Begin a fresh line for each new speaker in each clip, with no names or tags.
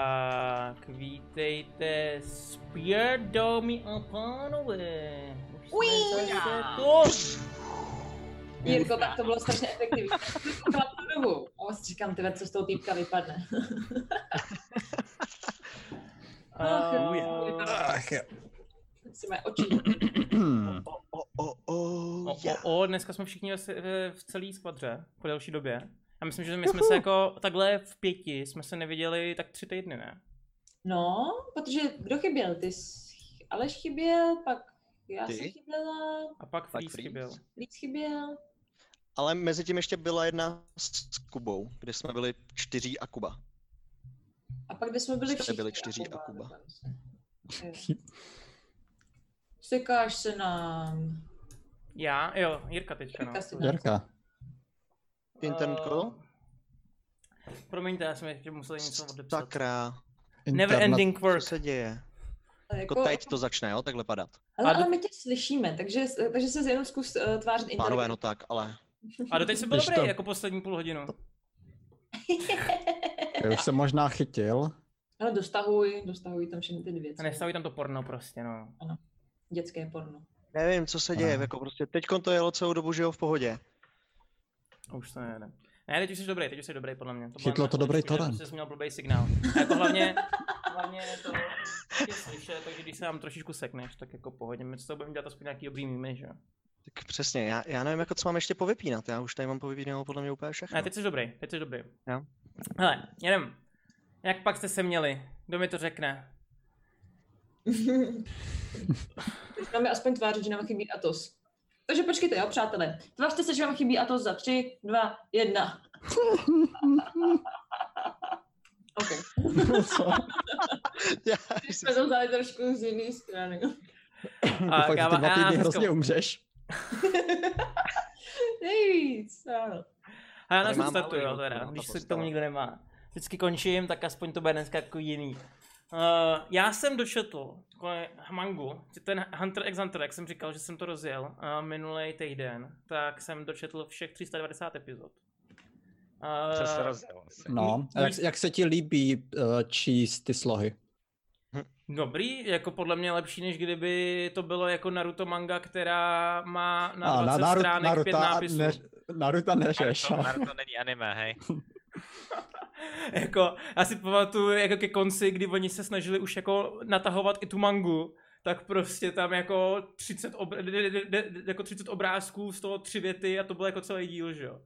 Tak, vítejte zpět, dámy a pánové. Už jsme
Ují.
zase tu.
Jirko, tak to bylo strašně efektivní. Byla tu dobu. A si říkám, tyhle, co z toho týpka vypadne. Ach,
A-
ují.
Ach jo.
Si moje oči.
O, o, o, o,
O,
ja.
o, o, dneska jsme všichni ve- ve- v celé skvadře po delší době. A myslím, že my jsme se jako takhle v pěti jsme se neviděli tak tři týdny, ne?
No, protože kdo chyběl? Ty jsi... Aleš chyběl, pak já
Ty?
jsem chyběla,
A pak
Tak
Frýsky
Frýs.
byl.
Líc chyběl.
Ale mezi tím ještě byla jedna s s Kubou, kde jsme byli čtyří a Kuba.
A pak, kde jsme byli
Jste
všichni.
byli čtyři a Kuba.
dokonce. Jo. Sekáš se nám.
Já? Jo, Jirka teďka, no.
Jirka se nám.
Jirka,
Internetko?
Eh, Promiňte, já jsem ještě musel něco odepsat.
Sakra,
Never ending
co
work.
se děje?
Ale
Jako teď to začne, jo, takhle padat.
Ale,
A do-
ale my tě slyšíme, takže, takže se jenom zkus uh, tvářit
Pánové, no tak, ale
A doteď jsem byl
Když
dobrý,
to-
jako poslední půl hodinu.
já už jsem možná chytil.
Ale dostahuj, dostahuj tam všechny ty
A
věci.
nestaví tam to porno prostě, no.
Dětské porno.
nevím, co se děje,
Ne.
jako prostě teďkon to jelo celou dobu, že jo, v pohodě.
A Už to nejde. Ne, teď už jsi dobrý, teď už jsi dobrý, podle mě. jako
Chytlo to dobrý torrent.
prostě Jsi měl blbý signál. A jako hlavně, hlavně to je slyšet, takže když se nám trošičku sekneš, tak jako pohodě. My z toho budeme dělat aspoň nějaký dobrý mými, že jo.
Tak přesně, já, já nevím, jako co mám ještě povypínat, já už tady mám povypínaného podle mě úplně všechno.
Ne, teď jsi dobrý, teď jsi dobrý.
Jo.
Hele, jedem. Jak pak jste se měli? Kdo mi to řekne?
Teď máme aspoň tvářit, že nám chybí Atos. Takže počkejte, jo, přátelé. Tvářte se, že vám chybí Atos za tři, dva, jedna. OK.
Co?
Já,
Teď jsme to vzali trošku z jiné strany.
A
A, fakt,
káva-
ty dva
a
týdny
hezkou.
hrozně umřeš.
Nejvíc, ano.
A já nás
Tady mám
startuju, jo,
malý
teda,
notebook,
když
ta
se k
postava.
tomu nikdo nemá. Vždycky končím, tak aspoň to bude dneska jako jiný. Uh, já jsem došetl takové mangu, že ten Hunter x Hunter, jak jsem říkal, že jsem to rozjel uh, minulý týden, tak jsem dočetl všech 390 epizod. Uh,
Co se rozjel asi.
No, a jak, jak se ti líbí uh, číst ty slohy?
Dobrý, jako podle mě lepší, než kdyby to bylo jako Naruto manga, která má na 20
Naru-
stránek pět
a
nápisů.
ne, Naruto neřeš.
Naruto,
no.
Naruto není anime, hej.
jako, já si pamatuju jako ke konci, kdy oni se snažili už jako natahovat i tu mangu, tak prostě tam jako 30, obr- de, de, de, de, jako 30 obrázků, z toho tři věty a to byl jako celý díl, že jo.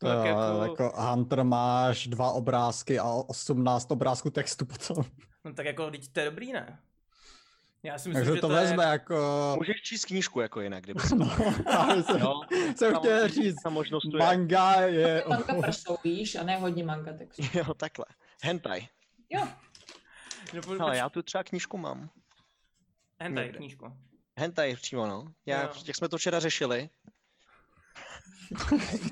To, jako... Hunter máš dva obrázky a 18 obrázků textu potom.
No tak jako, teď to je dobrý, ne? Já si myslím,
Takže
že
to
je-
vezme jako...
můžeš číst knížku jako jinak, kdyby.
No, právě jsem,
Jo,
jsem
tam
chtěl
určitě
říct.
ta možnost tu je.
Manga je...
Manga prsou, víš, a ne hodně manga textu.
Jo, takhle. Hentai.
No, po,
Ale já tu třeba knížku mám.
Hentai,
Dobře.
knížku.
Hentai přímo, no. Já,
Jo.
jak jsme to včera řešili,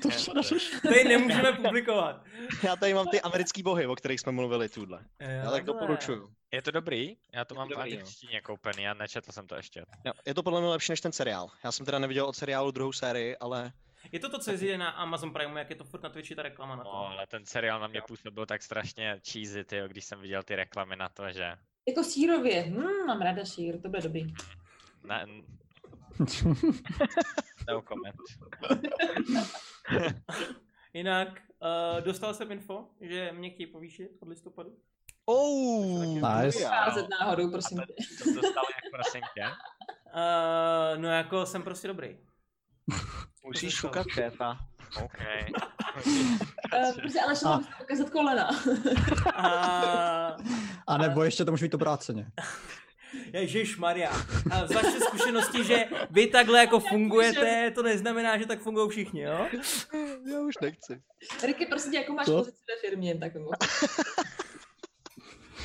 to včera
Tady nemůžeme publikovat.
já tady mám ty americký bohy, o kterých jsme mluvili tuhle. Já tak
Takhle.
doporučuju.
Je to dobrý? Já to
Je to
mám v
dobrý, jo.
angličtině koupený, já nečetl jsem to ještě.
Jo, je to podle mě lepší než ten seriál. Já jsem teda neviděl od seriálu druhou sérii, ale
Je to to, co je na Amazon Prime, jak je to furt na Twitchi ta reklama na
No,
to.
ale ten seriál na mě působil tak strašně cheesy, tyjo, když jsem viděl ty reklamy na to, že...
Jako sírově. Hmm, mám ráda sír, to bude dobrý.
Ne, n- no comment.
Jinak, uh, dostal jsem info, že mě chtějí povýšit od listopadu.
Oh,
Nice.
Pázet náhodou, prosím.
A to, to dostal jak prosím tě?
Uh, no jako jsem prostě dobrý.
Musíš šukat šéfa.
OK.
Eh, Prostě Aleš,
A-
mám ukázat kolena.
A
A nebo ještě to může být obráceně.
Ježíš Maria. A z vaší zkušenosti, že vy takhle jako fungujete, to neznamená, že tak fungují všichni, jo?
Já už nechci.
Ricky, prosím tě, jakou máš
Co?
pozici ve firmě? Tak jako. mimo.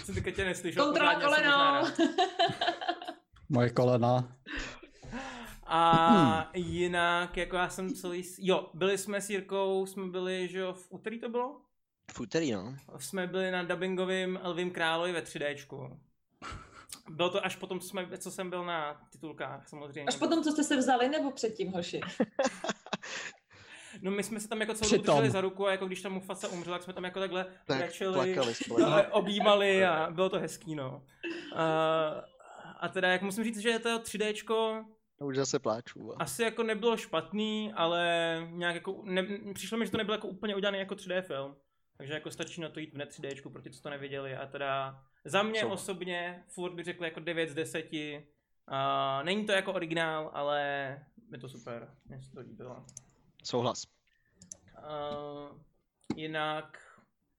Jsem teďka tě neslyšel.
Kontrola
pořádně, já jsem možná
koleno!
rád.
Moje kolena.
A jinak, jako já jsem celý... s- Jo, byli jsme s Jirkou, jsme byli, že jo, v úterý to bylo?
V úterý, no.
Jsme byli na dubbingovém Elvím Královi ve 3Dčku. Bylo to až potom, co, jsme, co jsem byl na titulkách, samozřejmě.
Až potom, co jste se vzali, nebo předtím, hoši?
No my jsme se tam jako celou dobu
Přitom.
drželi za ruku a jako když tam Mufasa umřel, tak jsme tam jako takhle
Tak
brečeli,
plakali spolu.
takhle objímali a bylo to hezký, no. A, a teda, jak musím říct, že to 3Dčko
A už zase pláču. A...
asi jako nebylo špatný, ale nějak jako, ne, přišlo mi, že to nebylo jako úplně udělaný jako 3D film. Takže jako stačí na to jít v ne 3D, pro ty, co to neviděli. A teda za mě
Co?
osobně furt bych řekl jako 9 z 10. A není to jako originál, ale je to super. Mně se to líbilo.
Souhlas.
Uh, jinak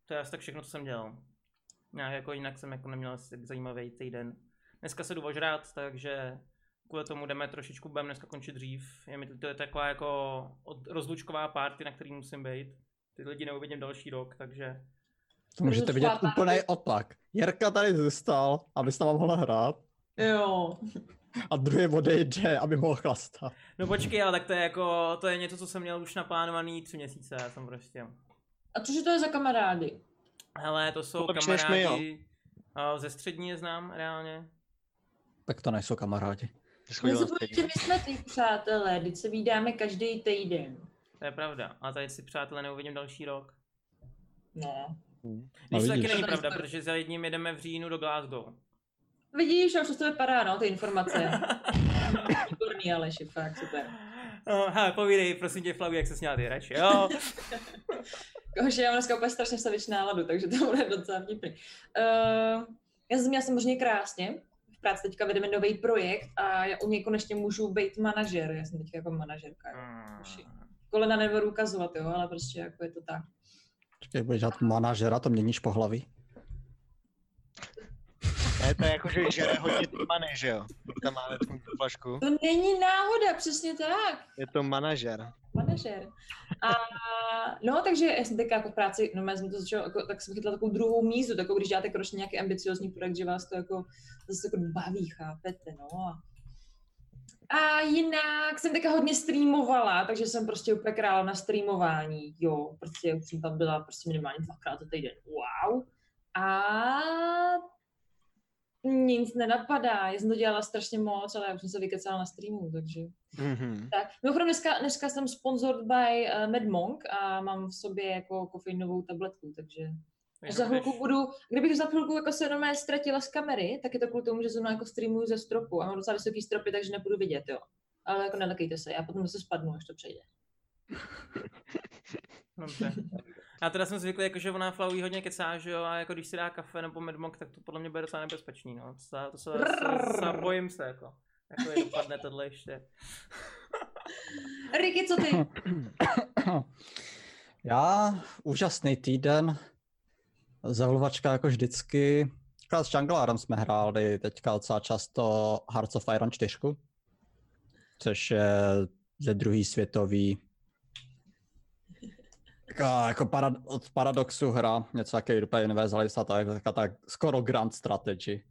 to je asi tak všechno, co jsem dělal. Nějak jako jinak jsem jako neměl asi zajímavý týden. Dneska se jdu ožrát, takže kvůli tomu jdeme trošičku, budeme dneska končit dřív. Je mi to, to je taková jako od, rozlučková party, na který musím být. Ty lidi neuvidím další rok, takže
To můžete vidět
Zůstává-
úplný opak. Jerka tady zůstal, aby s náma mohla hrát.
Jo.
A druhý odejde, aby mohl chlastat.
No počkej, ale tak to je jako, to je něco, co jsem měl už naplánovaný tři měsíce, já jsem prostě.
A cože to je za kamarády?
Hele, to jsou
To začneš mi, jo.
kamarádi, a ze střední je znám reálně.
Tak to nejsou kamarádi.
Ty jsi chodil na
Nezapomeňte,
stejný.
my jsme ty přátelé, teď se vídáme každý týden.
To je pravda, ale tady si přátelé neuvidím další rok.
No.
No,
Když to taky
vidíš.
není pravda, protože za jedním jedeme v říjnu do Glasgow.
Vidíš, já už to z tebe padá, no, ty informace. Výborný, Aleš, je fakt super.
No, hele, povídej, prosím tě, Flavie, jak se sněla ty reč, jo?
Kohož já mám dneska úplně strašně vstavěč náladu, takže to bude docela vtipný. Uh, já jsem měla samozřejmě krásně. V práci teďka vedeme nový projekt a já u něj konečně můžu být manažer. Já jsem teďka jako manažerka. Jo. Uši. Kolena nebudu ukazovat, jo, ale prostě jako je to tak.
Čekej, budeš dělat manažera, to měníš po hlavě.
Ne, to je jako, že žere hodně ty many, že jo? Tam máme tu flašku.
To není náhoda, přesně tak.
Je to manažer.
manažer. A, no, takže já jsem teďka jako v práci, no, já jsem to začala, jako, tak jsem chytla takovou druhou mízu, takovou, když děláte kročně nějaký ambiciozní projekt, že vás to jako zase jako baví, chápete, no. A, a jinak jsem teďka hodně streamovala, takže jsem prostě úplně krála na streamování, jo, prostě už jsem tam byla prostě minimálně dvakrát za týden, wow. A nic nenapadá, já jsem to dělala strašně moc, ale já už jsem se vykecala na streamu, takže...
Mhm.
Tak, mimochodem dneska, dneska jsem sponsored by uh, Mad Monk a mám v sobě jako kofeinovou tabletku, takže až za chvilku budu, kdybych za chvilku jako se jenom ztratila z kamery, tak je to kvůli tomu, že zrovna jako streamuju ze stropu a mám docela vysoký stropy, takže nebudu vidět, jo. Ale jako nelekejte se, já potom se spadnu, až to přejde.
Dobře. Já teda jsem zvyklý, jako, že ona Flaví hodně kecá, že jo, a jako když si dá kafe nebo medmok, tak to podle mě bude docela nebezpečný, no. To se, to se, se, se bojím se, jako. Jako je dopadne tohle ještě.
Ricky, co ty?
Já, úžasný týden, zavlvačka jako vždycky. Akorát s Junglárem jsme hráli teďka docela často Hearts of Iron 4, což je ze druhý světový Taká jako parad- od paradoxu hra, něco jako European Universalist a tak, tak, tak skoro grand strategy.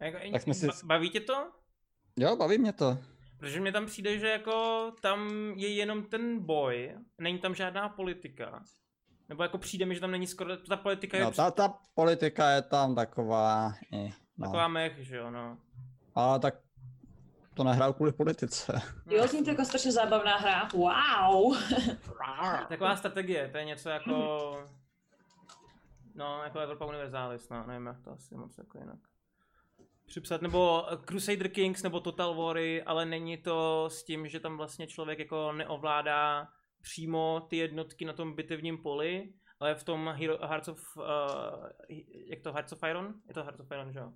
A Jako,
Tak jsme si-
ba- Baví tě to?
Jo, baví mě to.
Protože mě tam přijde, že jako tam je jenom ten boj, není tam žádná politika. Nebo jako přijde mi, že tam není skoro, ta politika je
No, ta, ta politika je tam taková... eh, No.
taková mech, že jo, no.
Ale tak to nehrál kvůli politice.
Jo, zní to jako strašně zábavná hra, wow!
Taková strategie, to je něco jako... No, jako Evropa Universalis, no, nevím, jak to asi moc jako jinak. Připsat, nebo eh, Crusader Kings, nebo Total Wary, ale není to s tím, že tam vlastně člověk jako neovládá přímo ty jednotky na tom bitevním poli, ale v tom Hero, Hearts of, uh, jak to, Hearts of Iron? Je to Hearts of Iron, že jo?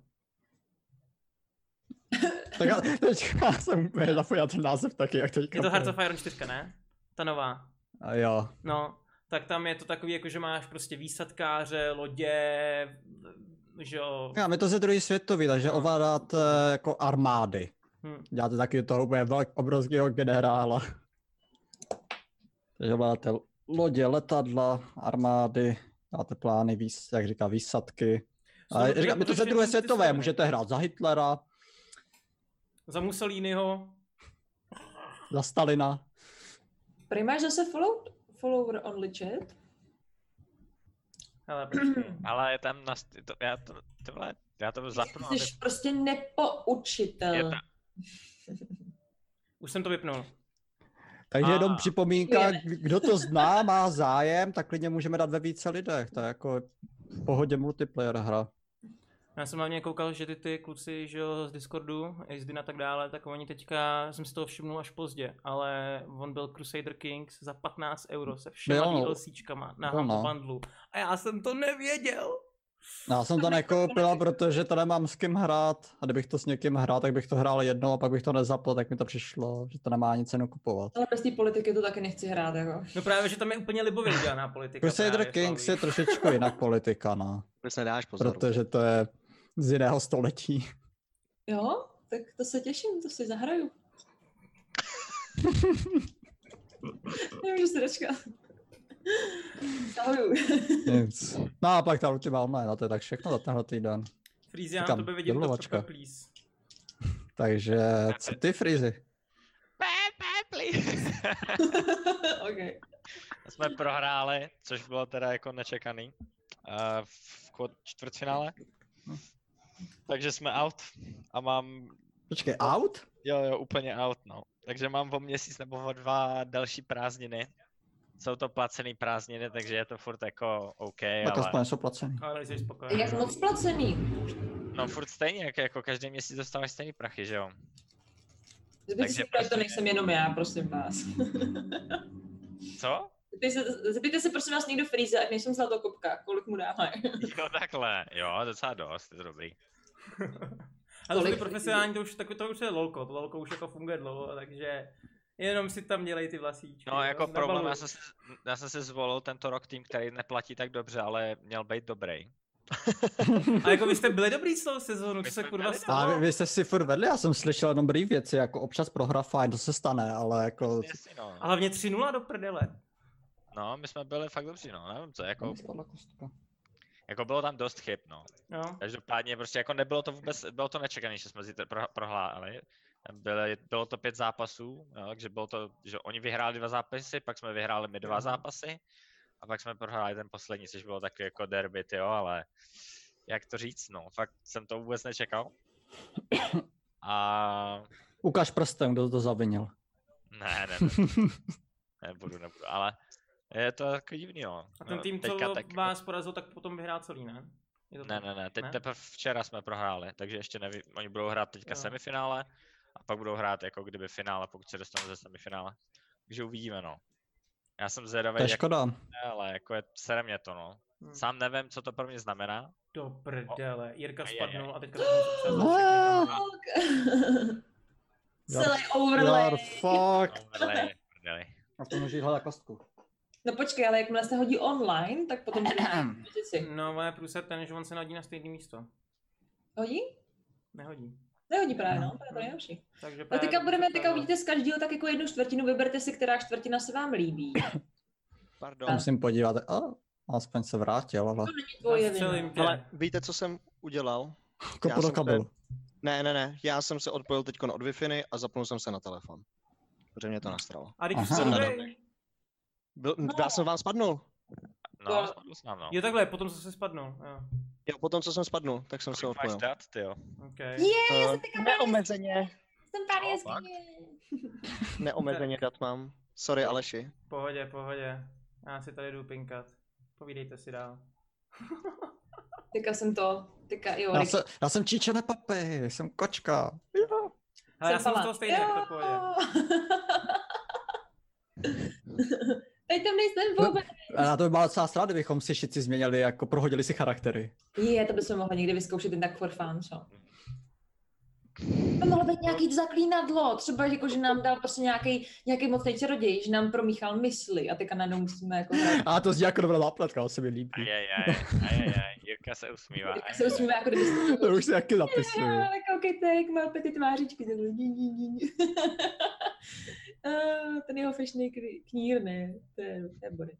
Tak já teďka jsem úplně zapojil ten název taky, jak teďka.
Je to Hearts
bude.
of Iron 4, ne? Ta nová.
A jo,
No, tak tam je to takový, jako že máš prostě výsadkáře, lodě, že jo.
já, my to ze druhý světový, takže
No.
ovládáte jako armády.
Hm.
Děláte taky toho úplně velk, obrovského generála. Takže ovládáte lodě, letadla, armády, dáte plány, výs, jak říká, výsadky. A
Jsou
říkám, my to ze
protože
druhé
ty
světové,
strany.
můžete hrát za Hitlera,
Za Mussoliniho.
za Stalina.
Prý máš zase follow, follower only chat?
Hele, počkej.
Ale je tam na... st- To, já to, tohle, já to zapnu, aby...
Jsi prostě nepoučitel.
Je ta-
Už jsem to vypnul.
Takže jenom
Ah.
připomínka,
Děkujeme.
kdo to zná, má zájem, tak klidně můžeme dát ve více lidech. To je jako v pohodě multiplayer hra.
Já jsem hlavně koukal, že ty, ty kluci že jo, z Discordu, Azdin a tak dále, tak oni teďka, jsem si toho všimnul až pozdě, ale on byl Crusader Kings za 15 euro se všema
Jo, no.
DLCčkama na
Jo, no.
no. bundlu. A já jsem to nevěděl.
Já jsem to nekoupila, protože to nemám s kým hrát. A kdybych to s někým hrál, tak bych to hrál jednou a pak bych to nezapl, tak mi to přišlo, že to nemá ani cenu kupovat.
Ale bez té politiky to taky nechci hrát, jako.
No právě, že tam je úplně libově udělaná politika.
Crusader
právě,
Kings je
Flavie.
trošičku jinak politika, no.
Vůbec nedáš pozor.
Protože to je z jiného století.
Jo, tak to se těším, to si zahraju. Nemůžu se dočkat. Zahajuju.
Nic. No a pak ta Ultima Online, no to je tak všechno za tenhle týden.
Freeze, já na
Říkám,
tebe vidím to
dobrovačka.
Pepe, please.
Takže co ty, Frizy?
Pepe, please.
OK.
Jsme prohráli, což bylo teda jako nečekaný. eh, v ko- čtvrtfinále. Takže jsme out a mám,
Počkej, out?
jo jo, úplně out no. Takže mám o měsíc nebo o dva další prázdniny. Jsou to placený prázdniny, takže je to furt jako OK,
Tak
ale...
aspoň jsou placený.
Ale nejsi spokojený.
Jak moc placený.
No furt stejně, jak jako každý měsíc dostáváš stejný prachy, že jo?
Zeptej
Takže
se, proč to
prostě-
nejsem jenom já, prosím vás.
Co?
Zeptej se, zeptejte se prosím vás někdo Freeze, ať nejsem zlatokopka, kolik mu dáme.
Jo, takhle. Jo, docela dost, je to dobrý.
A to jsou ty
Kolik-
profesionální, to už, tak to už je lolko, to lolko už jako funguje dlouho, takže jenom si tam dělej ty vlasíčky.
No,
jo,
jako problém,
nabaluj.
já jsem, si, já jsem si zvolil tento rok tým, který neplatí tak dobře, ale měl být dobrý.
A jako vy jste byli dobrý celou sezónu,
My
co se
jsme
kurva
byli
A
stalo?
vy, vy jste si furt vedli, já jsem slyšel jenom dobrý věci, jako občas prohra fajn, to se stane, ale jako...
Jasně, no.
A hlavně 3-0 do prdele.
no, my jsme byli fakt dobří, no, nevím co, jako,
kostka.
jako bylo tam dost chyb, no.
No.
Každopádně prostě jako nebylo to vůbec, bylo to nečekané, že jsme si to pro, prohláli. Byly, bylo to pět zápasů, no, takže bylo to, že oni vyhráli dva zápasy, pak jsme vyhráli my dva zápasy a pak jsme prohráli ten poslední, což bylo taky jako derby, jo, ale jak to říct, no, fakt jsem to vůbec nečekal. A
Ukaž prstem, kdo to zavinil.
Ne, ne, ne. nebudu, nebudu, ale je to takový divný, jo.
A ten
No,
tým,
teďka
co
tak-
vás porazil, tak potom vyhrál celý, ne? Je to
Ne,
tak?
ne, ne, teď
ne?
teprve včera jsme prohráli, takže ještě nevím, oni budou hrát teďka
Jo.
semifinále a pak budou hrát jako kdyby finále, pokud se dostanou ze semifinále. Takže uvidíme, no. Já jsem
To
zvědavý,
je
jak to
škoda.
je, ale jako je, sere mě to, no.
Hmm.
Sám nevím, co to pro mě znamená.
Do prdele, Jirka
Ajajaj.
spadnul a teďka to musí převzít všechny
Aaa.
tam.
Ok. Celý overlay.
Jar, fuck.
No, vedle, prdeli.
A to můžeš hledat kostku.
No počkej, ale jakmile se hodí online, tak potom to si.
No, ale průser ten, že on se nadí na stejné místo.
Hodí?
Nehodí.
Nehodí právě, no, to je to nejlepší.
Takže
No
právě
teďka
to
budeme,
super
teďka
bylo.
uvidíte z každého tak jako jednu čtvrtinu, vyberte si, která čtvrtina se vám líbí.
Pardon.
Já musím podívat, a aspoň se vrátil, ale
Tvoje
Zastřelím
vina.
tě.
Ale víte, co jsem udělal?
kopu do
jsem
kabelu.
Ne, ne, ne, já jsem se odpojil teď od wi a zapnul jsem se na telefon. Protože mě to nastralo.
A teď
Aha.
už se
Jsem
dobrý.
Byl, já jsem vám spadnul.
No,
Jo.
spadl jsem, no.
Jo takhle, potom zase spadnou. Jo.
Jo, potom, co jsem spadnul, tak jsem se
Kolik máš
odpojil.
dat, tyjo?
Okay.
Eh,
teďka
neomezeně,
Jsem tady
No, fakt.
neomezeně dat mám. Sorry, Aleši.
Pohodě, pohodě. Já si tady jdu pinkat. Povídejte si dál.
Teďka jsem to, teďka jo.
Já,
Ricky.
se, já jsem číče nepapy, jsem kočka.
Ale já jsem z
pala.
toho stejně, tak to pohodě.
Teď tam nejsem
No.
vůbec.
A na to by byla docela sranda, kdybychom si šici změnili, jako prohodili si charaktery.
Je, to bychom mohli někdy vyzkoušet jen tak for fun, co? To mohlo být nějaký zaklínadlo, třeba jako, že nám dal prostě nějaký, nějaký mocný čaroděj, že nám promíchal mysli a teďka najednou musíme jako hrát.
A to zní jako dobrá nápletka, ale se mi líbí.
Ajajaj, ajajaj, Jirka se usmívá.
Teďka se
ajajaj.
usmíme jako kdyby
To už si taky zapisuju.
Ale koukejte, jak má ty tvářičky. takhle, ní, ní, ní, ní. Ah, Ten jeho fešný knír, ne? To je, to je borec.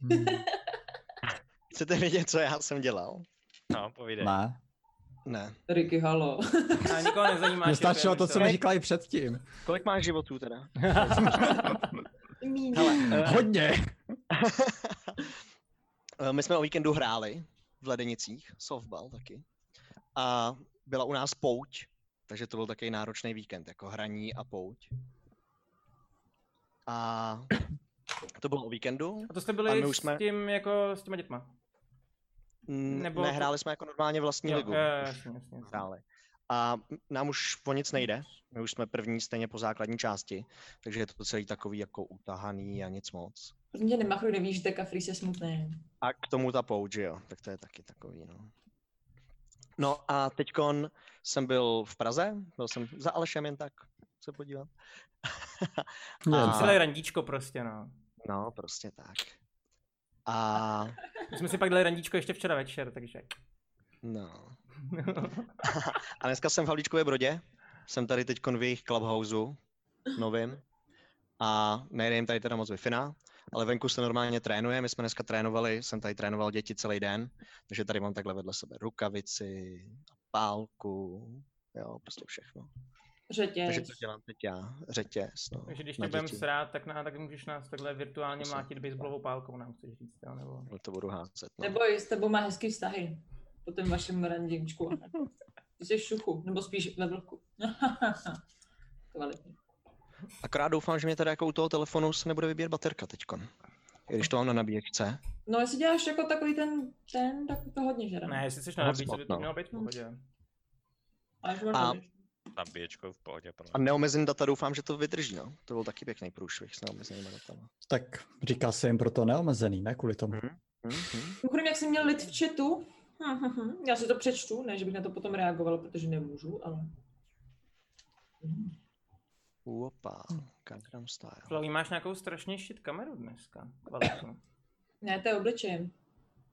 Hmm.
Chcete vědět, co já jsem dělal?
No, povídej.
Ne.
Ne.
Ricky, halo.
A nikoho nezajímá.
Mně
že
stačilo to, co mi
Pirátové-
říkali předtím.
Kolik máš životů teda?
Míň.
Hodně.
Eh, My jsme o víkendu hráli v Ledenicích, softball taky. A byla u nás pouť, takže to byl takový náročný víkend, jako hraní a pouť. A to bylo o víkendu.
A to jste
A
byli
my už
jsme... s
jsme-
tím jako s těma dětma.
N-
Nebo-
Nehráli jsme jako normálně vlastní
Jo,
ligu.
jo, jo,
Už
jasně, jasně, jasně.
hráli. A nám už o nic nejde. My už jsme první stejně po základní části, takže je to celý takový jako utahaný a nic moc.
Protože tě nemachruj, nevíš, že Deka Freeze je smutný.
A k tomu ta pouť, že jo, tak to je taky takový, no. No a teďkon jsem byl v Praze, byl jsem za Alešem jen tak se podívat.
Jen
A-
tak.
Celé randíčko prostě, no.
No, prostě tak. A
My jsme si pak dali randíčko ještě včera večer, takže...
no. A dneska jsem v Havlíčkově Brodě, jsem tady teď v jejich clubhouseu novým a nejde jim tady teda moc wi ale venku se normálně trénuje, my jsme dneska trénovali, jsem tady trénoval děti celý den, takže tady mám takhle vedle sebe rukavici, pálku, jo, prostě všechno.
Řetěz.
Takže to dělám teď já, řetěz, no,
Takže když
na
tě budeme
děti.
srát, tak, na, tak můžeš nás takhle virtuálně
Jasně.
mlátit baseballovou pálkou, nám chceš říct, jo, nebo...
No, to budu házet, no.
Nebo i s tebou má hezký vztahy. Po tom vašem randíčku. Ty jsi v šuchu, nebo spíš ve vlku. Kvalitní.
Akorát doufám, že mě tady jako u toho telefonu se nebude vybíjet baterka teďkon. I když to mám na nabíječce.
No jestli děláš jako takový ten, ten, tak to hodně žere.
Ne, jestli jsi na
Moc
nabídce, by to
smutno.
mělo být v pohodě.
Ale že
A-
a...
Tam bíječkou v pohodě. Pro
A neomezený data doufám, že to vydrží, no. To byl taky pěkný průšvih s neomezenými datama.
tak říká se jim proto neomezený, ne kvůli tomu.
Mhm.
Mimochodem, jak jsem měl lid v chatu, hm, hm, hm, já si to přečtu, ne, že bych na to potom reagoval, protože nemůžu, ale... Hm.
Opa, Gangnam Style.
Chloe, máš nějakou strašně shit kameru dneska, kvalitu.
Ne, to je obličejem.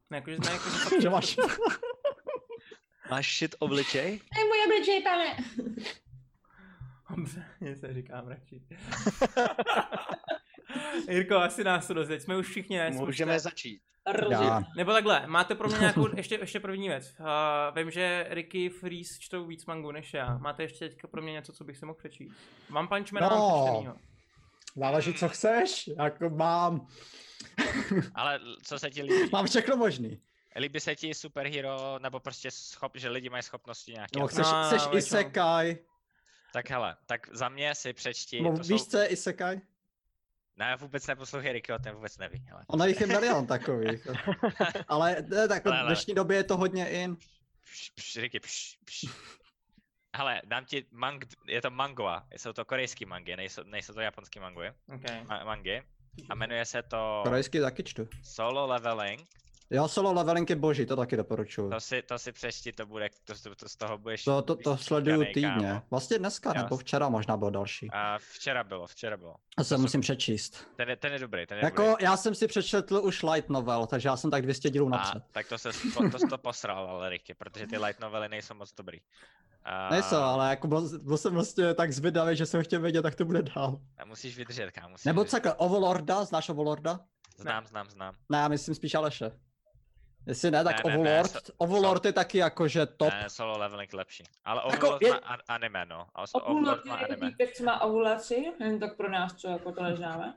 Ne, jakože ne, jakože fakt-
Že máš
Máš shit obličej?
To je můj obličej, pane!
Dobře, mě se říkám radši. Jirko, asi nás to dozvěď, jsme už všichni ne, jsme už
Můžeme
ne-
začít.
Rozi.
já.
Nebo takhle, máte pro mě nějakou, ještě, ještě první věc. Uh, vím, že Ricky Freeze čtou víc mangu než já. Máte ještě teďka pro mě něco, co bych si mohl přečíst? Mám Punchmana, no.
No.
mám přečtenýho.
Záleží, co chceš, jako mám,
Ale co se ti líbí?
mám všechno možný.
Líbí se ti superhero, nebo prostě schop, že lidi mají schopnosti nějaké?
No, chceš,
No,
chceš
většinou.
Isekai,
Tak hele, tak za mě si přečti,
no,
to
víš,
jsou...
co je Isekai?
Ne, vůbec neposlouchej Rikyho, ten vůbec neví, hele.
Ono jich je milion takových. Ale ne, tak
Ale-
v dnešní době je to hodně in.
Pš, pš, Riky, pš, pš. Hele, dám ti mang, je to mangua, jsou to korejský mangy, nejsou, nejsou to japonský mangy,
Okay.
ma, mangy. A jmenuje se to
Korejský taky čtu.
Solo Leveling.
Jo, solo leveling je boží, to taky doporučuju.
To si, to si přečti, to bude, to, to, to z toho budeš...
No, To, to, to
vyšťikanej,
sleduju
kámo.
týdně. Vlastně dneska,
no. Já
nebo
s-
včera možná byl další.
A včera bylo, včera bylo.
To se
jsem-
musím přečíst.
Ten je, ten je dobrý, ten je dobrý.
Jako, já jsem si přečetl už light novel, takže já jsem tak 200 dílů
A,
napřed.
tak to se po- to, to posral, ale Riky, protože ty light novely nejsou moc dobrý. A,
Nejsou, ale jako byl, byl jsem vlastně tak zvědavý, že jsem chtěl vědět, jak to bude dál.
a musíš vydržet, kámo. musíš
Nebo
vydržet.
takhle, Ovolorda, znáš Ovolorda?
Znám, znám, znám.
Ne, já myslím spíš Aleše. Jestli ne, tak
Ne, ne, ne,
Ovolord,
so-
Ovolord je taky jakože top.
Ne, solo leveling lepší. Ale
Jako
Overlord
je-
má an- anime, no. A os- Overlord
Ovulaci,
má anime.
jak co má ovulaci, jen tak pro nás, co jako to neznáme.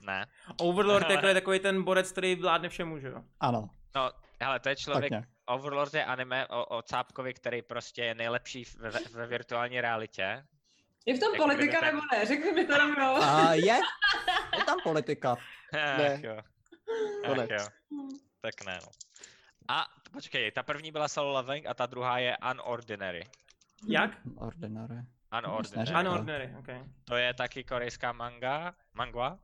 Ne.
Overlord jako je takový ten borec, který vládne všemu, že jo?
Ano,
No, hele, to je
tak
člověk,
nějak.
Overlord je anime o, o cápkovi, který prostě je nejlepší ve, ve- ve virtuální realitě.
Je v tom
Jak
politika
kdyby
nebo ne? Řekni mi to rovnou.
A je, je tam politika.
Ne. Ach jo. Ach
Konec.
jo. Tak ne, no. A t- počkej, ta první byla solo leveling a ta druhá je Unordinary.
Jak?
Ordinary.
Unordinary.
neřekl.
Ano, ordinary, okay.
To je taky korejská manga, mangua.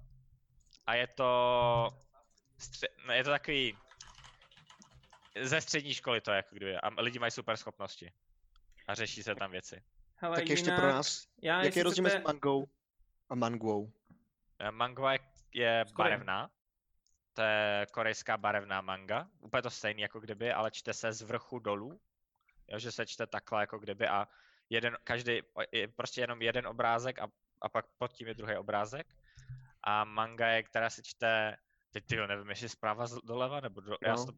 A je to... Stře- no, je to takový... Ze střední školy to je, jako kdyby. A lidi mají super schopnosti. A řeší se tam věci.
Hele,
Tak ještě
jinak,
pro nás,
já,
jaký
jestli
je rozdíl mezi
chcete-
mangou a manguou?
Eh, Mangua je, je
Skoro.
barevná. To je korejská barevná manga. Úplně to stejný jako kdyby, ale čte se z vrchu dolů. Jo, že se čte takhle jako kdyby a jeden, každý, o- je prostě jenom jeden obrázek a, a pak pod tím je druhý obrázek. A manga je, která se čte, teď tyjo, nevím, jestli zprava z- doleva, nebo do, já si to,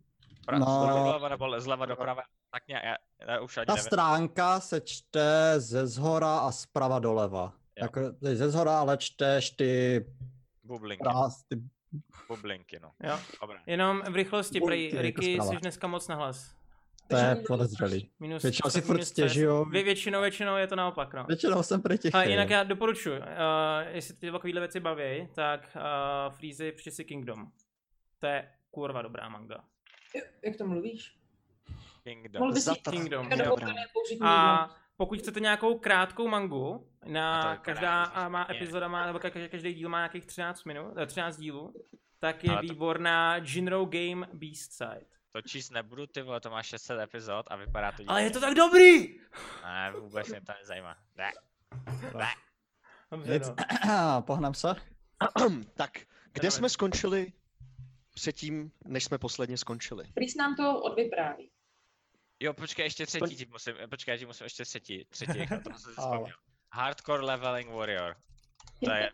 pra,
No.
no. doleva, nebo le- zleva doprava, tak nějak, já, já už ani
Ta
nevím.
stránka se čte ze zhora a zprava doleva. Jako teď ze zhora, ale čteš ty,
Bublinky,
prás, ty
bublinky, no.
Jo.
Dobrá.
Jenom v rychlosti,
Boj,
prej,
ty, jako
Ricky,
zpráva.
jsi dneska moc nahlas.
To je podezřelý.
Minus,
Většinou si
minus
furt
pes.
stěžujou.
Vě, většinou, většinou je to naopak, no.
Většinou jsem proti
A jinak já doporučuji, uh, jestli ty takovéhle věci baví, tak uh, Freezy přečti si Kingdom. To je kurva dobrá manga.
Jak to mluvíš?
Kingdom.
Mohl bys jít
Zatra.
Kingdom.
tak
jo.
Dobrá.
doopravdy použít
A
mýdlo.
pokud chcete nějakou krátkou mangu,
A to
na
vypadá,
každá
že
a má
špatně.
epizoda má, nebo každý, každý díl má nějakých 13 minut, eh, 13 dílů, tak je
Ale to-
výborná Jinro Game Beast Side.
To číst nebudu, ty vole, to má 600 epizod a vypadá to
Ale je to
divně.
tak dobrý!
Ne, vůbec mě to nezajímá. Ne.
Dobře,
Nic.
no.
Pohnám se.
tak, kde
Jmenujeme.
jsme skončili předtím, než jsme posledně skončili?
Prý se nám to odvypráví.
Jo, počkej, ještě třetí ti musím, počkej, ti musím ještě třetí, třetí, jako to jsem si
Ale.
vzpomněl. Hardcore Leveling Warrior. To je,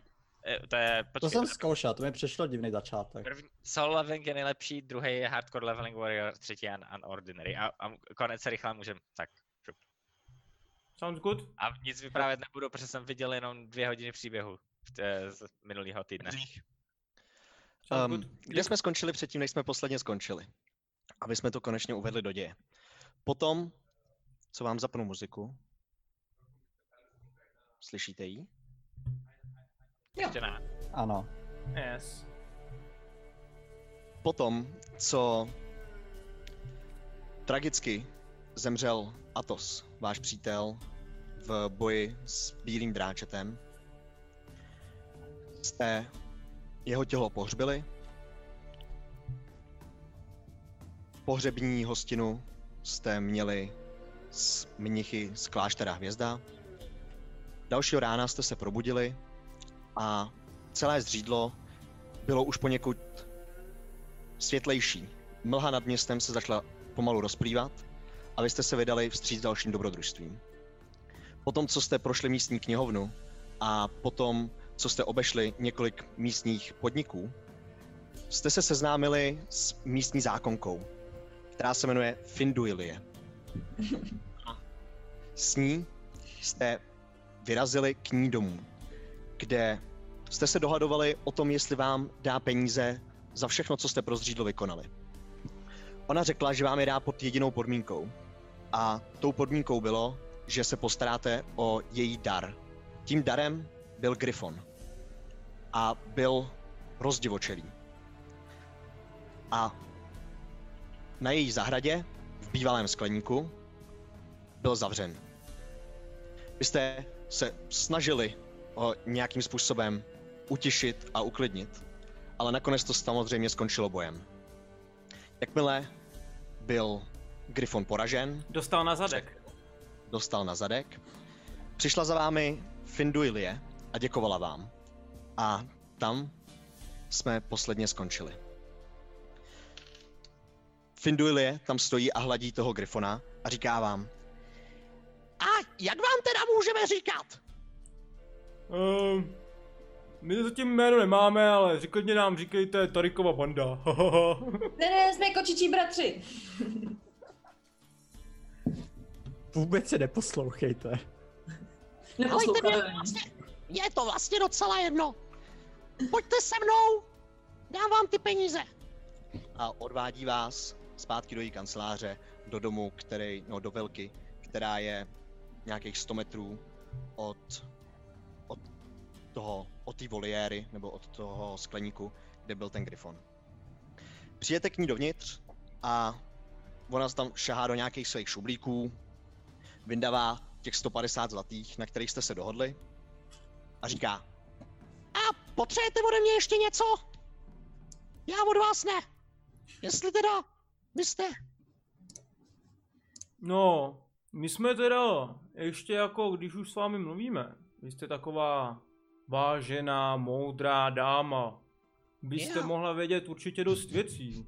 eh, to je,
To
počkej,
jsem
to-
zkoušel, to mi přišlo divný začátek.
první, Soul Leveling je nejlepší, druhý je Hardcore Leveling Warrior, třetí je Un- Unordinary. A, a konec se rychle můžem, tak. šup.
Sounds good?
A nic vyprávět nebudu, protože jsem viděl jenom dvě hodiny příběhu v té- z minulého týdne.
Sounds
Um,
good?
kde jsme skončili předtím, než jsme posledně skončili? Aby jsme to konečně uvedli do děje. Potom, co vám zapnu muziku, slyšíte ji?
Ještě ne.
Ano.
Yes.
Potom, co tragicky zemřel Atos, váš přítel, v boji s Bílým dráčetem, jste jeho tělo pohřbili, pohřební hostinu jste měli z mnichy z kláštera Hvězda, dalšího rána jste se probudili a celé zřídlo bylo už poněkud světlejší. Mlha nad městem se začala pomalu rozplývat a vy jste se vydali vstříc dalším dobrodružstvím. Potom, co jste prošli místní knihovnu a potom, co jste obešli několik místních podniků, jste se seznámili s místní zákonkou, která se jmenuje Finduilie. A S ní jste vyrazili k ní domů, kde jste se dohadovali o tom, jestli vám dá peníze za všechno, co jste pro zřídlo vykonali. Ona řekla, že vám je dá pod jedinou podmínkou. A tou podmínkou bylo, že se postaráte o její dar. Tím darem byl Gryfon. A byl rozdivočelý. A na její zahradě, v bývalém skleníku, byl zavřen. Vy jste se snažili ho nějakým způsobem utišit a uklidnit ale nakonec to samozřejmě skončilo bojem. Jakmile byl Gryfon poražen,
Dostal na zadek.
dostal na zadek, přišla za vámi Finduilie a děkovala vám. A tam jsme posledně skončili. Finduilie tam stojí a hladí toho Gryfona a říká vám A jak vám teda můžeme říkat?
Um, my zatím jméno nemáme, ale klidně nám říkejte Tarikova banda.
Ne, ne, jsme kočičí bratři.
Vůbec se neposlouchejte.
Neposlouchali.
Je to vlastně docela jedno. Pojďte se mnou, dám vám ty peníze. A odvádí vás zpátky do její kanceláře, do domu, který, no do velky, která je nějakých 100 metrů od, od toho, od té voliéry, nebo od toho skleníku, kde byl ten Gryfon. Přijete k ní dovnitř a ona tam šahá do nějakých svých šublíků, vyndává těch 150 zlatých, na kterých jste se dohodli, a říká A potřebujete ode mě ještě něco? Já od vás ne. Jestli teda vy jste...
No, my jsme teda, ještě jako když už s vámi mluvíme, vy jste taková vážená, moudrá dáma. Byste
Jo.
mohla vědět určitě dost věcí.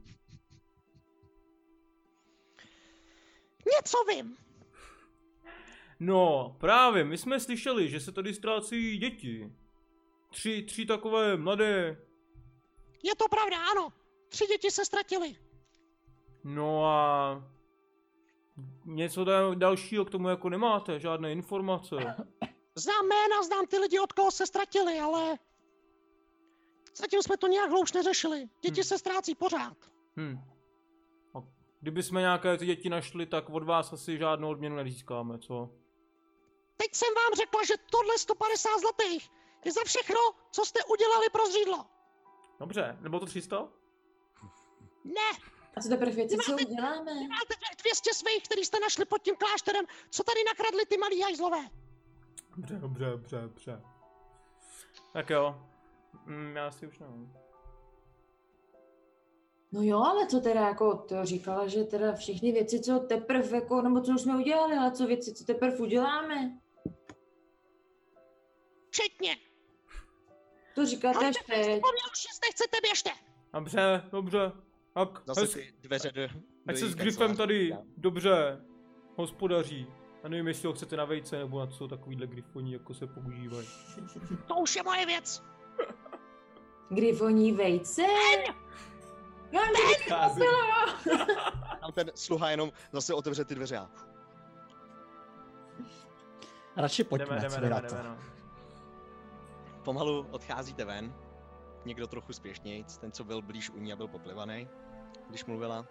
Něco vím.
No, právě, my jsme slyšeli, že se tady ztrácí děti. Tři, tři takové mladé.
Je to pravda, ano. Tři děti se ztratily.
No a... Něco da- dalšího k tomu jako nemáte, žádné informace.
Znám jména, znám ty lidi, od koho se ztratili, ale... Zatím jsme to nějak hlouš neřešili. Děti
Hm.
se ztrácí pořád.
Hm. A Kdyby jsme nějaké ty děti našli, tak od vás asi žádnou odměnu nezískáme, co?
Teď jsem vám řekla, že tohle 150 zlatých je za všechno, co jste udělali pro zřídlo.
Dobře, nebo to 300?
Ne,
A co teprve věci, co uděláme?
máte těch 200 svých, který jste našli pod tím klášterem, co tady nakradli ty malí hajzlové.
Dobře, dobře, dobře, dobře. Tak jo. Mm, já si už nevím.
No jo, ale co teda jako, to říkala, že teda všechny věci, co teprve jako, nebo co už jsme udělali, ale co věci, co teprve uděláme,
Včetně.
to říkáte
Ale
až
teprve
teď.
po mě už nic nechcete, běžte.
Dobře, dobře. Tak,
Zase
hez,
ty dveře do,
ať
do
se
její
s grifem tady
kanceláře.
dobře hospodaří. Já nevím, jestli ho chcete na vejce, nebo na co takovýhle grifoní jako se používají.
To už je moje věc.
Grifoní vejce. Já
Chází.
Tam ten sluha jenom zase otevře ty dveře a
Radši pojďme,
Jdeme,
co
jdeme,
vy
jdeme,
na to.
jdeme, no.
pomalu odcházíte ven. Někdo trochu spěšnějc, ten, co byl blíž u ní a byl poplivaný, když mluvila.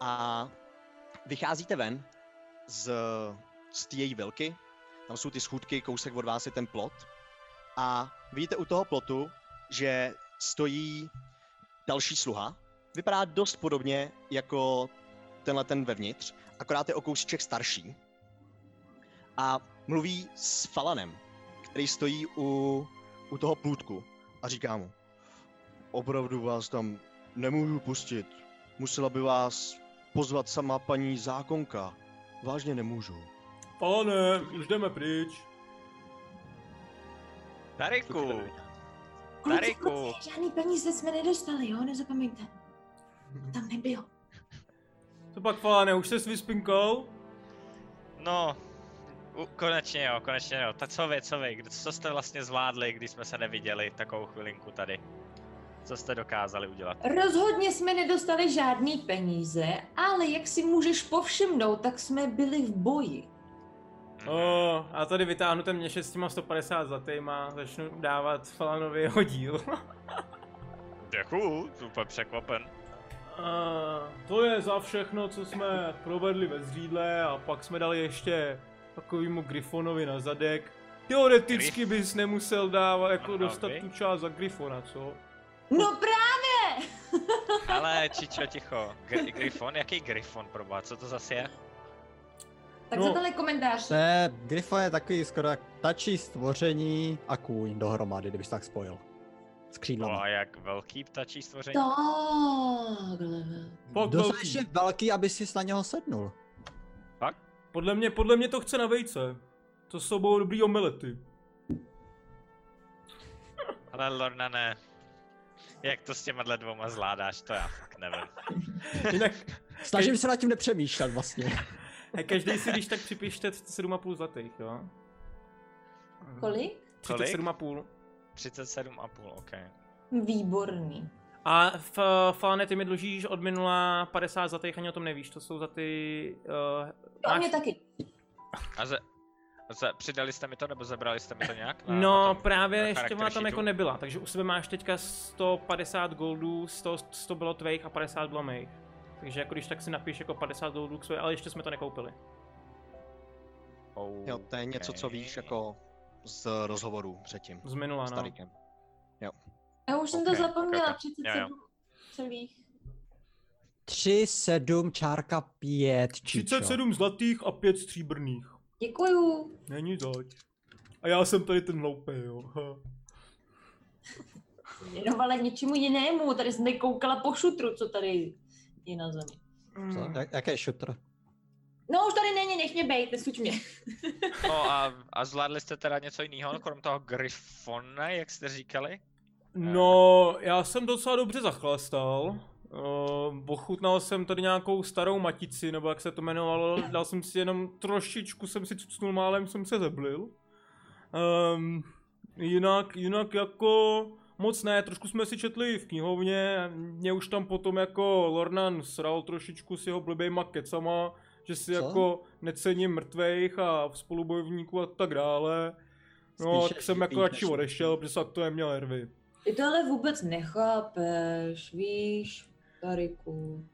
A vycházíte ven z, z té její velky. Tam jsou ty schůdky, kousek od vás je ten plot. A vidíte u toho plotu, že stojí další sluha. Vypadá dost podobně jako tenhle ten vevnitř, akorát je o kousíček starší. A mluví s Falanem, který stojí u, u toho plůtku a říká mu. Opravdu vás tam nemůžu pustit. Musela by vás pozvat sama paní zákonka. Vážně nemůžu.
Pane, už jdeme pryč.
Dariku,
Kluci,
Dariku.
kluci, žádný peníze jsme nedostali, jo, nezapomeňte. Tam nebyl.
Co pak, Falane, už se s vyspinkou?
no, u, konečně jo, konečně jo. Tak co vy, co vy, kdy- co jste vlastně zvládli, když jsme se neviděli takovou chvilinku tady? Co jste dokázali udělat?
Rozhodně jsme nedostali žádný peníze, ale jak si můžeš povšimnout, tak jsme byli v boji. No
No,
Oh, a tady vytáhnu ten měšec s těma 150 zlatýma, začnu dávat Falanovi jeho díl.
Děkuju, jsem úplně překvapen.
A to je za všechno, co jsme provedli ve zřídle a pak jsme dali ještě takovýmu Grifonovi na zadek. Teoreticky bys nemusel dávat, jako
Ano,
dostat
vy?
tu část za Grifona, co?
No právě,
Ale Čičo, ticho. Gr- Grifon? Jaký Grifon pro boha? Co to zase je?
tak
No.
za tenhle komentář.
Ne, Grifo je takový skoro jak tačí stvoření a kůň dohromady, kdybych tak spojil. S
No
křídlama.
a jak velký ptačí stvoření?
Takhle.
Pak velký.
Dostatečně velký, aby si na něho sednul.
Podle mě, podle mě to chce na vejce. To jsou budou dobrý omelety.
Ale Lorna ne. Jak to s těma dvouma zvládáš, to já fakt nevím.
Jinak,
Snažím se nad tím nepřemýšlet vlastně.
he, každý si když tak připište 37,5 zlatých, jo?
Kolik?
Kolik?
37,5.
37,5, ok.
Výborný.
A v eh, Falane, ty mi dlužíš od minula 50 zlatých, ani o tom nevíš, to jsou za ty... Uh,
Jo, mě taky.
A ze, ze, přidali jste mi to, nebo zabrali jste mi to nějak? Na,
No,
na tom
právě
na
ještě
charakter
ona tam
sheetu?
jako nebyla, takže u sebe máš teďka 150 goldů, 100, 100 bylo tvejch a 50 bylo mých. Takže jako když tak si napíš jako 50 goldů k sobě, ale ještě jsme to nekoupili.
Oh,
Jo, to je něco, co víš jako z rozhovorů předtím.
Z minula,
S
no.
Tarikem.
Já už jsem to
Ok, ok,
zapomněla,
ok. Jo,
37 celých.
3, 7, čárka 5, čičo.
zlatých a 5 stříbrných.
Děkuju.
Není zač. A já jsem tady ten hloupý, jo.
Věnovala něčemu jinému, tady jsem tady koukala po šutru, co tady je na zemi.
Co? Jak, jaký šutr?
No už tady není, nech mě bejt, nesuď mě.
No a, a zvládli jste teda něco jiného, krom toho Grifona, jak jste říkali?
No, já jsem docela dobře zachlastal. Uh, ochutnal jsem tady nějakou starou matici, nebo jak se to jmenovalo, dal jsem si jenom trošičku, jsem si cucnul málem, jsem se zeblil. Um, jinak, jinak jako moc ne, trošku jsme si četli v knihovně, mě už tam potom jako Lornan sral trošičku s jeho blbejma kecama, že si
Co?
jako necením mrtvejch a spolubojovníků a tak dále. No,
Spíše
tak jsem
líp,
jako
než
radši
líp.
odešel, protože jsem to neměl nervy.
Ty to ale vůbec nechápeš, víš, Tariku.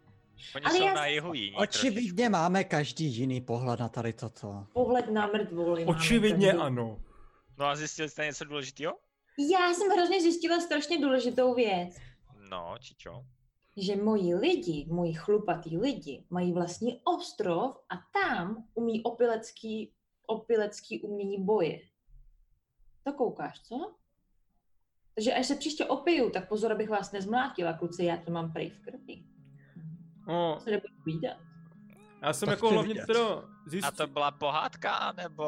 Oni
Ale
jsou
já
na
si-
jihu jiní trošičku.
Očividně máme každý jiný pohled na tady toto.
Pohled na mrtvoly. máme
Očividně
každý.
ano.
No a zjistili jste něco důležitého?
Já jsem hrozně zjistila strašně důležitou věc.
No, Čičo.
že moji lidi, moji chlupatý lidi, mají vlastní ostrov a tam umí opilecký, opilecký umění boje. To koukáš, co? Takže až se příště opiju, tak pozor, abych vás nezmlátila, kluci, já to mám prej v krvi.
No,
Co nebudu vídat.
já jsem
To
jako
chci
hlavně
vidět.
teda
A to
zjistil.
byla pohádka, nebo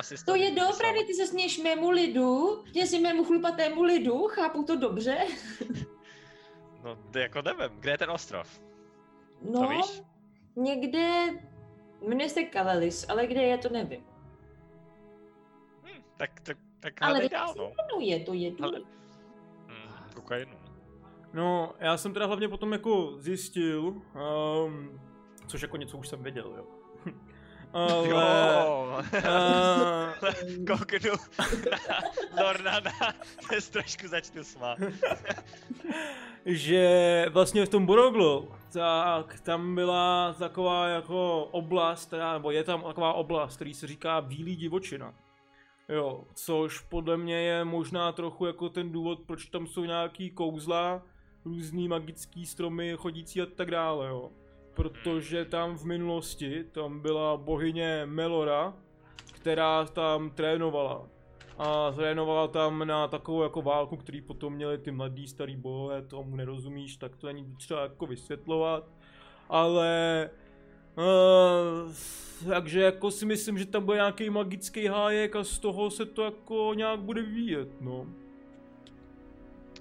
si
To je
vymyslela?
dobré, ty se směješ mému lidu, mě si mému chlupatému lidu, chápu to dobře.
No, to jako nevím, kde je ten ostrov?
No,
víš?
někde, mne se Kalelis, ale kde je, to nevím.
Hm, tak, tak, tak
Ale
hledej
vím,
dál,
jak
no.
No je, to je tu.
Ale- Hm, kokainu.
No, já jsem teda hlavně potom jako zjistil, um, což jako něco už jsem věděl, jo. Ale,
Jo,
eh,
kouknu na Lornana, se trošku začnu smát.
že vlastně v tom Boroglu, tak tam byla taková jako oblast, teda, nebo je tam taková oblast, který se říká Bílý divočina. Jo, což podle mě je možná trochu jako ten důvod, proč tam jsou nějaký kouzla, různý magický stromy chodící a tak dále, jo. Protože tam v minulosti, tam byla bohyně Melora, která tam trénovala. A trénovala tam na takovou jako válku, který potom měli ty mladí starý bohové, tomu nerozumíš, tak to není třeba jako vysvětlovat. Ale... Uh, takže jako si myslím, že tam bude nějaký magický hájek a z toho se to jako nějak bude vyvíjet, no.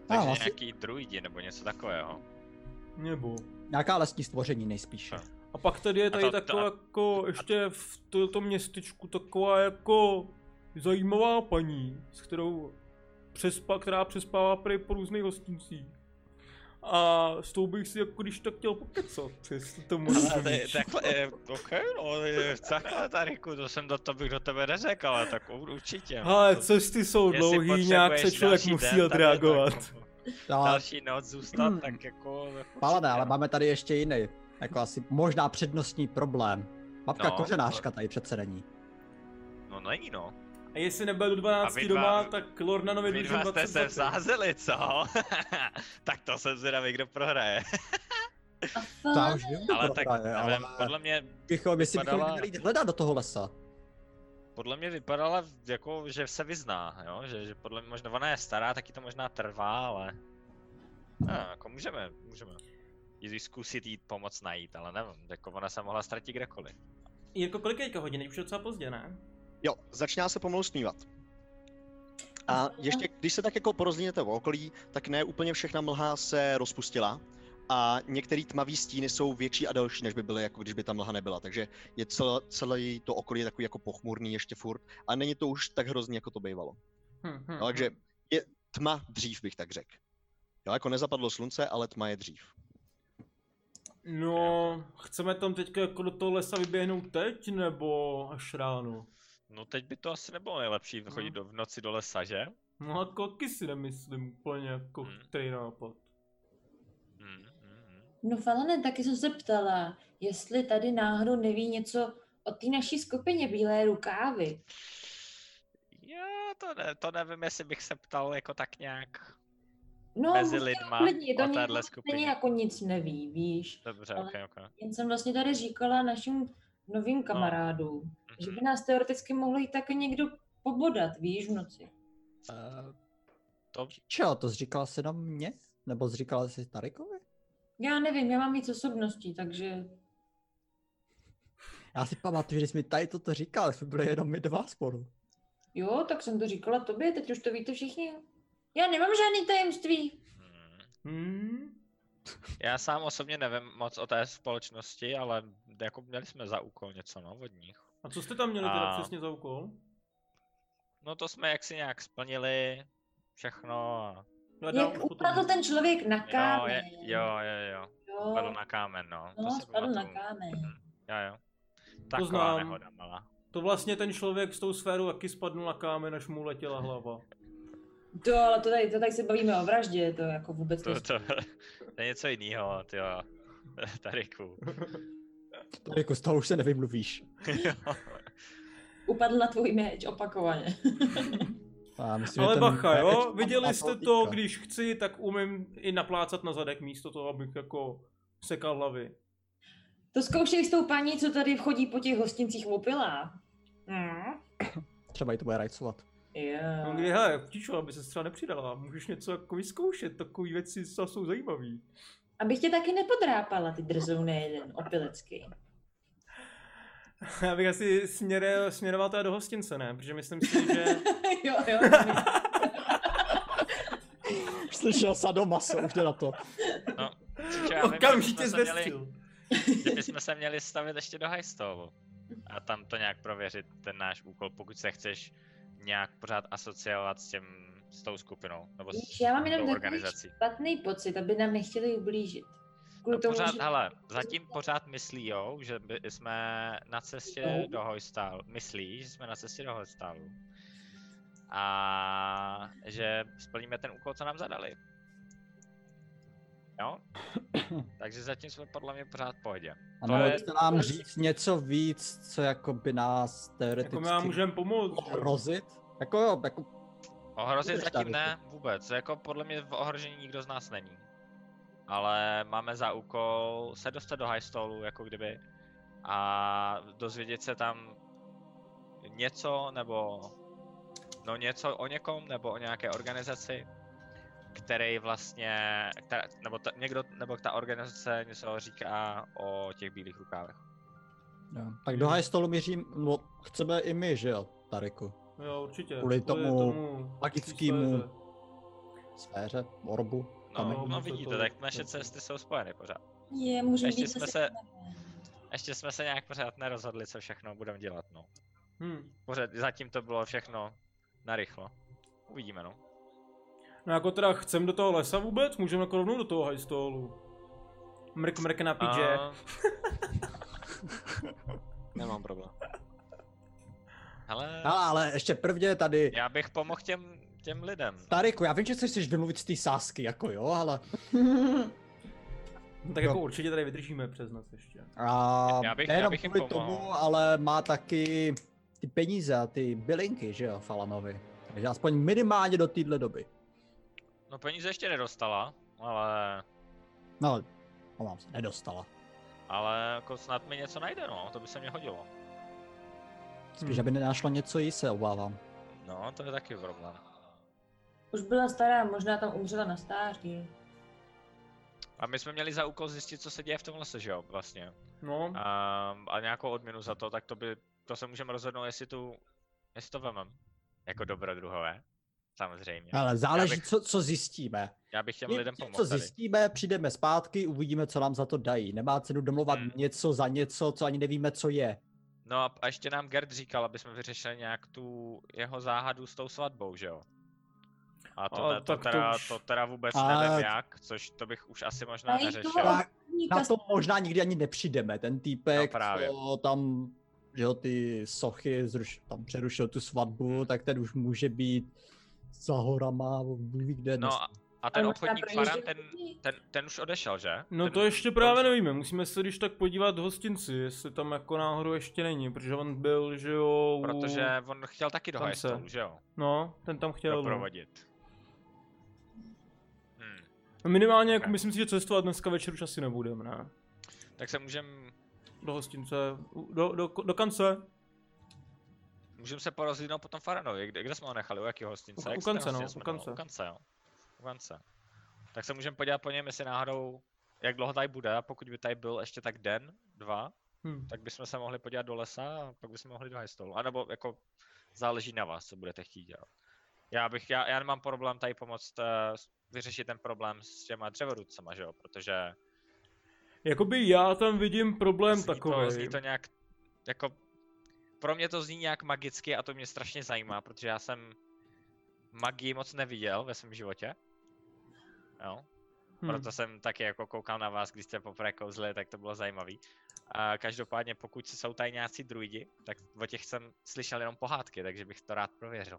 Takže
asi-
nějaký druidi nebo něco takového.
Nebo.
Nějaká lesní stvoření nejspíše.
Tak.
A pak tady je tady
to- to-
taková jako ještě v tomto městečku taková jako zajímavá paní, s kterou přespa, která přespává prý po různých hostincích. A s tou bych si jako když tak chtěl pokecat, jestli to můžu
Ale
říct.
tady, takhle, eh, ok, no, eh, takhle Tariku, to jsem do to bych do tebe neřekl, ale tak určitě. no,
Ale
to-
cesty jsou
jestli
dlouhý, nějak se člověk
potřebuješ další
musí
den, tak je to
odreagovat.
jako
Ale
Další noc zůstat, tak jako... určitě,
Palané, ale
no.
máme tady ještě jiný. Jako asi možná přednostní problém. Babka
No.
kořenářka tady přece není.
No není no.
A jestli nebyl do
A
12
vy dva-
doma, tak Lornanovi
Vy
dlužím
dva jste se
20 zlatých.
vzázeli, co? tak to jsem zvědavý, kdo prohraje.
A
Ta
fakt,
už vím,
Ale
kdo
tak,
prohraje, ale
nevím, podle mě,
bychom, jestli bychom
vypadala-
měli jít hledat do toho lesa.
podle mě vypadala jako, že se vyzná, jo? Že, že podle mě, možná ona je stará, taky to možná trvá, ale... No, jako můžeme, můžeme. Jít zkusit jít pomoc najít, ale nevím, jako ona se mohla ztratit kdekoliv.
Jirko, Jako kolik je teďka hodin? Už je docela pozdě, ne?
Jo, začíná se pomalu snívat. A ještě, když se tak jako porozlínete v okolí, tak ne úplně všechna mlha se rozpustila a některé tmavé stíny jsou větší a delší, než by byly, jako když by ta mlha nebyla. Takže je celé, celé to okolí je takový jako pochmurný ještě furt a není to už tak hrozný, jako to bývalo.
Hm, hm,
Jo, No, takže je tma dřív, bych tak řekl. Jo, jako nezapadlo slunce, ale tma je dřív.
No, chceme tam teďka jako do toho lesa vyběhnout teď, nebo až ráno?
No teď by to asi nebylo nejlepší chodit do, v noci do lesa, že?
No a koky si nemyslím úplně jako
Hmm.
který nápad.
Mm, mm, mm.
No Falane, taky jsem se ptala, jestli tady náhodou neví něco o té naší skupině Bílé rukávy.
Já to, ne, to nevím, jestli bych se ptal jako tak nějak
No,
Mezi
musím
lidma
uklidnit,
o
to
téhle
někdo
skupině.
stejně jako nic neví, víš.
Dobře,
Ale-
ok, ok.
Jen jsem vlastně tady říkala našim novým kamarádům, že by
No. Mhm.
nás teoreticky mohl jít taky někdo pobodat, víš, v noci.
Eh,
To-
Čo, to zříkala jsi na mě? Nebo zříkala jsi Tarikovi?
Já nevím, já mám víc osobností, takže
Já si pamatuju, že jsi mi tady toto říkal, jsme byli jenom my dva spolu.
jo, tak jsem to říkala tobě, teď už to víte všichni. Já nemám žádný tajemství.
Mm.
Hmm?
Já sám osobně nevím moc o té společnosti, ale jako měli jsme za úkol něco no, od nich.
A co jste tam měli teda
A-
přesně za úkol?
No to jsme jaksi nějak splnili všechno a...
Hledám
no,
Jak
už potom.
upadl ten člověk na
Jo,
kámen.
No, je, jo, jo, jo.
jo.
Padl na kámen, no.
No,
si
spadl na
pamatuju.
kámen.
Mhm. Jo, jo. Taková
znám.
nehoda malá.
To vlastně ten člověk s tou sférou taky spadnul na kámen, až mu letěla hlava.
To, ale to tady, to tady se bavíme o vraždě, to jako vůbec
To,
to,
to, to je něco jiného, jo. Tariku.
Tariku, z toho už se nevymluvíš.
Upadl na tvůj meč opakovaně.
A myslím,
Ale
ten
bacha,
meč
jo,
tam
viděli
má
jste to,
polotíka.
když chci, tak umím i naplácat na zadek místo toho, abych jako sekal hlavy.
To zkoušeli s tou paní, co tady chodí po těch hostincích opilá.
Hmm.
Třeba jí to bude rajcovat.
No,
Yeah.
kdy, hele, tíčo, aby se třeba nepřidala, můžeš něco jako vyzkoušet, takové věci co jsou zajímavé.
Abych tě taky nepodrápala, ty drzoune jeden, opilecký.
Já bych asi směre, směroval teda do hostince, ne? Protože myslím si, že...
jo, jo.
Slyšel Sadomaso, už jde na to.
Čiže já vím, že
Okamžitě
bychom se měli-
zvestřil.
Kdybychom se měli stavit ještě do hajstovu a tam to nějak prověřit, ten náš úkol, pokud se chceš nějak pořád asociovat s těm, s tou skupinou, nebo s
Víš, já mám
tou
jenom takový
Prostě organizací.
špatný pocit, aby nám nechtěli ublížit. Kvůli
No
tomu,
pořád,
že...
hele, zatím pořád myslí, jo, že by jsme na cestě do Hojstálu. Myslí, že jsme na cestě do Hojstálu. A že splníme ten úkol, co nám zadali. Jo? Takže zatím jsme podle mě pořád v pohodě.
A
To je-
nemůžete nám říct něco víc, co jako by nás
Jako
teoreticky
my vám můžeme pomoct. že jo?
hrozit? Jako jo, jako
Ohrozit
Budeš tady.
zatím ne vůbec, jako podle mě v ohrožení nikdo z nás není. Ale máme za úkol se dostat do highstolu, jako kdyby, a dozvědět se tam něco, nebo no něco o někom, nebo o nějaké organizaci, který vlastně, která, nebo ta, někdo, nebo ta organizace něco říká o těch bílých rukávech.
Jo. Tak do Highstolu mířím, no chceme i my, že jo, Tariku.
Jo, určitě.
Kvůli tomu magickému-
magickému.
Sféře, orbu.
No,
Tam je-
no,
No, to-
vidíte,
to-
tak naše
to-
cesty jsou spojeny pořád.
Je, může
Ještě
být
jsme
zase-
se, ještě jsme se nějak pořád nerozhodli, co všechno budeme dělat, no.
Hm.
Pořád, zatím to bylo všechno narychlo. Uvidíme, no.
No jako teda chcem do toho lesa vůbec? Můžeme jako rovnou do toho hajstolu. Mrk mrk na pidže.
A-
Nemám problém.
Hele,
Ale, No, ale ještě prvně je tady.
já bych pomohl těm, těm lidem.
Tariku, já vím, že se chceš vymluvit z té sásky, jako jo, ale...
No, tak
jo.
jako určitě tady vydržíme přes noc ještě.
A
Já bych- já
nejenom
bych jim
kvůli
pomohl.
tomu, ale má taky ty peníze a ty bylinky, že jo, Falanovi. Takže aspoň minimálně do téhle doby.
No peníze ještě nedostala, ale,
No, omám se, nedostala.
ale jako snad mi něco najde, no, to by se mě hodilo. Hmm.
Spíš, aby nenašla něco jí, se obávám.
No, to je taky problém.
Už byla stará, možná tam umřela na stáří.
A my jsme měli za úkol zjistit, co se děje v tom lese, že jo, vlastně.
No,
A, Ehm, a nějakou odměnu za to, tak to by, to se můžeme rozhodnout, jestli tu, jestli to vemem.
Mhm.
Jako dobrodruhové, samozřejmě.
Ale záleží,
Já bych-
co, co zjistíme.
Já bych těm
My
lidem
tím,
pomohl
co
tady.
zjistíme, přijdeme zpátky, uvidíme, co nám za to dají. Nemá cenu domluvat
Hmm.
něco za něco, co ani nevíme, co je.
No a- a ještě nám Gerd říkal, aby jsme vyřešili nějak tu jeho záhadu s tou svatbou, že jo? A to,
A
ne, to,
tak to
teda, to,
už-
teda vůbec
A-
nevím jak, což to bych už asi možná
A jí
neřešil.
toho-
Tak na to možná nikdy ani nepřijdeme. Ten týpek,
No právě.
co tam, že jo, ty sochy zruš, tam přerušil tu
Hmm.
svatbu, tak ten už může být za horama, mluví kde dnes.
No a, a ten
možná
obchodník
pro
Faran,
něj-
ten, ten, ten už odešel, že?
no
ten,
to ještě právě
už-
nevíme, musíme se když tak podívat hostinci, jestli tam jako náhodou ještě není, protože on byl, že jo, u-
Protože on chtěl taky do
Tam
Hajstolu,
se-
že jo?
no, ten tam chtěl.
Doprovodit. Hmm.
No, Minimálně, jako
Tak.
myslím si, že cestovat dneska večer už asi nebudeme, ne?
Tak se můžem,
Do hostince, u- do, do, do kance.
můžem se porozlídnout po tom Faranovi, kde, kde jsme ho nechali, u jakého hostince?
U-
Jak
u
se ten
Kance, no,
hostinec
u
jmenoval?
Kance.
U kance, jo. U kance. Tak se můžeme podívat po něm, jestli náhodou, jak dlouho tady bude, a pokud by tady byl ještě tak den, dva,
Hm.
tak bychom se mohli podívat do lesa a pak bychom mohli do hajstolu. A nebo jako záleží na vás, co budete chtít dělat. Já bych, já, já nemám problém tady pomoct uh, vyřešit ten problém s těma dřevorudcema, že jo, protože
Jakoby já tam vidím problém
zní
takový.
To, zní to nějak, jako, pro mě to zní nějak magicky a to mě strašně zajímá, protože já jsem magii moc neviděl ve svém životě. Jo,
Hm. Hmm.
proto jsem taky jako koukal na vás, když jste poprvé kouzli, tak to bylo zajímavý. A každopádně, pokud jsou tady nějací druidi, tak o těch jsem slyšel jenom pohádky, takže bych to rád prověřil.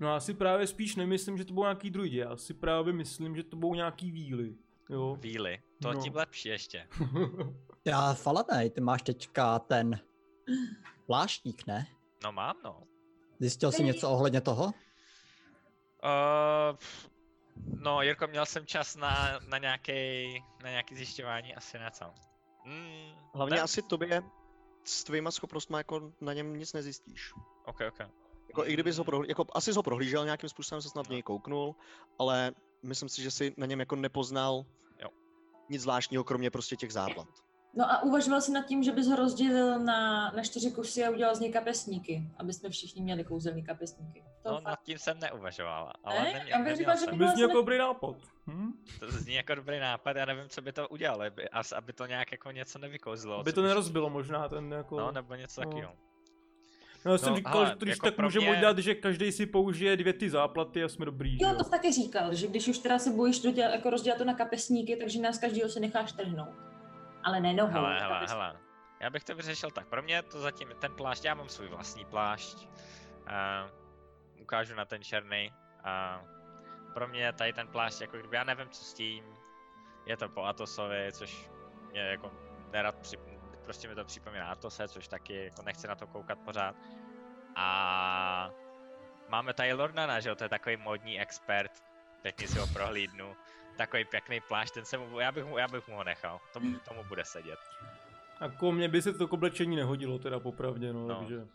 No já si právě spíš nemyslím, že to budou nějaký druidi, já si právě myslím, že to budou nějaký víly. Jo.
Víly. To
No.
tím lepší ještě.
Já, Falanej, ty máš teďka ten pláštík, ne?
No mám, no.
Zjistil jsi
Který-
něco ohledně toho?
Uh, no, Jirko, měl jsem čas na, na nějaký na nějaký zjišťování, asi ne co. Mm,
Hlavně
ne?
asi tobě s tvýma schopnostmi jako na něm nic nezjistíš.
Ok, ok.
Jako, i kdyby ho
Mm.
prohlí, jako, asi jsi ho prohlížel nějakým způsobem, se snad
No.
něj kouknul, ale myslím si, že si na něm jako nepoznal
Jo.
nic zvláštního, kromě prostě těch záplat.
No a uvažoval jsi nad tím, že bys ho rozdělil na, na čtyři kusy a udělal z něj kapesníky, aby jsme všichni měli kouzelní kapesníky. To
No,
no, fakt.
nad tím jsem neuvažovala, ale
Ne?
ne?
Já
neměl,
bych
neměl
říkala, že
jsem.
by
Bez nějakou dobrý nápad. Hm?
To zní jako dobrý nápad, já nevím, co by to udělalo, aby, as- aby to nějak jako něco nevykouzlo.
Aby
co
to
by-
nerozbilo možná ten jako...
No, nebo něco
No.
takového.
No, já jsem
No,
říkal,
hele,
že to, když
jako
tak
pro
můžeme
mě-
udělat, že každý si použije dvě ty záplaty a jsme dobrý, že
Jo, to jsi taky říkal, že když už teda se bojíš dodělat, jako rozdělat to na kapesníky, takže nás každýho se necháš trhnout. Ale ne nohou.
Hele, hele,
kapesníky.
hele. Já bych to vyřešil tak. Pro mě to zatím ten plášť, já mám svůj vlastní plášť. Uh, ukážu na ten černý. Uh, pro mě tady ten plášť, jako kdyby, já nevím, co s tím. Je to po Atosovi, což mě jako nerad při... prostě mi to připomíná Atose, což taky jako nechci na to koukat pořád. A máme tady Lornana, že jo, to je takový modní expert, pěkně si ho prohlídnu. Takový pěkný plášť, ten se mu, já bych mu, já bych mu ho nechal, tomu, tomu bude sedět.
Jako mně by se to k oblečení nehodilo teda popravdě, no,
No.
takže...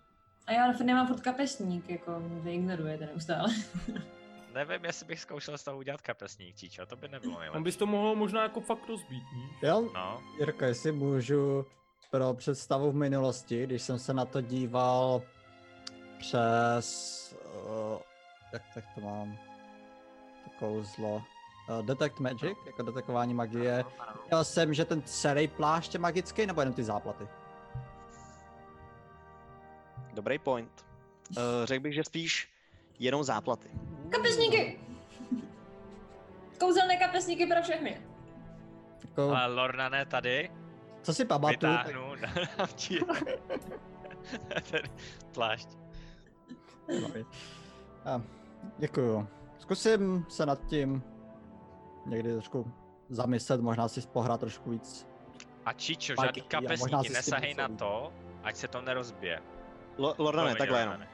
A já furt nemám furt kapesník, jako mě to ignorujete neustále.
Nevím, jestli bych zkoušel z toho udělat kapesník, Číčo, to by nebylo
On
nejlepší.
bys to mohl možná jako fakt rozbít, víš?
Jo,
No,
Jirko, jestli můžu pro představu v minulosti, když jsem se na to díval přes... Uh, jak tak to mám? To kouzlo. Uh, Detect Magic, jako detekování magie. Viděl jsem, že ten celý plášť je magický, nebo jenom ty záplaty?
Dobrý point. Uh, řekl bych, že spíš jenom záplaty.
Mm.
Kapesníky! Kouzelné kapesníky pro všechny.
Jako,
ale Lorna ne tady,
co si pamatuju, tak
vytáhnu na ti- ten plášť.
Zajímavý. A, No, Eh, děkuju. Zkusím se nad tím někdy trošku zamyslet, možná si pohrát trošku víc.
A Číčo,
Pak-
žádný
já možná si
kapesníky,
s tím
nesahej na
něco
to, ať se to nerozbije.
Lo- Lorna ne,
Promiň,
takhle
Lorna
jenom.
ne.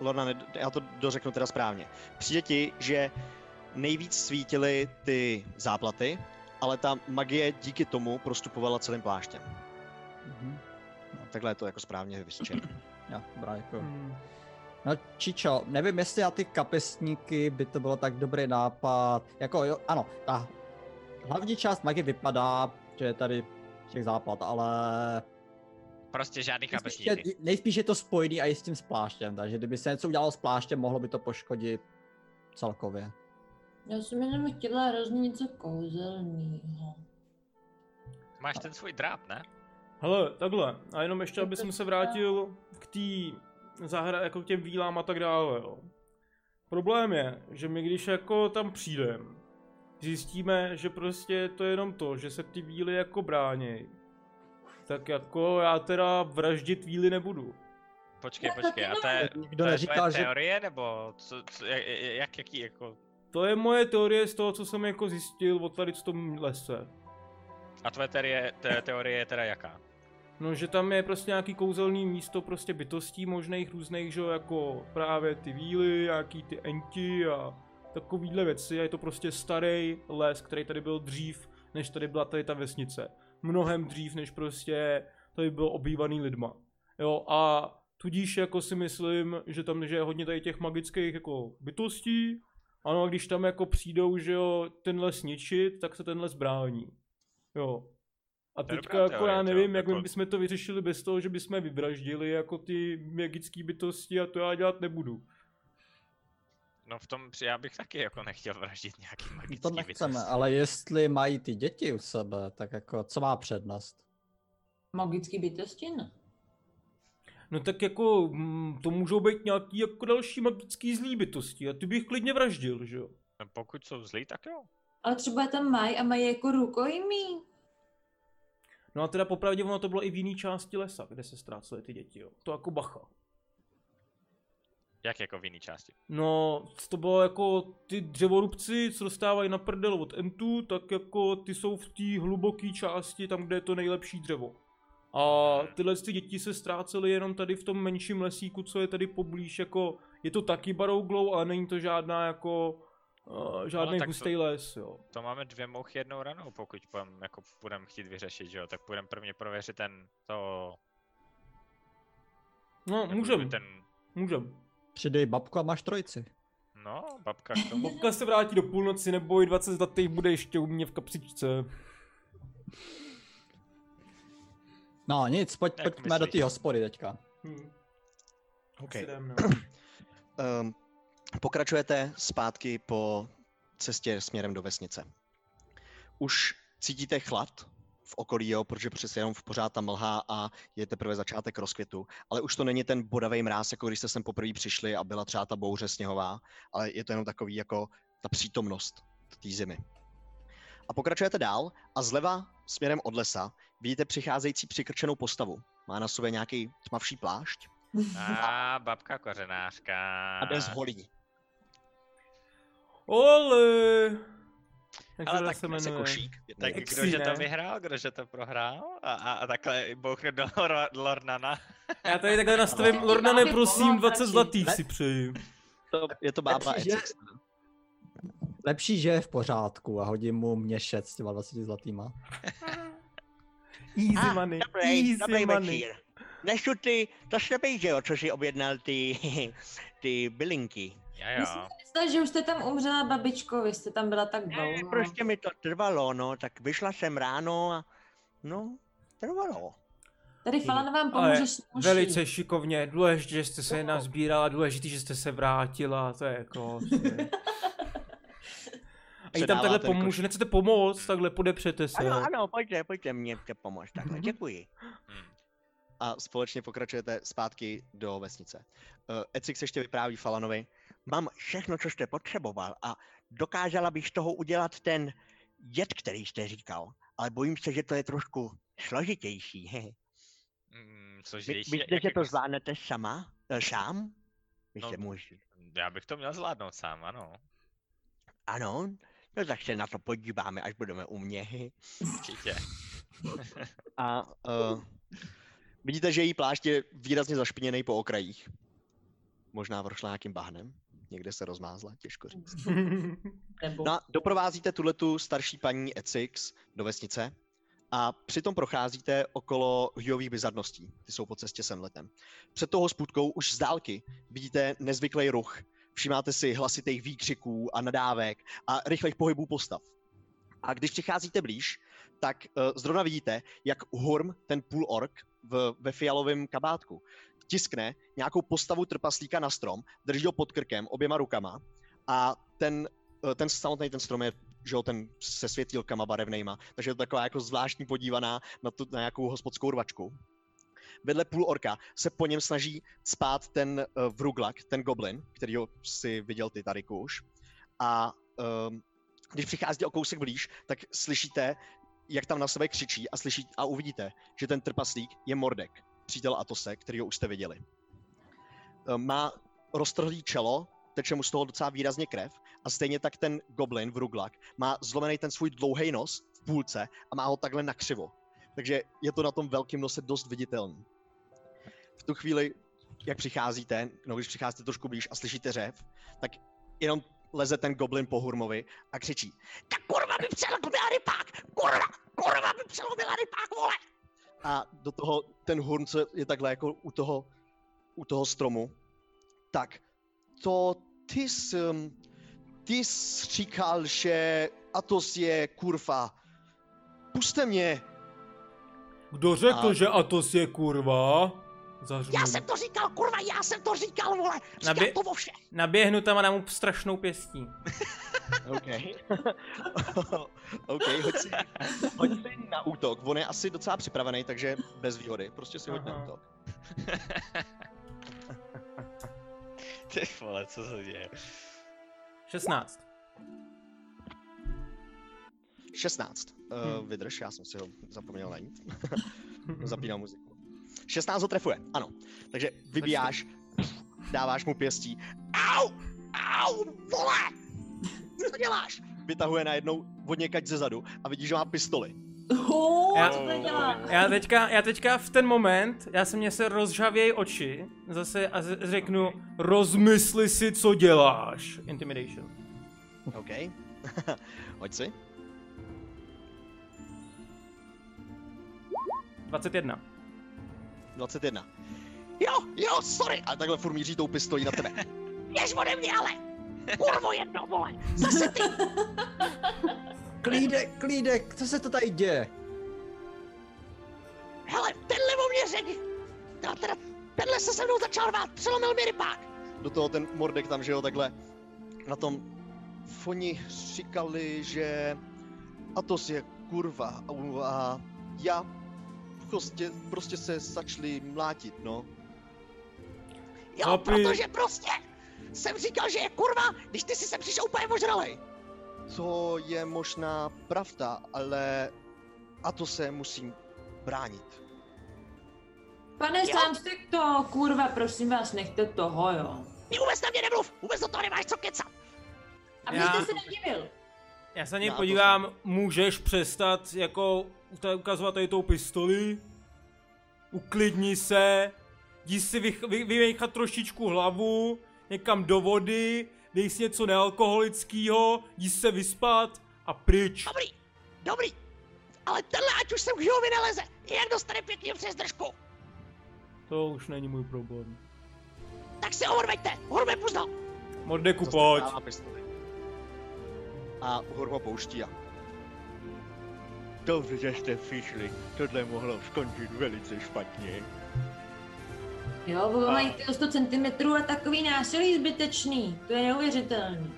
Lorna ne, já to dořeknu teda správně. Přijde ti, že nejvíc svítily ty záplaty, ale ta magie díky tomu prostupovala celým pláštěm.
Mhm.
Takhle je to jako správně vyřečeno.
Já, dobrá, děkuju.
Hmm.
No Čičo, nevím jestli na ty kapesníky by to bylo tak dobrý nápad. Jako jo, ano, ta hlavní část magie vypadá, že je tady těch západ, ale
Prostě žádný
nejspíš je,
kapesníky.
nejspíš je to spojený a i s tím spláštěm, takže kdyby se něco udělalo s pláštěm, mohlo by to poškodit celkově.
Já jsem jenom chtěla hrozně něco kouzelného.
Máš ten svůj dráp, ne?
Hele, takhle. A jenom ještě, aby jsem se vrátil k té zahra, jako k těm vílám a tak dále, jo. Problém je, že my když jako tam přijdeme, zjistíme, že prostě to je jenom to, že se ty víly jako bráněj. Tak jako já teda vraždit víly nebudu.
Počkej,
No, to
počkej, a
ty
to je,
Nikdo
to je tvoje
neříkal, že
teorie, nebo co, co, jak- jak, jaký, jako...
To je moje teorie z toho, co jsem jako zjistil od tady v tom lese.
A tvoje teorie, te, teorie je teda jaká?
No, že tam je prostě nějaký kouzelný místo prostě bytostí možných různých, že jo, jako právě ty víly, nějaký ty enti a takovýhle věci a je to prostě starý les, který tady byl dřív, než tady byla tady ta vesnice. Mnohem dřív, než prostě tady byl obývaný lidma. Jo, a tudíž jako si myslím, že tam že je hodně tady těch magických jako bytostí, ano, a když tam jako přijdou, že jo, ten les ničit, tak se ten les brání. Jo, a
To je
teďka
dobrá
jako já
teorie, to jo,
nevím, jak
jako-
my bychom to vyřešili bez toho, že bychom vyvraždili jako ty magické bytosti a to já dělat nebudu.
No v tom, při- já bych taky jako nechtěl vraždit nějaký magický
to nechceme,
bytost.
ale jestli mají ty děti u sebe, tak jako co má přednost?
Magický bytosti, no.
No tak jako mm, to můžou být nějaký jako další magický zlý bytosti a ty bych klidně vraždil, že jo?
No, Pokud jsou zlí, tak jo.
Ale třeba je tam mají a mají jako rukojmí.
No a teda popravdě ono to bylo i v jiné části lesa, kde se ztrácely ty děti, jo. To jako bacha.
Jak jako v jiný části?
No, to bylo jako ty dřevorubci, co dostávají na prdel od Entu, tak jako ty jsou v té hluboké části, tam, kde je to nejlepší dřevo. A tyhle ty děti se ztrácely jenom tady v tom menším lesíku, co je tady poblíž, jako je to taky barouglou, ale není to žádná jako uh, žádný
No,
no,
tak to-
hustý les, jo.
To máme dvě mouchy jednou ranou, pokud půjdem, jako budeme chtít vyřešit, že jo? Tak půjdeme prvně prověřit ten, to...
No,
jako
můžem,
Ten,
můžem.
Přidej babku a máš trojici.
no, babka k tomu.
Bobka se vrátí do půlnoci, neboj, 20 zlatých bude ještě u mě v kapsičce.
No nic, pojď,
Jak
pojďme do
myslíš?
té hospody teďka.
Hm.
OK.
asi jdem, no.
Um, pokračujete zpátky po cestě směrem do vesnice. Už cítíte chlad v okolí, jo, protože přece jenom v pořád tam mlhá a je teprve začátek rozkvětu. Ale už to není ten bodavý mráz, jako když jste sem poprvé přišli a byla třeba ta bouře sněhová, ale je to jenom takový jako ta přítomnost té zimy. A pokračujete dál a zleva směrem od lesa vidíte přicházející přikrčenou postavu. Má na sobě nějaký tmavší plášť
A babka kořenářka.
a jde z holí.
Ole!
Ale
tohle
tak
Jako košík.
Tak
Jaksi
kdo, že to
ne.
vyhrál, kdo, že to prohrál a, a, a takhle bouchne do Lornana.
Já tady takhle nastavím, Lornane,
Máme pomoc
prosím, 20
radši.
zlatých si přeji.
To, je to bába
Lepší, že-
Essex.
Lepší, že je v pořádku a hodím mu měšec s těma 20 zlatýma.
Easy money,
Dobrý,
easy
dobrý
money.
večír. Neštu ty, to jste být, že jo, co si objednal ty, ty bylinky.
Jo,
Myslím,
jo.
Myslíš, že už jste tam umřela babičko, vy jste tam byla tak
No.
Ne,
dlouho.
prostě mi to trvalo, no, tak vyšla jsem ráno a, no,
Eh.
trvalo.
Tady Falan vám
Ale
pomůže s muší.
Velice šikovně, důležité, že jste se nazbírala, důležité, že jste se vrátila, to je jako... A jí tam
Předává
takhle
ten koš.
pomůže, nechcete pomoct, takhle podepřete se.
Ano, ano, pojďte, pojďte mě chce pomoct, takhle,
Mhm.
děkuji.
Hm.
a společně pokračujete zpátky do vesnice. Eh, Essex ještě vypráví Falanovi.
Mám všechno, co jste potřeboval a dokázala bych z toho udělat ten jed, který jste říkal, ale bojím se, že to je trošku složitější.
Mm,
Vy-
složitější,
Myslíte,
jak-
že to
jak-
zvládnete sama? Eh, Sám?
No.
Myslíte, muž?
Já bych to měl zvládnout sám, ano.
Ano, no tak se na to podíváme, až budeme u mě.
Určitě.
A uh, vidíte, že její plášť je výrazně zašpiněný po okrajích. Možná prošla nějakým bahnem. Někde se rozmázla, těžko říct.
Nebo...
No a doprovázíte tuhletu starší paní Essex do vesnice a přitom procházíte okolo hujových bizarností. Ty jsou po cestě sem letem. Před toho spůdkou už z dálky vidíte nezvyklý ruch. Všimáte si hlasitých výkřiků a nadávek a rychlých pohybů postav. A když přicházíte blíž, tak uh, zrovna vidíte, jak Hurm, ten půl ork v, ve fialovém kabátku, tiskne nějakou postavu trpaslíka na strom, drží ho pod krkem oběma rukama a ten eh, ten samotný ten strom je, že jo, ten se světílkama barevnejma, takže je to taková jako zvláštní podívaná na, tu, na nějakou hospodskou rvačku. Vedle půl orka se po něm snaží spát ten uh, vruglak, ten goblin, který ho si viděl ty tady už. A um, když přicházíte o kousek blíž, tak slyšíte, jak tam na sebe křičí a, slyší, a uvidíte, že ten trpaslík je Mordek, přítel Atose, který ho už jste viděli. Eh, Má roztrhlý čelo, teče mu z toho docela výrazně krev a stejně tak ten goblin v Ruglak má zlomený ten svůj dlouhý nos v půlce a má ho takhle nakřivo. Takže je to na tom velkém nose dost viditelný. V tu chvíli, jak přicházíte, no když přicházíte trošku blíž a slyšíte řev, tak jenom leze ten goblin po Hurmovi a křičí
Ta kurva mi přelomila rypák! Kurva, kurva mi přelomila rypák, vole!
a do toho ten Hurm, co je takhle jako u toho, u toho stromu, tak to ty jsi, um, ty jsi říkal, že Atos je kurva. Puste mě.
Kdo řekl,
A-
že Atos je kurva? Zařvu.
Já jsem to říkal, kurva, já jsem to říkal, vole! Říkal
Nabi-
to vo vše!
Naběhnu tam a dám mu strašnou pěstí.
OK. OK, hoď si, hoď si na útok. On je asi docela připravený, takže bez výhody. Prostě si hoď na
Aha.
útok.
Ty vole, co se děje?
16.
16. Uh,
Hmm.
vydrž, já jsem si ho zapomněl najít.
No
Zapínám muziku. 16 ho trefuje, ano. Takže vybíjáš dáváš mu pěstí. Au! Au, vole! Co děláš? Vytahuje najednou od někaď ze zadu a vidí, že má pistoli.
Ho,
Já-
co to dělá?
Já teďka, já teďka v ten moment, já se mě se rozžavějí oči, zase a z- řeknu, rozmysli si, co děláš. Intimidation.
OK. Hoď si.
21.
21. Jo, jo, sorry! A takhle furt míří tou pistolí na tebe. Jež ode mě ale! Kurvo jedno, vole! Zase ty!
Klídek, klídek, co se to tady děje?
Hele, tenhle o mě řekl! Teda, teda, tenhle se se mnou začal rvát, přelomil mi rybák! Do toho ten Mordek tam, že jo, takhle na tom Foni říkali, že Atos je kurva a- a já prostě, prostě se začali mlátit, no.
Jo,
Chlapi.
protože prostě jsem říkal, že je kurva, když ty si sem přišel úplně ožralej.
To je možná pravda, ale a to se musím bránit.
Pane Slamstick, to kurva, prosím vás, nechte toho, jo.
Ty vůbec na mě nemluv, vůbec do toho nemáš co kecat.
A
Já-
byste se nedivil.
Já se na něj
Já to
podívám, můžeš přestat jako ta- ukazovat tady tou pistoli? Uklidni se, jdi si vych, vy, vymejchat trošičku hlavu, někam do vody, dej si něco nealkoholického, jdi se vyspat a pryč.
Dobrý, dobrý. Ale tenhle, ať už sem k ho vyneleze, jak dostane pěkně přes držku,
To už není můj problém.
tak se ho odveďte, horme puzno.
Mordeku,
Zase
pojď.
dává pistoli. A hor ho pouští a
Dobře, že jste přišli, tohle mohlo skončit velice špatně.
Jo, bo mají ty o 100 cm a takový násilí zbytečný. To je neuvěřitelný.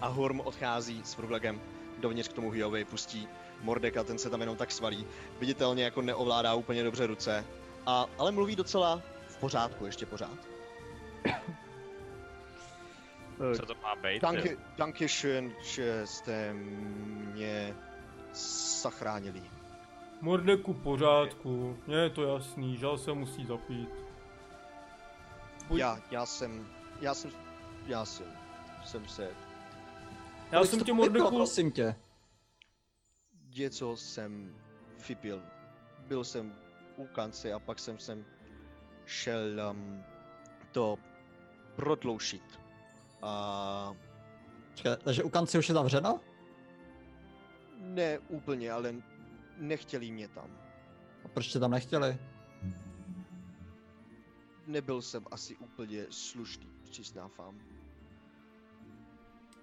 A Horm odchází s Fruglegem dovnitř k tomu Hyovi, pustí Mordek a ten se tam jenom tak svalí. Viditelně jako neovládá úplně dobře ruce, a, ale mluví docela v pořádku, ještě pořád.
Co to má být? jo?
Danke, danke schön, že jste mě zachránili.
Mordeku, pořádku, mně je to jasný, žal se musí zapít. Buď-
Já, já jsem, já jsem, já jsem, jsem se,
Já
Kolik
jsem
to jako
tě
vypil,
Mordeku,
Prosím tě.
něco jsem vypil. Byl jsem u kance a pak jsem sem šel um, to prodloužit. A
Čekaj, takže u kanci už je zavřeno?
Ne úplně, ale nechtěli mě tam.
A proč tě tam nechtěli?
Nebyl jsem asi úplně slušný, přiznávám.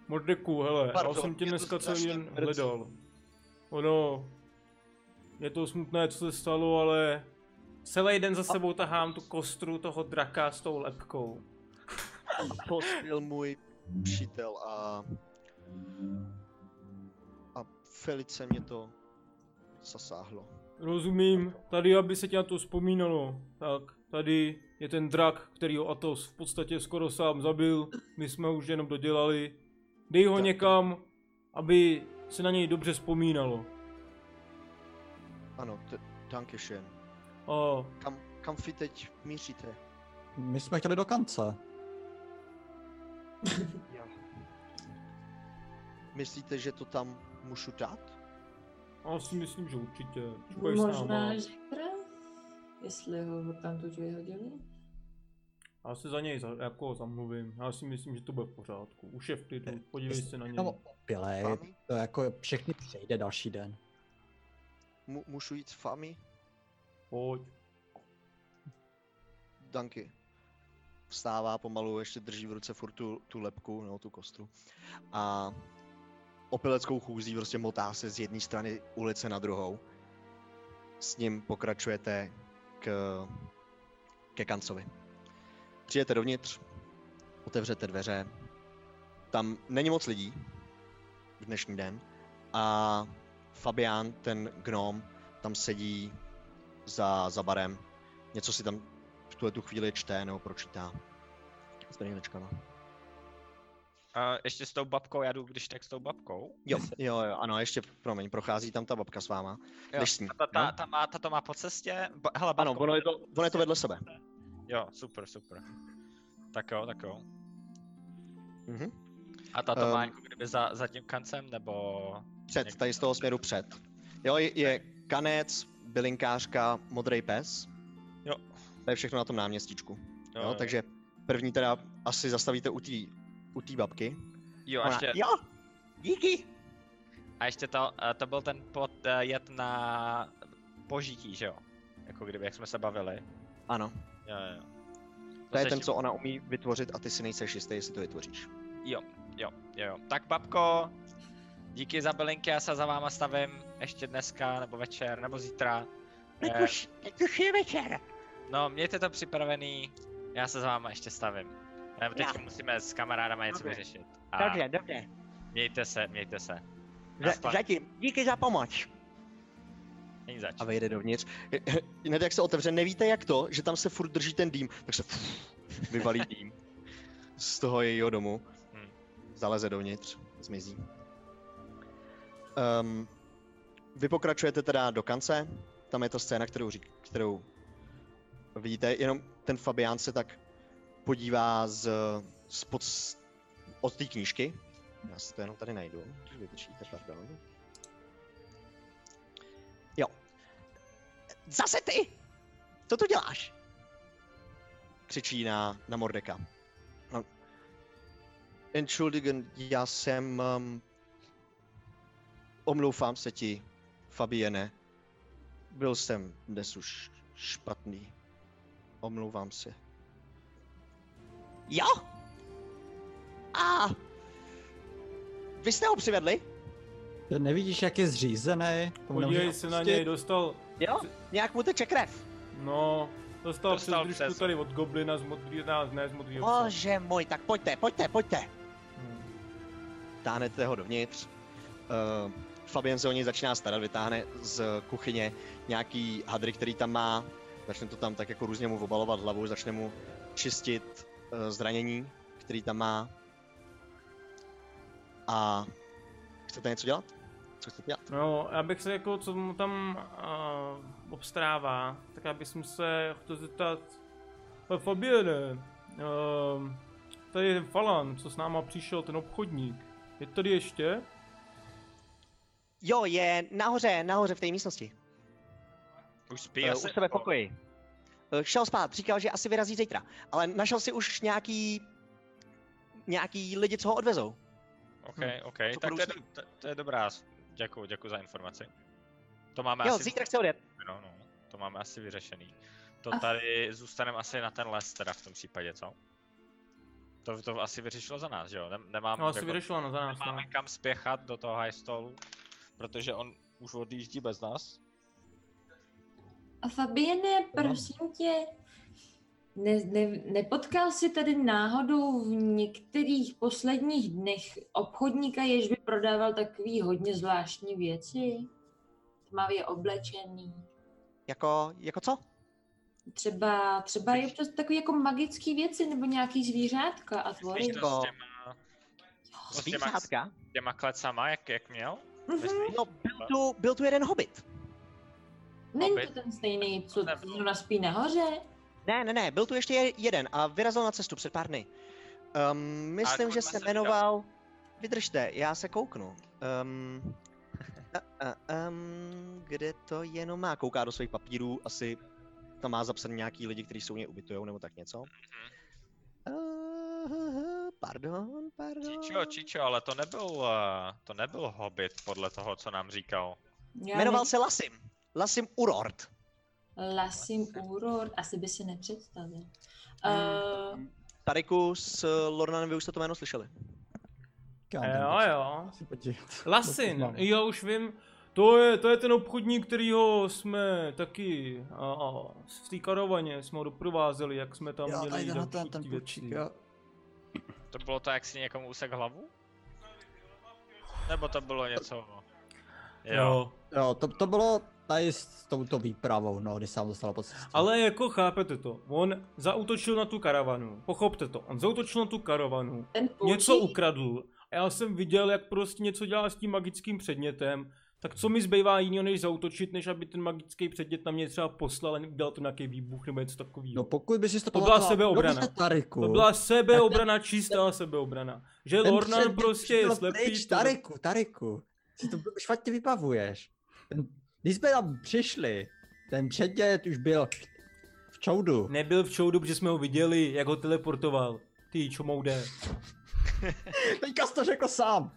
Mordeku, hele,
Pardon,
já jsem tě
je to
dneska celý
strašně
den
mrzí.
hledal. Ono, je to smutné, co se stalo, ale celý den za sebou tahám tu kostru toho draka s tou lepkou.
To byl můj přítel a... A velice mě to zasáhlo.
Rozumím, tady, aby se tě na to vzpomínalo, tak tady je ten drak, který ho Atos v podstatě skoro sám zabil, my jsme ho už jenom dodělali. Dej ho
Tak.
někam, aby se na něj dobře vzpomínalo.
Ano, t- Dankeschön.
A
Kam, kam vy teď míříte?
My jsme chtěli do
Hmm.
kance.
Myslíte, že to tam můžu dát?
já si myslím, že určitě. Čukaj s náma.
Možná zítra? Jestli ho tam tu vyhodili?
Já se za něj za, jako zamluvím. Já si myslím, že to bude v pořádku. Už je v klidu, podívej se na něj.
Jenom opilej,
Fami?
to jako všechny přejde další den.
Mu- můžu jít s fami?
Pojď.
Danky. Vstává pomalu, ještě drží v ruce furt tu, tu lepku, no, tu kostru. A opileckou chůzí prostě motá se z jedné strany ulice na druhou. S ním pokračujete k, ke kancovi. Přijete dovnitř, otevřete dveře. Tam není moc lidí v dnešní den. A Fabián, ten gnom, tam sedí za, za barem. Něco si tam v tuhle tu chvíli čte nebo pročítá. S brýlečkama.
A ještě s tou babkou, já jdu když tak s tou babkou.
Jo, jo, jo, ano, ještě, promiň, prochází tam ta babka s váma.
Jo,
Jdeš s ní,
a ta, ta,
no?
ta, má, ta to má po cestě. Ba, hele,
Ano,
babko,
ono je to, ono je to vedle sebe.
Jo, super, super. Tak jo, tak jo.
Mhm.
A ta to
Ehm.
má jako kdyby za, za tím kancem, nebo...
Před, tady z toho směru před. Jo, je, je kanec, bylinkářka, modrý pes.
Jo.
To je všechno na tom náměstíčku. Jo, jo, takže první teda asi zastavíte u té u tý babky.
Jo, a
Ona,
ještě,
jo, díky.
a ještě to, eh, to byl ten pod, eh, jet na požití, že jo? Jako kdyby, jak jsme se bavili.
Ano,
Jo, jo, jo.
to je
se
ten,
ještě-
co ona umí vytvořit a ty si nejseš jistý, jestli to vytvoříš.
Jo, jo, jo, jo. Tak babko, díky za bylinky, já se za váma stavím ještě dneska, nebo večer, nebo zítra.
Teď
Eh,
už, teď už je večer.
No, mějte to připravený, já se za váma ještě stavím. Eh, Teď
Já.
musíme s kamarádama něco
Dobře.
vyřešit. A
Dobře, dobře.
mějte se, mějte se.
Za,
Nazdar.
zatím, díky za pomoc.
Není zač.
a vejde dovnitř. Hned jak se otevře, nevíte jak to, že tam se furt drží ten dým, tak se vyvalí dým z toho jejího domu.
Hmm.
Zaleze dovnitř, zmizí. Um, vy pokračujete teda do kance, tam je ta scéna, kterou, řík, kterou vidíte, jenom ten Fabián se tak podívá z, z pod, od té knížky. Já si to jenom tady najdu, když vytečíte, pardon.
Zase ty. Co tu děláš?
křičí na, na Mordeka. No. Entschuldigen, já jsem... Um, omlouvám se ti, Fabiene. Byl jsem dnes už špatný. Omlouvám se.
Jo? A
Vy jste ho přivedli?
Ty nevidíš, jak je zřízený? Tomu
Podívej
nemůžeš
se na
pustit.
něj, dostal,
jo? Nějak mu teče krev.
no, dostal,
Dostal
dostal přes
přes.
držku tady od goblina z modrý, ne, ne z modrýho psa.
Bože můj, tak pojďte, pojďte, pojďte.
Hm.
Táhnete ho dovnitř. Uh, Fabien se o něj začíná starat, vytáhne z kuchyně nějaký hadry, který tam má. Začne to tam tak jako různě mu obalovat hlavu, začne mu čistit uh, zranění, který tam má. A chcete něco dělat? Co chcete dělat?
No, já bych se jako, co mu tam uh, obstrává, tak já bych mu se chtěl zeptat, "Eh, Fabiene, uh, tady je ten Falan, co s náma přišel, ten obchodník, je tady ještě?
Jo, je nahoře, nahoře v té místnosti.
Už spí asi.
Eh, u sebe v pokoji. Uh, šel spát, říkal, že asi vyrazí zítra, ale našel si už nějaký nějaký lidi, co ho odvezou.
OK,
Hm.
OK,
Co
tak to
budou
je, do- to, to je dobrá, s- děkuju, děkuju za informaci. To máme
jo,
asi...
zítra chce odjet.
No, no, to máme asi vyřešený. To
A-
tady zůstaneme asi na ten les teda v tom případě, co? To, to asi vyřešilo za nás, že jo? Nem, nemáme,
No, asi
jako-
vyřešila no, za nás, no.
nemáme kam spěchat do toho high stolu, protože on už odjíždí bez nás.
A
No.
Fabiene, prosím tě, ne, ne, nepotkal jsi tady náhodou v některých posledních dnech obchodníka, jež by prodával takový hodně zvláštní věci? Tmavě oblečený.
Jako, jako co?
Třeba, třeba je občas takový jako magické věci nebo nějaký zvířátka a tvory.
Víš to
Marinko.
s těma, s těma, s
Zvířátka.
těma klecama, jak, jak měl?
Mhm.
Myslíš?
No, byl tu, byl tu jeden hobit.
Není
Aby-
to ten stejný, co
Nebyl.
zrovna spí nahoře?
Ne, ne, ne, byl tu ještě je- jeden a vyrazil na cestu před pár dny. Um, myslím,
kurva
že
se
se
vydal.
jmenoval... Vydržte, já se kouknu. Um, a, a, um, kde to jenom má? Kouká do svých papírů, asi tam má zapsaný nějaký lidi, kteří jsou u něj ubytujou nebo tak něco. Uh, pardon, pardon.
Čičo, čičo, ale to nebyl, eh, to nebyl hobbit podle toho, co nám říkal.
Já
Jmenoval
nevím.
se Lasim. Lasim Urort.
Lasim Úror, asi by si nepředstavil. Uh,
Hmm.
Tariku s eh, Lornanem, vy už jste to jméno slyšeli.
Já nevím,
Jo,
tak se
jo.
musím podívat. To
Lasin,
znám.
jo, už vím. To je, to je ten obchodník, kterýho jsme taky a, a, v té karavaně jsme ho doprovázeli, jak jsme tam
Jo,
měli
tady tenhle
další
ten, ten
ty
klučík,
věci.
jo.
To bylo to, jak si někomu usek hlavu? Nebo to bylo něco... Jo.
Jo.
Jo, to, to bylo tady s touto výpravou, no, kdy sám dostal po cestě.
Ale jako chápete to, on zautočil na tu karavanu, pochopte to, on zautočil na tu karavanu,
ten
něco
poučík-
ukradl a já jsem viděl, jak prostě něco dělá s tím magickým předmětem, Tak co mi zbývá jiného, než zautočit, než aby ten magický předmět na mě třeba poslal, a dal to nějaký výbuch nebo něco takového.
No pokud by si
To
to
byla
pamatoval,
sebeobrana.
dobře, Tariku.
To byla sebeobrana, čistá sebeobrana. Že
Ten
Lornan
předmět
prostě
byl
je slepý.
pryč,
to-
Tariku, Tariku. Ty to špatně vybavuješ. Ten, když jsme tam přišli, ten předmět už byl v čoudu.
Nebyl v čoudu, protože jsme ho viděli, jak ho teleportoval. Ty čomoude.
Teďka jsi to řekl sám.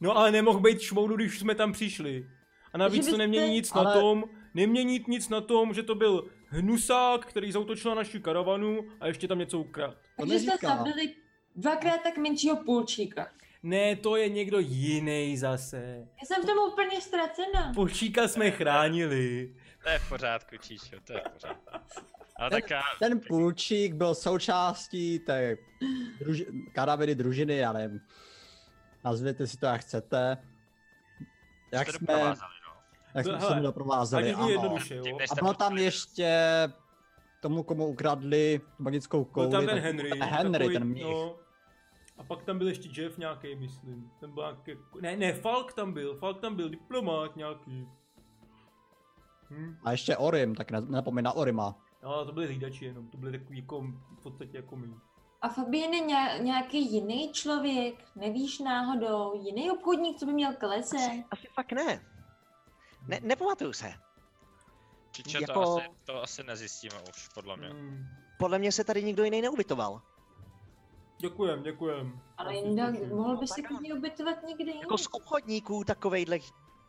No ale nemohl být čmoudu, když jsme tam přišli. A navíc
Takže
to
byste-
nemění nic na
ale-
tom, nemění nic na tom, že to byl hnusák, který zautočil na naši karavanu a ještě tam něco ukradl.
To
Takže jste
neříká.
zabili dvakrát tak menšího půlčíka.
Ne, to je někdo jiný zase.
Já jsem v tom úplně ztracená.
Počíka jsme chránili.
To je v pořádku, Číčo, to je v pořádku. Ale
Ten-
tak eh, já,
Ten půlčík byl součástí té druži, karaviny družiny, já nevím. Nazvěte si to, jak chcete. Jak
to
jsme,
doprovázali, no.
jak jsme
Hele,
se mu
Tak
doprovázeli,
jedině
ano.
jednoduše, jo.
Tím, než
A
jste
bylo tam
potkali-
ještě tomu, komu ukradli tu magickou kouli.
Byl tam ten
tak-
Henry.
Henry,
takový,
ten mnich.
no. A pak tam byl ještě Jeff nějaký, myslím. Ten byl nějaký, ne, ne, Falk tam byl, Falk tam byl, diplomát nějaký. Hm?
A ještě Orim, tak ne- nepomeň na Orima.
No, to byli hlídači jenom, to byli takový jako, v podstatě jako my.
A Fabien je ně- nějaký jiný člověk, nevíš náhodou, jiný obchodník, co by měl klece.
Asi fakt ne. ne nepamatuju se.
Číčo, to,
jako-
asi, to asi nezjistíme už, podle mě.
Hmm.
Podle mě se tady nikdo jiný neubytoval.
Děkujem, děkujem.
Ale
Já si
jinak
zkusím.
mohl by se klidně ubytovat někde jinde.
Jako z obchodníků takovejhle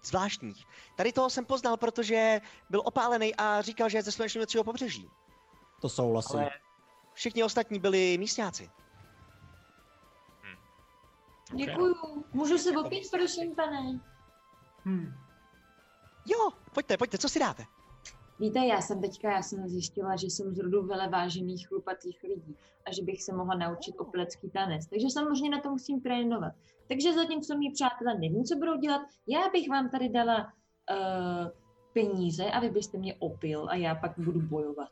zvláštních. Tady toho jsem poznal, protože byl opálený a říkal, že je ze slunečního pobřeží.
To souhlasím.
Ale- Všichni ostatní byli místňáci.
Děkuju. Můžu se opít, prosím, pane.
Hm.
Jo, pojďte, pojďte, co si dáte?
Víte, já jsem teďka, já jsem zjistila, že jsem z rodu velevážených chlupatých lidí a že bych se mohla naučit opilecký tanec. Takže samozřejmě na to musím trénovat. Takže zatímco mý přátelé nevím, co budou dělat, já bych vám tady dala uh, peníze a vy byste mě opil a já pak budu bojovat.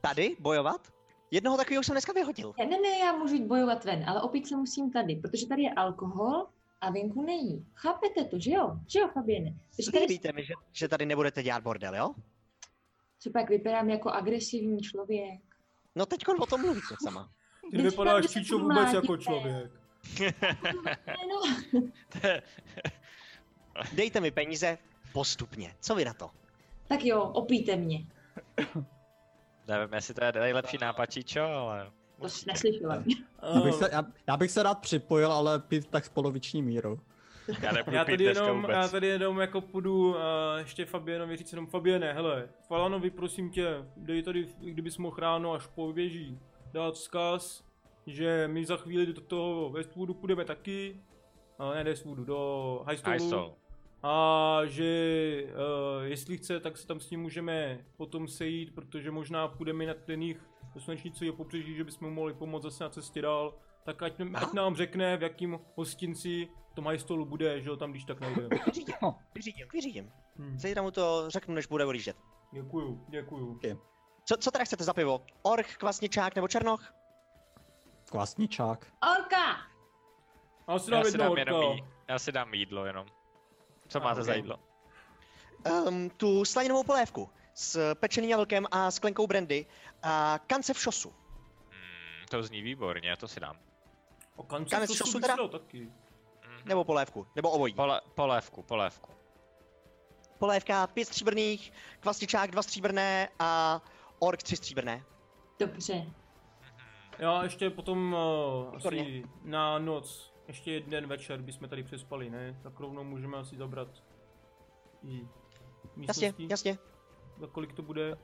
Tady bojovat? Jednoho takového jsem dneska vyhodil.
Ne, ne, ne, já můžu jít bojovat ven, ale opít se musím tady, protože tady je alkohol a venku není. Chápete to, že jo? Že jo, Fabiene? Takže tady
Slíbíte mi, že, že tady nebudete dělat bordel, jo?
co pak vypadám jako agresivní člověk.
No teď o tom mluvíte sama.
Ty
Vždyť
nevypadáš
tam
Číčo
jsou
vůbec
mládí,
jako
ne?
člověk.
Ne, no,
Dejte mi peníze postupně. Co vy na to?
tak jo, opíte mě.
Nevím, jestli to je nejlepší nápad, Číčo, ale...
To jsi
musíte.
neslyšela.
Já bych,
Eh,
se, já, já bych se rád připojil, ale pít tak s poloviční mírou.
Já nebudu
Já
pít
tady,
dneska
jenom, já
vůbec.
tady jenom jako půjdu uh, ještě Fabienovi říct jenom Fabiene, hele, Falanovi prosím tě, dej tady, kdybys mohl ráno až poběží, dát vzkaz, že my za chvíli do toho Westwoodu půjdeme taky, uh, ne do Westwoodu, do
High
Highstolu,
soul.
a že uh, jestli chce, tak se tam s ním můžeme potom sejít, protože možná půjdeme i na ten jich do slunečnicového pobřeží, že bychom mu mohli pomoct zase na cestě dál, tak ať, ať nám řekne, v jakým hostinci v tom Highstolu bude, že ho tam když tak najdeme.
Vyřídím, vyřídím, vyřídím.
Hmm,
Zítra mu to řeknu, než bude odjíždět.
děkuju, děkuju.
Co, co teda chcete za pivo? Orch, kvasničák nebo černoch?
Kvasničák.
Orka!
A si
Já
dám
si
jedno
dám jenom
orka.
jí- já si dám jídlo jenom. Co máte za
ok.
jídlo?
Um, tu slaninovou polévku s pečeným jablkem a sklenkou brandy a kance v šosu.
Hmm, to zní výborně, to si dám.
O kanci
Kanec
to
času
jsou
teda?
teda... taky.
Mhm.
Nebo polévku, nebo obojí.
Pole, polévku, polévku.
Polévka pět stříbrných, kvasničák dva stříbrné a ork tři stříbrné.
Dobře.
Já ještě potom uh, asi
Výborně.
na noc, ještě jeden večer bychom tady přespali, ne? Tak rovnou můžeme asi zabrat i
Jasně,
místnosti.
jasně.
Za kolik to bude?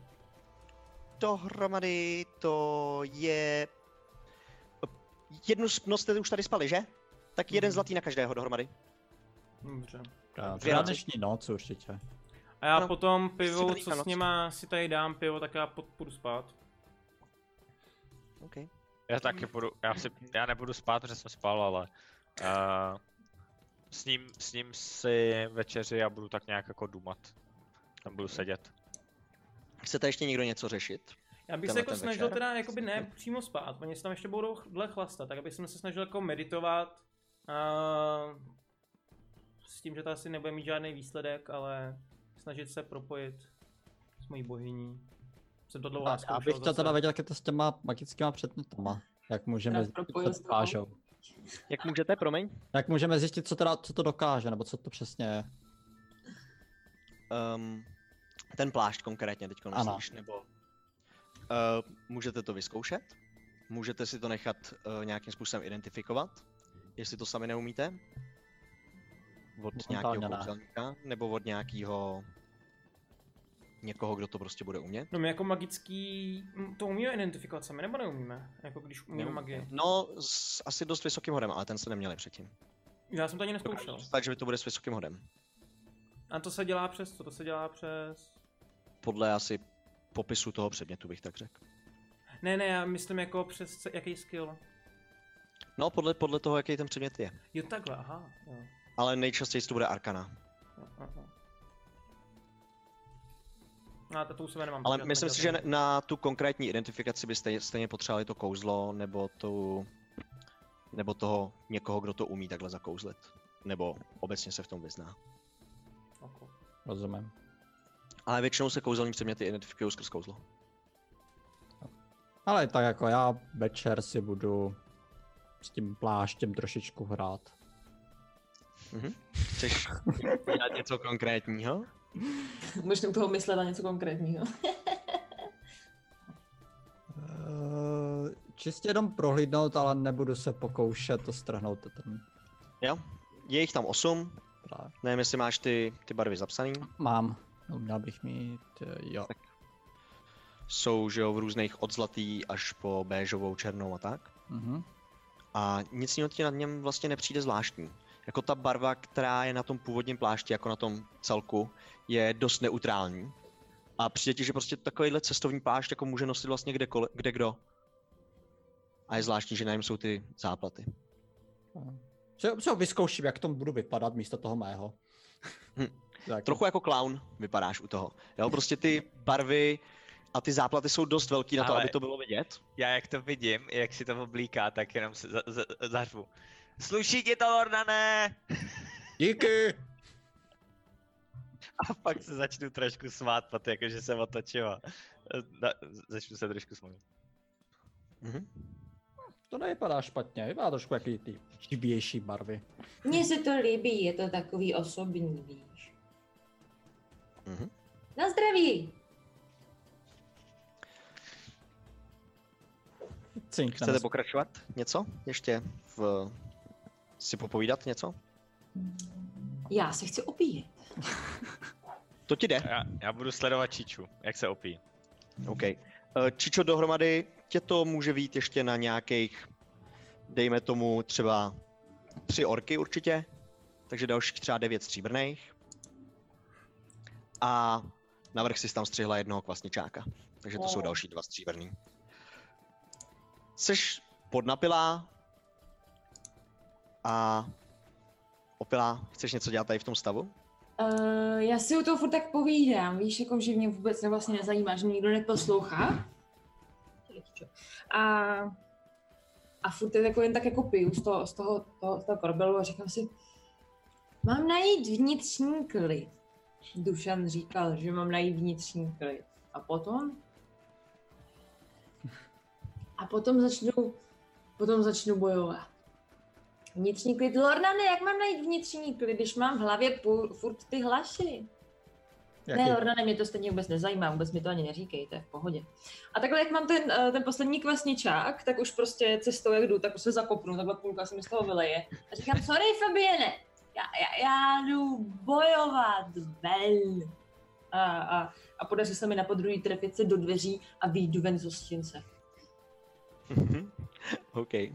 Dohromady to je... Jednu s- noc jste už tady spali, že? Tak jeden
Mhm.
zlatý na každého dohromady.
Dobře.
Dvě na Eh, dnešní noc určitě.
A já
Ano,
potom pivo,
stříbrný
co s
kanec.
něma si tady dám pivo, tak já pod, půjdu spát.
Okay.
Já taky budu, já, si, já nebudu spát, protože jsem spal, ale uh, s, ním, s ním si večeři já budu tak nějak jako dumat. Tam budu sedět.
Chcete ještě někdo něco řešit?
Já bych se
Tenhle
jako
ten
snažil
večer?
teda jakoby ne přímo spát, oni se tam ještě budou ch- dle chlastat, tak abych jsem se snažil jako meditovat. A s tím, že to asi nebude mít žádný výsledek, ale snažit se propojit s mojí bohyní. Jsem to dlouho
Tak,
nezkoušel
abych to
zase.
teda věděl, jak je to s těma magickýma předmětama. Jak můžeme
Teda
zjistit,
propojil
co
s tebou.
dokážou.
Jak můžete, promiň?
Jak můžeme zjistit, co, teda, co to dokáže, nebo co to přesně je.
Um, ten plášť konkrétně teď
Ano.
myslíš, nebo... Uh, můžete to vyzkoušet, můžete si to nechat uh, nějakým způsobem identifikovat, jestli to sami neumíte. Od
Momentálně
nějakého
ne.
kouzelníka, nebo od nějakého někoho, kdo to prostě bude umět.
No my jako magický, m, to umíme identifikovat sami, nebo neumíme? Jako když umíme
Neumíme.
magii.
No, s asi dost vysokým hodem, ale ten se neměli předtím.
Já jsem to ani neskoušel.
Takže by to bude s vysokým hodem.
A to se dělá přes co? To se dělá přes...
Podle asi popisu toho předmětu bych tak řekl.
Ne, ne, já myslím jako přes ce- jaký skill.
No, podle, podle toho, jaký ten předmět je.
Jo takhle, aha. Jo.
Ale nejčastěji to bude Arkana.
Jo, jo, jo. A to, to u sebe nemám.
Ale
takže já to
myslím si, že
nedělám.
ne- na tu konkrétní identifikaci byste stejně potřebovali to kouzlo, nebo tu, nebo toho někoho, kdo to umí takhle zakouzlit. Nebo obecně se v tom vyzná.
Oko.
Rozumím.
Ale většinou se kouzelní předměty identifikují skrz kouzlo.
Ale tak jako já večer si budu s tím pláštěm trošičku hrát.
Chceš dělat něco konkrétního?
Můžeš u toho myslet na něco konkrétního.
Uh, čistě jenom prohlídnout, ale nebudu se pokoušet to strhnout ten
Jo. Je jich tam 8,
právě.
nevím, jestli máš ty, ty barvy zapsaný.
Mám. No, měl bych mít, eh, jo.
Jsou, že jo, v různých od zlatý až po béžovou, černou a tak.
Mhm.
A nic jiného ti na něm vlastně nepřijde zvláštní. Jako ta barva, která je na tom původním plášti, jako na tom celku, je dost neutrální. A přijde ti, že prostě takovýhle cestovní plášť jako může nosit vlastně kdekoliv, kde kdo. A je zvláštní, že na něm jsou ty záplaty.
Si ho- si ho vyzkouším, jak tom budu vypadat místo toho mého.
Hm.
Tak,
Trochu jako clown vypadáš u toho. Jo, prostě ty barvy a ty záplaty jsou dost velký na to,
Ale-
aby to bylo vidět.
Já jak to vidím, jak si to oblíká, tak jenom se za, za, zařvu. Sluší ti to, Lordané!
Díky!
A pak se začnu trošku smát, pat, jakože jsem otočila. Da, začnu se trošku smát.
Mhm.
To nevypadá špatně, vypadá trošku jaký ty živější barvy.
Mně se to líbí, je to takový osobní, víš.
Mhm.
Na zdraví!
Cinkneme
Chcete
spolu.
pokračovat něco? Ještě v... si popovídat něco?
Já se chci opíjet.
To ti jde.
Já, já budu sledovat Čiču, jak se opí.
OK. Eh, Čičo, dohromady tě to může vít ještě na nějakých, dejme tomu třeba tři orky určitě, takže dalších třeba devět stříbrných. A navrch si tam střihla jednoho kvasničáka, takže to jsou
Oh.
další dva stříbrný. Jseš podnapilá a opilá, chceš něco dělat tady v tom stavu?
Uh, já si o toho furt tak povídám, víš, jako že mě vůbec ne- vlastně nezajímá, že mě nikdo neposlouchá. A, a furt je jako jen tak jako piju z toho, z toho, toho, z toho korbelu a říkám si, mám najít vnitřní klid. Dušan říkal, že mám najít vnitřní klid. A potom? A potom začnu, potom začnu bojovat. Vnitřní klid. Lornane, jak mám najít vnitřní klid, když mám v hlavě půl, furt ty hlaši?
Jaký?
Ne, Lornane, mě to stejně vůbec nezajímá, vůbec mi to ani neříkejte, v pohodě. A takhle, jak mám ten, eh, ten poslední kvasničák, tak už prostě cestou, jak jdu, tak už se zakopnu, takhle půlka se mi z toho vyleje. A říkám, sorry, Fabiene, já, já, já jdu bojovat ven. A, a, a podaří se mi na podruhý trefit se do dveří a výjdu ven z hostince.
OK. Uh,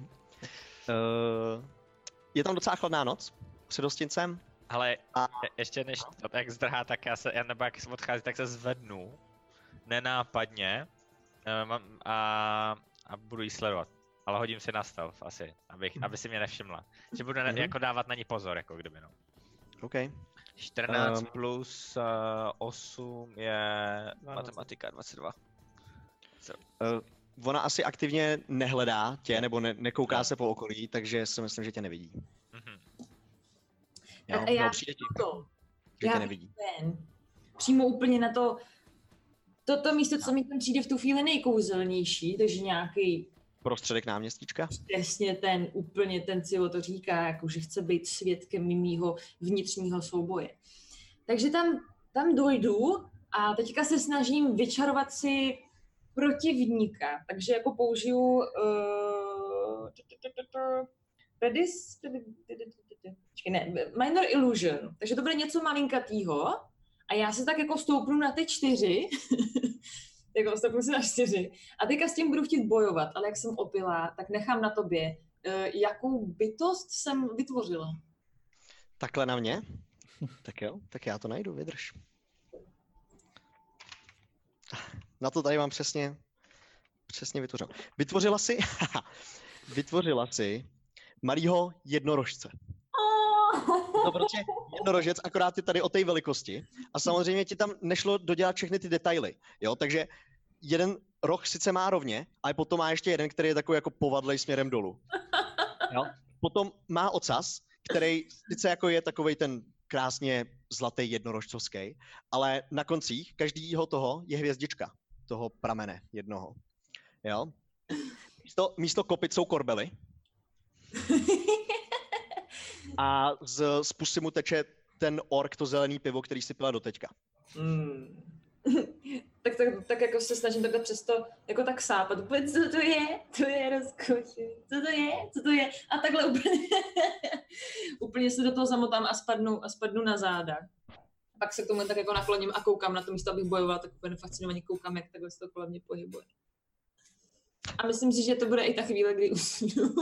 je tam docela chladná noc před hostincem.
Ale
A-
je, ještě než to tak zdrhá, tak já se, já nebo jak jsem odchází, tak se zvednu. Nenápadně. eh, Mám, a, a budu jí sledovat. Ale hodím si na stealth asi, abych, aby si mě nevšimla. Že budu ne,
Mhm.
jako dávat na ní pozor, jako kdyby no.
OK.
14
Ehm.
plus uh, 8 je
22.
matematika 22.
Ona asi aktivně nehledá tě, nebo ne, nekouká
Ne.
se po okolí, takže si myslím, že tě nevidí.
Mhm.
Jo,
a Eh, já-
no, přijde ti,
To.
že tě
já-
nevidí.
ven. Přímo úplně na to, toto místo, co mi tam přijde v tu chvíli nejkouzelnější, takže nějaký
Prostředek náměstíčka.
přesně ten, úplně ten Cilo to říká, jako že chce být svědkem mýho vnitřního souboje. Takže tam, tam dojdu a teďka se snažím vyčarovat si protivníka, takže jako použiju uh, Redis, Počkej, ne, Minor Illusion, takže to bude něco malinkatýho a já se tak jako stoupnu na ty čtyři, jako stoupnu se na čtyři a teďka s tím budu chtít bojovat, ale jak jsem opilá, tak nechám na tobě, eh, jakou bytost jsem vytvořila.
Takhle na mě? Tak jo, tak já to najdu, vydrž. Na to tady mám přesně, přesně vytvořeno. Vytvořila si, vytvořila si malýho jednorožce. No protože jednorožec, akorát je tady o té velikosti. A samozřejmě ti tam nešlo dodělat všechny ty detaily. Jo, takže jeden roh sice má rovně, ale potom má ještě jeden, který je takový jako povadlej směrem dolů. Jo? Potom má ocas, který sice jako je takový ten krásně zlatý jednorožcovský, ale na koncích každýho toho je hvězdička, toho pramene jednoho. Jo? Místo, místo kopyt jsou korbely a z, z pusy mu teče ten ork, to zelený pivo, který si pila doteďka.
Hmm.
tak, tak, tak jako se snažím takhle přesto jako tak sápat. Úplně, co to je? To je rozkoši. Co to je? Co to je? A takhle úplně, úplně se do toho zamotám a spadnu, a spadnu na záda. Pak se k tomu jen tak jako nakloním a koukám na to místo, abych bojovala, tak úplně fascinovaně koukám, jak takhle se to kolem mě pohybuje. A myslím si, že to bude i ta chvíle, kdy usnu.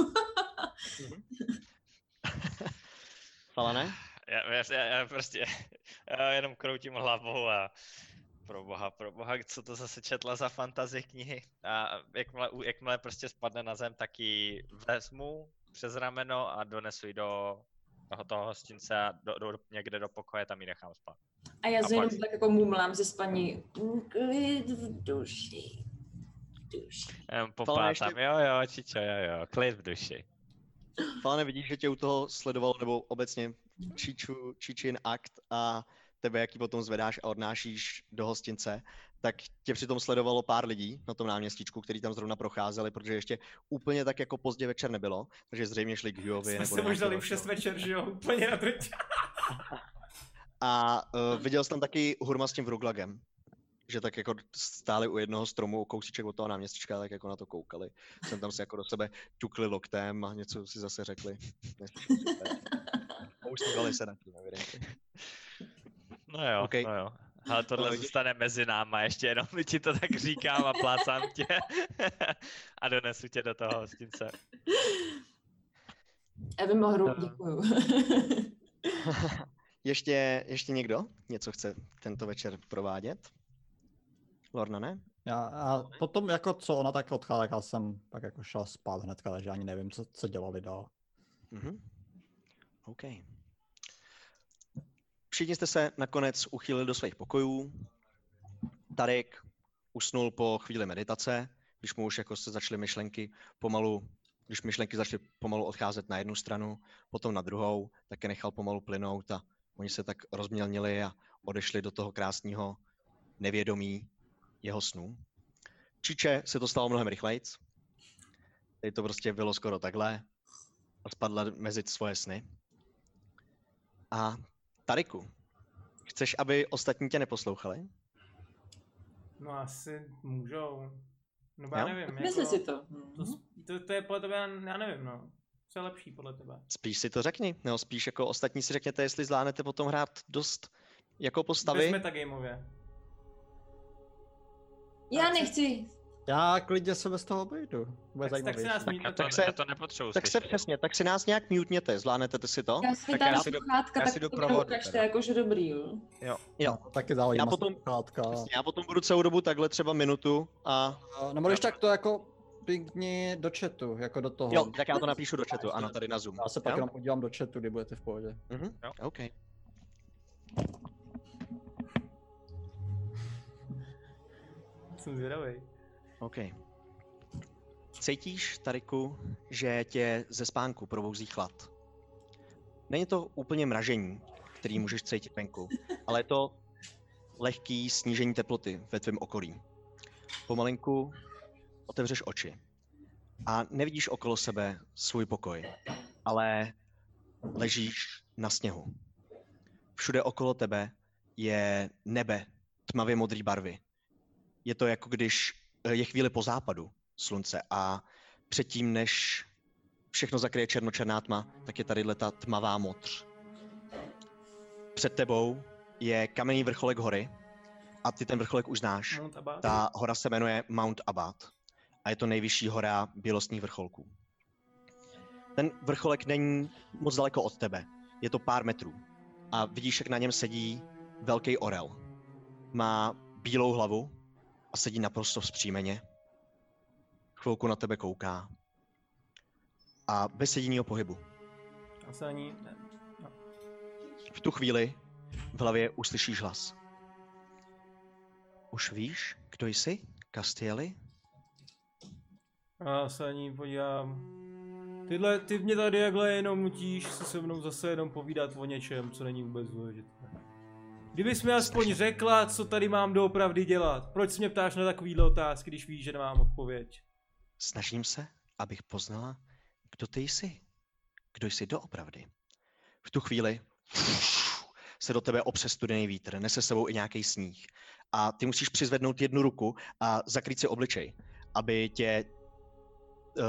Falane?
Já, já, já, já prostě já jenom kroutím hlavou a pro boha, pro boha, co to zase četla za fantazie knihy. A jakmile, u- jakmile prostě spadne na zem, tak ji vezmu přes rameno a donesu ji do toho, toho hostince a do, do, někde do pokoje, tam ji nechám spát.
A já
A
se jenom
pak-
tak jako mumlám ze spaní. Klid v duši. V duši.
Jenom
Falane, ještě-
popátám, jo jo, čičo, jo jo, klid v duši.
Falane, vidíš, že tě u toho sledoval, nebo obecně Číču, Číčin akt a tebe, jaký potom zvedáš a odnášíš do hostince, tak tě přitom sledovalo pár lidí na tom náměstíčku, který tam zrovna procházeli, protože ještě úplně tak jako pozdě večer nebylo, takže zřejmě šli k Hugovi.
Jsme
nebo
se
do
možná
nějakého
v 6
toho.
večer, že jo, úplně na drť.
A uh, viděl jsem tam taky Hurma s tím Vruglagem, že tak jako stáli u jednoho stromu, u kousíček od toho náměstíčka, tak jako na to koukali. Jsem tam si jako do sebe ťukli loktem a něco si zase řekli. Neslyšel jsem to. A Usmívali se na tím, evidentně.
No jo, okay.
Okej.
no jo. Ale tohle
vidíš-
zůstane mezi náma, ještě jenom ti to tak říkám a plácám tě a donesu tě do toho hostince.
Evy Mohru,
Eh.
děkuju.
Ještě, ještě někdo něco chce tento večer provádět? Lorna, ne?
Já, a potom jako co ona tak odcházela, tak já jsem pak jako šel spát hnedka, takže ani nevím, co, co dělali dál.
Mhm. OK. Všichni jste se nakonec uchýlili do svých pokojů. Tarek usnul po chvíli meditace, když mu už jako se začaly myšlenky pomalu, když myšlenky začaly pomalu odcházet na jednu stranu, potom na druhou, tak je nechal pomalu plynout a oni se tak rozmělnili a odešli do toho krásného nevědomí jeho snů. Čiče se to stalo mnohem rychlejc. Tady to prostě bylo skoro takhle a spadla mezi svoje sny. A Tariku, chceš, aby ostatní tě neposlouchali?
No asi můžou. No já
Jo?
nevím,
Myslí si
jako,
to.
to, s- to, to, je podle tebe, já nevím, no. Co je lepší podle tebe?
Spíš si to řekni, nebo spíš jako ostatní si řekněte, jestli zvládnete potom hrát dost jako
Bez
postavy.
metagameově.
Já
Tak si-
nechci.
Já klidně se bez toho obejdu. Bude
Tak, tak si
zajímavější.
nás
Já
mít,
to,
tak
tak
se-
se, já to nepotřebuji
Tak se
slyšet.
přesně, tak si nás nějak mutněte, zvládnete si to?
Já si
tak
vytáhnu
já si jdu-
sluchátka,
já
tak
si jdu
to
pro vodu
ukažte
teda.
jako, že dobrý. jo.
Jo.
No, taky zaujímá
Já potom-
sluchátka.
Přesně, Já potom budu celou dobu takhle třeba minutu a
A- Nebo když tak to jako pingni do chatu, jako do toho.
jo, tak já to napíšu do chatu, ano, tady na Zoom.
Já se pak
jo?
jenom podívám do chatu, kdy budete v pohodě.
Mhm,
Jo.
OK.
jsem zvědavý.
OK. Cítíš, Tariku, že tě ze spánku probouzí chlad. Není to úplně mražení, který můžeš cítit venku, ale je to lehký snížení teploty ve tvém okolí. Pomalinku otevřeš oči a nevidíš okolo sebe svůj pokoj, ale ležíš na sněhu. Všude okolo tebe je nebe tmavě modré barvy. Je to jako když eh, je chvíli po západu slunce a předtím, než všechno zakryje černočerná tma, tak je tady ta tmavá modř. Před tebou je kamenný vrcholek hory a ty ten vrcholek už znáš.
Mount Abbas.
Ta hora se jmenuje Mount Abad a je to nejvyšší hora bílostních vrcholků. Ten vrcholek není moc daleko od tebe, je to pár metrů a vidíš, jak na něm sedí velký orel. Má bílou hlavu a sedí naprosto vzpřímeně. Chvilku na tebe kouká a bez jediného pohybu.
Já se ani... ne-
V tu chvíli v hlavě uslyšíš hlas. Už víš, kdo jsi, Castieli?
Já se ani podívám. Tyhle, ty mě tady jakhle jenom nutíš se se mnou zase jenom povídat o něčem, co není vůbec důležité. Kdybys mi aspoň řekla, co tady mám doopravdy dělat. Proč se mě ptáš na takovýhle otázky, když víš, že nemám odpověď?
Snažím se, abych poznala, kdo ty jsi. Kdo jsi doopravdy. V tu chvíli se do tebe opře studený vítr, nese s sebou i nějaký sníh. A ty musíš přizvednout jednu ruku a zakrýt si obličej, aby tě eh,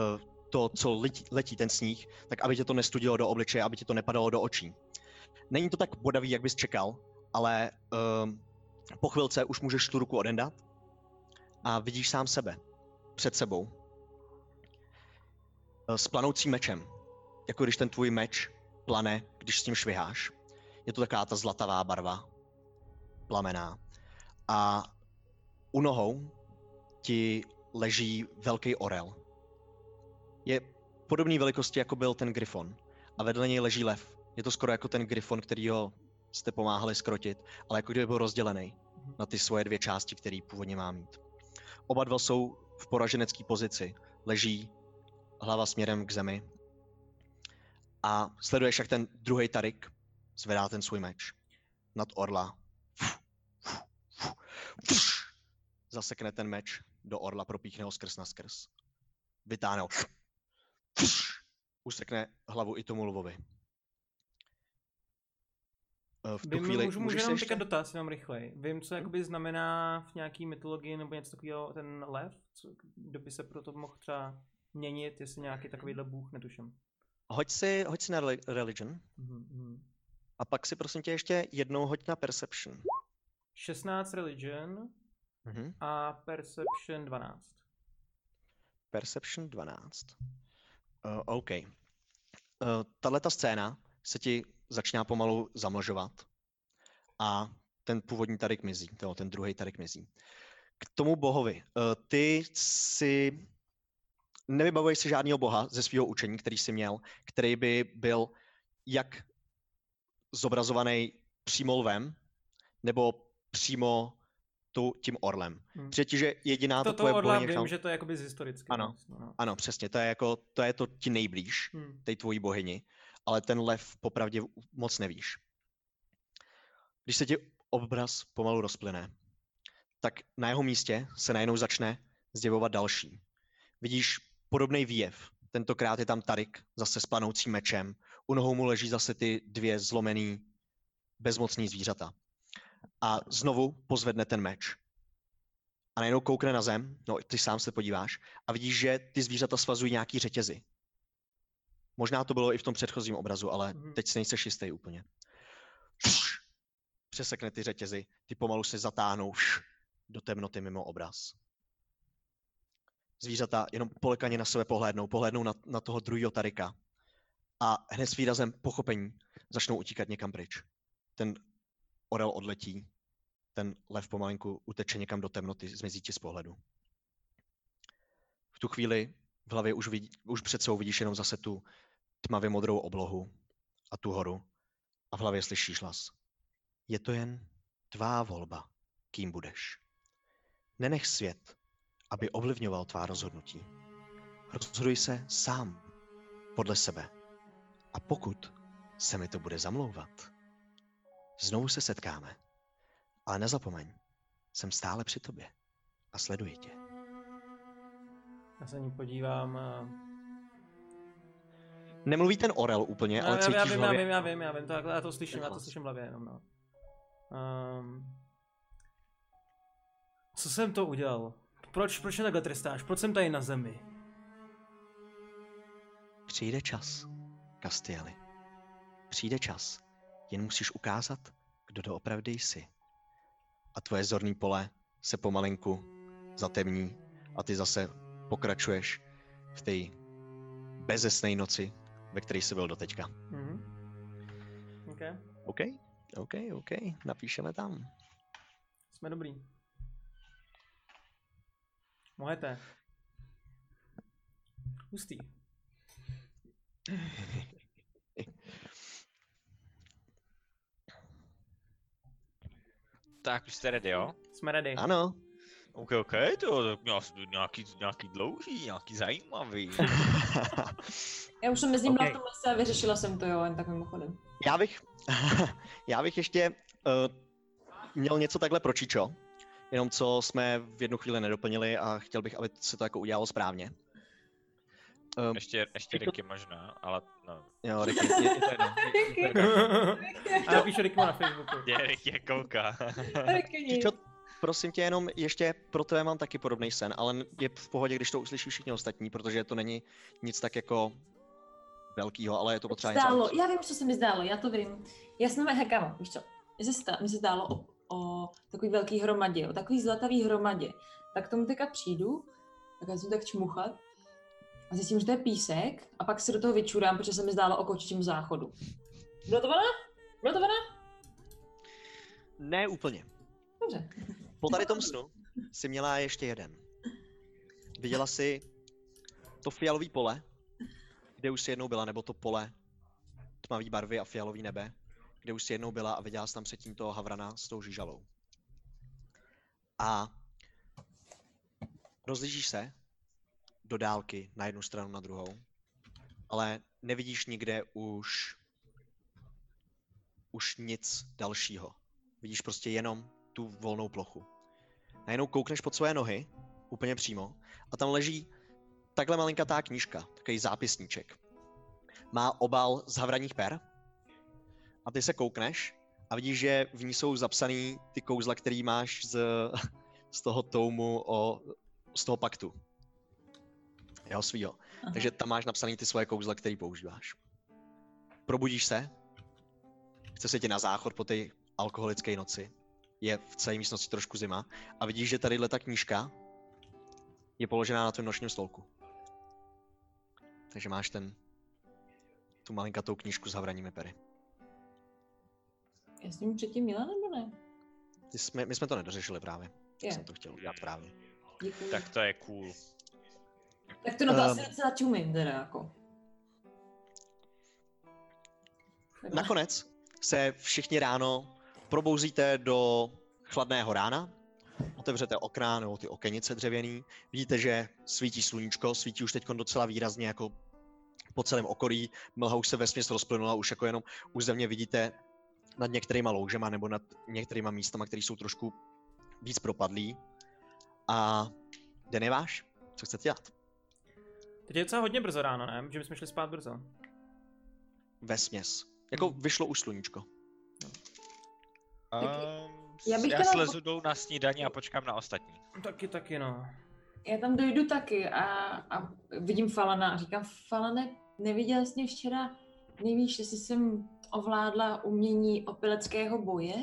to, co letí, letí ten sníh, tak aby tě to nestudilo do obličeje, aby ti to nepadalo do očí. Není to tak bodavý, jak bys čekal, ale um, po chvilce už můžeš tu ruku odendat a vidíš sám sebe před sebou eh, s planoucím mečem. Jako když ten tvůj meč plane, když s ním šviháš. Je to taková ta zlatavá barva, plamená. A u nohou ti leží velký orel. Je podobný velikosti, jako byl ten grifon. A vedle něj leží lev. Je to skoro jako ten grifon, který ho jste pomáhali skrotit, ale jako kdyby byl rozdělený
Mhm.
na ty svoje dvě části, které původně má mít. Oba dva jsou v poraženecké pozici. Leží hlava směrem k zemi. A sleduješ, jak ten druhý Tarik zvedá ten svůj meč nad orla. Zasekne ten meč do orla, propíchne ho skrz na skrz. Vytáhne ho. Usekne hlavu i tomu lvovi. Eh, V
Vím,
tu chvíli
můžu, můžu
můžeš se
jenom
ještě...
teďka dotaz, jenom rychlej. Vím, co jakoby znamená v nějaký mytologii nebo něco takového ten lev, co, kdo by se proto mohl třeba měnit, jestli nějaký takovýhle bůh, netuším.
Hoď si, hoď si na reli- religion.
Mhm, mhm.
A pak si prosím tě ještě jednou hoď na perception.
16 religion
Mhm.
a perception 12.
Perception 12. Uh, OK. Uh, tato scéna se ti začíná pomalu zamlžovat a ten původní Tarik mizí, toho, ten druhý Tarik mizí. K tomu bohovi. Uh, ty si nevybavuješ si žádného boha ze svého učení, který jsi měl, který by byl jak zobrazovaný přímo lvem, nebo přímo tu, tím orlem.
Hmm.
Přijde ti, že jediná
To
ta tvoje
toho orla
bohyně,
vím,
kterou-
že to je jakoby z historicky.
Ano.
Vlastně, no.
ano, přesně, to je jako, to je to ti nejblíž,
Hmm.
tej tvojí bohyni, ale ten lev popravdě v- moc nevíš. Když se ti obraz pomalu rozplyne, tak na jeho místě se najednou začne zjevovat další. Vidíš podobný výjev. Tentokrát je tam Tarik, zase s planoucím mečem. U nohou mu leží zase ty dvě zlomený, bezmocný zvířata. A znovu pozvedne ten meč. A najednou koukne na zem, no ty sám se podíváš, a vidíš, že ty zvířata svazují nějaký řetězy. Možná to bylo i v tom předchozím obrazu, ale
Mhm.
teď si nejseš jistý úplně. Přesekne ty řetězy, ty pomalu se zatáhnou do temnoty mimo obraz. Zvířata jenom polekaně na sebe pohlédnou, pohlédnou na, na toho druhého Tarika a hned s výrazem pochopení začnou utíkat někam pryč. Ten orel odletí, ten lev pomalinku uteče někam do temnoty, zmizí ti z pohledu. V tu chvíli v hlavě už, vidí, už před sebou vidíš jenom zase tu tmavě modrou oblohu a tu horu a v hlavě slyšíš hlas. Je to jen tvá volba, kým budeš. Nenech svět, aby ovlivňoval tvá rozhodnutí. Rozhoduj se sám, podle sebe. A pokud se mi to bude zamlouvat. Znovu se setkáme. Ale nezapomeň, jsem stále při tobě a sleduji tě.
Já se na ní podívám eh. a...
Nemluví ten orel úplně, ale
já, já,
cítíš v
vím, já
hlavě.
vím, já vím, já vím, to, já to slyším, já to
hlas.
slyším v hlavě jenom, no. Um, co jsem to udělal? Proč, proč mě takhle trestáš? Proč jsem tady na zemi?
Přijde čas, Castieli. Přijde čas. Jen musíš ukázat, kdo doopravdy jsi. A tvoje zorní pole se pomalinku zatemní a ty zase pokračuješ v té bezesné noci, ve které jsi byl doteďka.
Mhm. Okay.
OK, OK, OK, napíšeme tam.
Jsme dobrý. Můžete. Hustý.
Tak už jste ready, jo?
Jsme ready.
Ano,
OK, OK, to nějaký, nějaký, nějaký dlouhý, nějaký zajímavý.
Já už jsem mezi nimi
Ok.
okay. v tom lese a vyřešila jsem to, jo, jen tak mimochodem.
já bych, já bych ještě uh, měl něco takhle pro Čičo, jenom co jsme v jednu chvíli nedoplnili a chtěl bych, aby se to jako udělalo správně. Um,
ještě, ještě Ricky možná, ale no.
jo, Ricky, je, je to jedno.
A napíšu Rickmu na Facebooku.
Je, Ricky je kouká.
Rikini.
Čičo, prosím tě jenom ještě, pro tebe mám taky podobný sen, ale je v pohodě, když to uslyší všichni ostatní, protože to není nic tak jako velkýho, ale je to potřeba něco.
Zdálo,
víc.
já vím, co se mi zdálo, já to vím. Já jsem, he, kámo, víš co, mně se, stá, mně se zdálo o, o takový velký hromadě, o takový zlatavý hromadě. Tak k tomu teďka přijdu, tak já jsem tak čmuchat a zjistím, že to je písek a pak se do toho vyčurám, protože se mi zdálo o kočičím záchodu. Bylo to ona? Bylo to ona?
Ne úplně.
Dobře.
Po tady tom snu si měla ještě jeden. Viděla si to fialové pole, kde už si jednou byla, nebo to pole tmavý barvy a fialový nebe, kde už si jednou byla a viděla jsi tam předtím toho havrana s tou žižalou. A rozlížíš se do dálky na jednu stranu, na druhou, ale nevidíš nikde už už nic dalšího. Vidíš prostě jenom tu volnou plochu. Najednou koukneš pod své nohy, úplně přímo, a tam leží takhle malinkatá knížka, takový zápisníček. Má obal z havraních per a ty se koukneš a vidíš, že v ní jsou zapsaný ty kouzla, který máš z, z toho toumu o, z toho paktu. Jo, svýho.
Aha.
Takže tam máš napsaný ty svoje kouzla, který používáš. Probudíš se, chce se ti na záchod po té alkoholické noci, je v celé místnosti trošku zima a vidíš, že tadyhle ta knížka je položená na tvém nočním stolku. Takže máš ten tu malinkatou knížku s havranými pery.
Já jsem ji předtím měla nebo ne?
Ty jsme, my jsme to nedořešili právě.
Je,
Yeah. jsem to chtěl udělat právě.
děkuji. Tak,
tak to je cool.
tak to na to
Ehm.
asi docela čumím teda jako.
Nakonec se všichni ráno probouzíte do chladného rána, otevřete okna nebo ty okenice dřevěný, vidíte, že svítí sluníčko, svítí už teď docela výrazně jako po celém okolí, mlha už se vesměs rozplynula, už jako jenom u země vidíte nad některýma loužema nebo nad některýma místama, které jsou trošku víc propadlí. A den je váš, co chcete dělat?
Teď je docela hodně brzo ráno, ne? Že bychom šli spát brzo.
Vesměs. Jako vyšlo už sluníčko.
Tak
Um,
já
já,
bych
já
chtěla-
slezu dolů na snídaní a počkám na ostatní.
Taky, taky no.
Já tam dojdu taky a, a vidím Falana a říkám, Falane, neviděl jsi mě včera, nevíš, jestli jsem ovládla umění opileckého boje?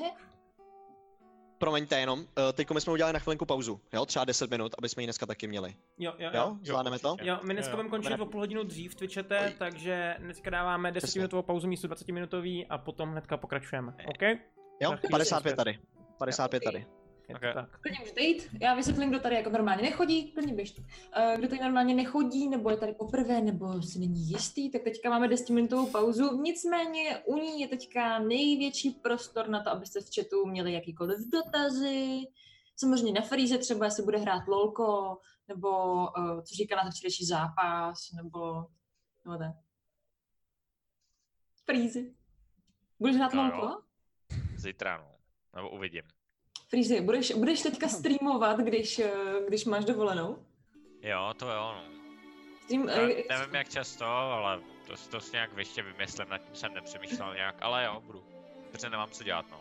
Promiňte jenom, teď my jsme udělali na chvilinku pauzu, jo, třeba 10 minut, aby jsme ji dneska taky měli.
Jo, jo,
Jo,
jo.
zvládneme to?
určitě.
Jo, my dneska
Jo,
budeme končit
dobré.
o půl hodinu dřív, twitchete, takže dneska dáváme
Přesně.
10-minutovou pauzu místo 20-minutový a potom hnedka pokračujeme. OK? Je
Jo,
Za chvíli
55
zpět.
tady. 55
Jo,
tady.
to
Okay.
tak.
Klidně můžete jít, já vysvětlím, kdo tady jako normálně nechodí, klidně běžte. Eh, Kdo tady normálně nechodí, nebo je tady poprvé, nebo si není jistý, tak teďka máme 10-minutovou pauzu. Nicméně u ní je teďka největší prostor na to, abyste v chatu měli jakýkoliv dotazy. Samozřejmě na Freeze třeba, jestli bude hrát lolko, nebo eh, co říká na ten včerejší zápas, nebo, nebo tak. Freezy. Budeš hrát
Jo, jo.
Monko?
Zítra, no. Nebo uvidím.
Frízi, budeš, budeš teďka streamovat, když, eh, když máš dovolenou?
Jo, to jo, no.
Stream,
Ne,
eh,
nevím jak často, ale to, to si nějak ještě vymyslím, nad tím jsem nepřemýšlel nějak, ale jo, budu. Protože nemám co dělat, no.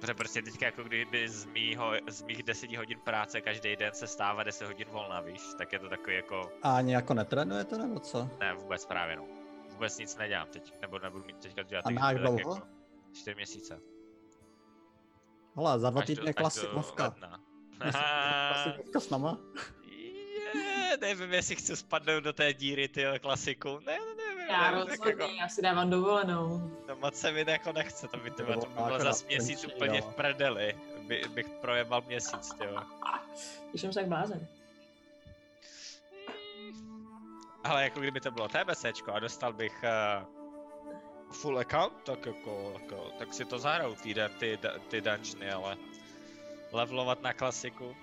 Protože prostě teďka jako kdyby z, mýho, z mých 10 hodin práce každý den se stává 10 hodin volna, víš, tak je to takový jako,
A ani jako netrénujete nebo co?
ne vůbec právě no. Vůbec nic nedělám teď, nebo nebudu mít teďka dělat.
A
takže
na jak
to je tak
dlouho?
Jako 4 měsíce.
Hele, za dva
Až do-
týdny
až do
klasimovka.
ledna.
Klasimovka s nama.
Je, nevím, jestli chci spadnout do té díry, ty klasiku. Ne, ne, nevím.
Já
nevím, tak jako-
rozhodně, já si dávám dovolenou.
No moc se mi jako nechce, to by, tyhle,
Nebo
to by bylo
akorát
zas měsíc
tenčí,
úplně
jo.
v prdeli, by, bych projebal měsíc, jo.
Když jsem se jak blázen.
Ale jako kdyby to bylo TBCčko a dostal bych uh, full account, tak jako, jako, tak si to zahraju týden, ty, da- ty dungeony, ale levelovat na klasiku.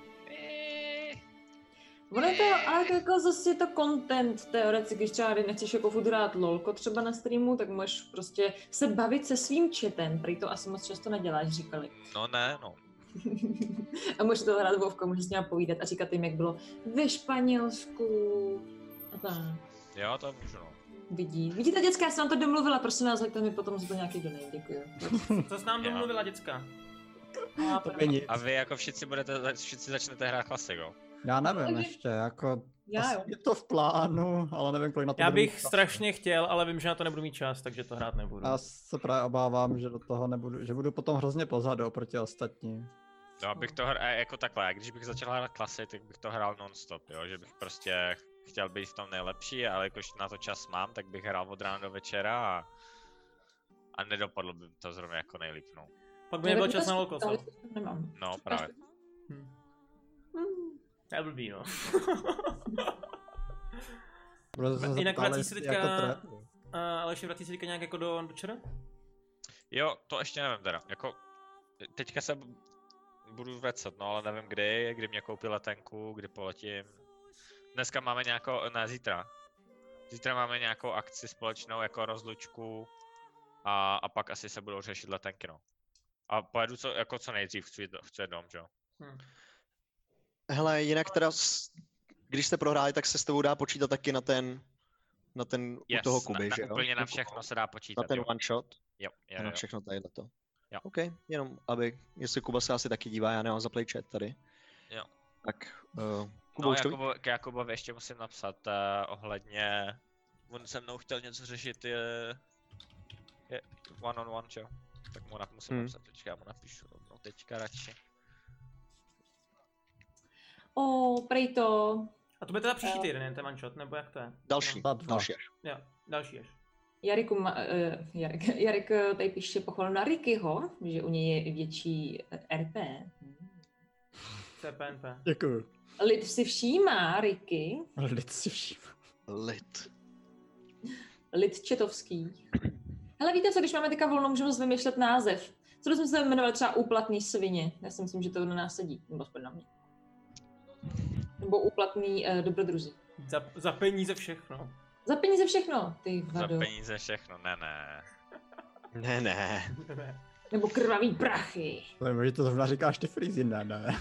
Ono je to, ale to jako zase je to content teoreticky, když třeba kdy nechceš jako furt hrát lolko třeba na streamu, tak můžeš prostě se bavit se svým chatem, prý to asi moc často neděláš, říkali.
No ne, no.
a můžeš to hrát Vovka, můžeš s ním povídat a říkat jim, jak bylo ve Španělsku. A tak.
Jo, to můžu, no.
Vidí. Vidíte, děcka, já jsem vám to domluvila, prosím vás, hoďte mi potom zbyl nějaký donate, děkuji.
Co s nám
Jo.
domluvila děcka?
A
Hm. To by nic.
A vy jako všichni budete, za- všichni začnete hrát klasiku.
Já nevím
takže-
ještě, jako...
já jo.
asi Je to v plánu, ale nevím, kolik na to
Já
budu mít
bych
času.
strašně chtěl, ale vím, že na to nebudu mít čas, takže to hrát nebudu.
Já se právě obávám, že do toho nebudu, že budu potom hrozně pozadu oproti ostatním.
No, abych to hrál jako takhle, já když bych začal hrát klasy, tak bych to hrál non-stop, jo, že bych prostě chtěl být v tom nejlepší, ale jakož na to čas mám, tak bych hrál od rána do večera a, a nedopadlo by to zrovna jako nejlíp, no.
Pak by nebyl čas na lolko, co?
Nemám.
No, právě.
Hm.
Hmm.
To je blbý, no.
Protože se
Jinak
zeptali,
vrací se
jestli
teďka-
trénuju.
A Eh, Aleši, vrací se teďka nějak jako do, do čera?
Jo, to ještě nevím teda, jako teďka se bu- budu vracet, no, ale nevím kdy, kdy mě koupí letenku, kdy poletím. Dneska máme nějakou, ne, zítra. Zítra máme nějakou akci společnou, jako rozlučku a, a pak asi se budou řešit letenky, no. A pojedu co, jako co nejdřív, chci, jít do- chci jít dom, že jo.
Hele, jinak teda, s- když jste prohráli, tak se s tebou dá počítat taky na ten, na ten u toho Kuby,
na,
že
na,
jo?
Úplně na
Jako
U Kuby.
všechno se dá
Na
počítat,
ten
jo.
one shot,
jo, jo,
a na
jo.
všechno tady to.
Jo.
OK, jenom aby, jestli Kuba se asi taky dívá, já nemám zaplay chat tady.
Jo.
Tak, uh, Kuba
jako
No,
už to ví?
Jakubo, k Jakubovi ještě musím napsat uh, ohledně... On se mnou chtěl něco řešit, je... je one on one, že jo? Tak mu nap, musím
Hmm.
hmm. napsat, počkej, já mu napíšu rovnou teďka radši.
O, prej to,
A to bude teda příští
Jo.
týden, jen ten one shot, nebo jak to je?
další,
Za dva.
další až.
Jo, další až.
Jarek, Jarek, Jarek eh, tady píše pochvalu na Rickyho, že u něj je větší eh, RP.
To je PNP.
Děkuju.
Lid si všímá Ricky,
Lid si všiml.
Lit.
lid četovský. Hele, víte co, když máme teďka volno, můžeme si vymýšlet název. Co bychom se jmenovali třeba úplatný svině? Já si myslím, že to na nás sedí, nebo aspoň na mě. Nebo úplatný eh, dobrodruzi.
Za, za peníze všechno.
Za peníze všechno, ty
Za
vado.
peníze všechno, ne, ne.
Ne, ne.
Ne.
Nebo krvavý prachy.
Nevím, že to zrovna říkáš ty frízy, ne, ne.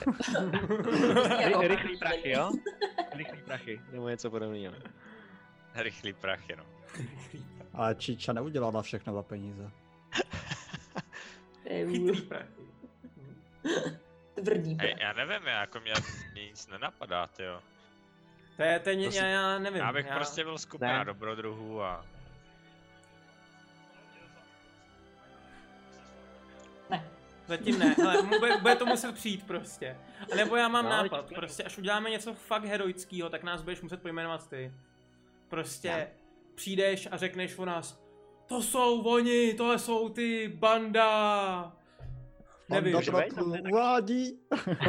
Jako-
Rychlý prachy, jo? Rychlý prachy. Nebo něco podobného.
Rychlý prach jenom.
Ale Číča neudělala všechno za peníze.
To je
Chytrý prachy.
Tvrdý
Hej,
prach.
já nevím, já, jako mě, mě nic nenapadá, jo.
To je, to je,
To si-
já, já nevím.
Já bych
já...
prostě byl skupina
Ne.
dobrodruhů a...
Ne.
Zatím ne, ale bude, bude to muset přijít prostě. A nebo já mám
No,
nápad, prostě až uděláme něco fakt heroického, tak nás budeš muset pojmenovat ty. Prostě přijdeš a řekneš o nás, to jsou oni, tohle jsou ty, banda. Nevím,
On
že-
do trochu uvádí.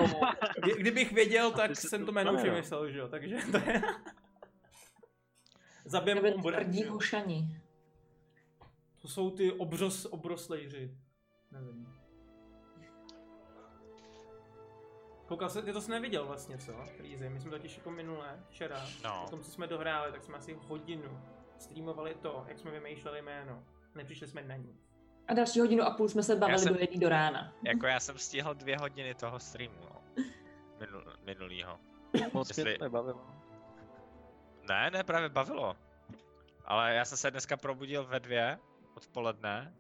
Kdy- kdybych věděl, tak
se
jsem
tu
to jméno už
pane, no.
vymyslel, že jo, takže to je... Zabijem
Nebo
ombra-
tvrdí
jo.
hošani.
To jsou ty obros, obrosleři. Nevím. Koukal se, ty to jsi neviděl vlastně, co? Freezy, my jsme totiž jako minule, včera,
No.
o tom, co jsme dohráli, tak jsme asi hodinu streamovali to, jak jsme vymýšleli jméno. Nepřišli jsme na nic.
A další hodinu a půl jsme se bavili
jsem-
do jedné do rána.
Jako já jsem stihl dvě hodiny toho streamu, no. Minul, minulýho.
Moc
Jestli-
Jestli... mě to nebavilo.
Ne, ne, právě bavilo. Ale já jsem se dneska probudil ve dvě odpoledne,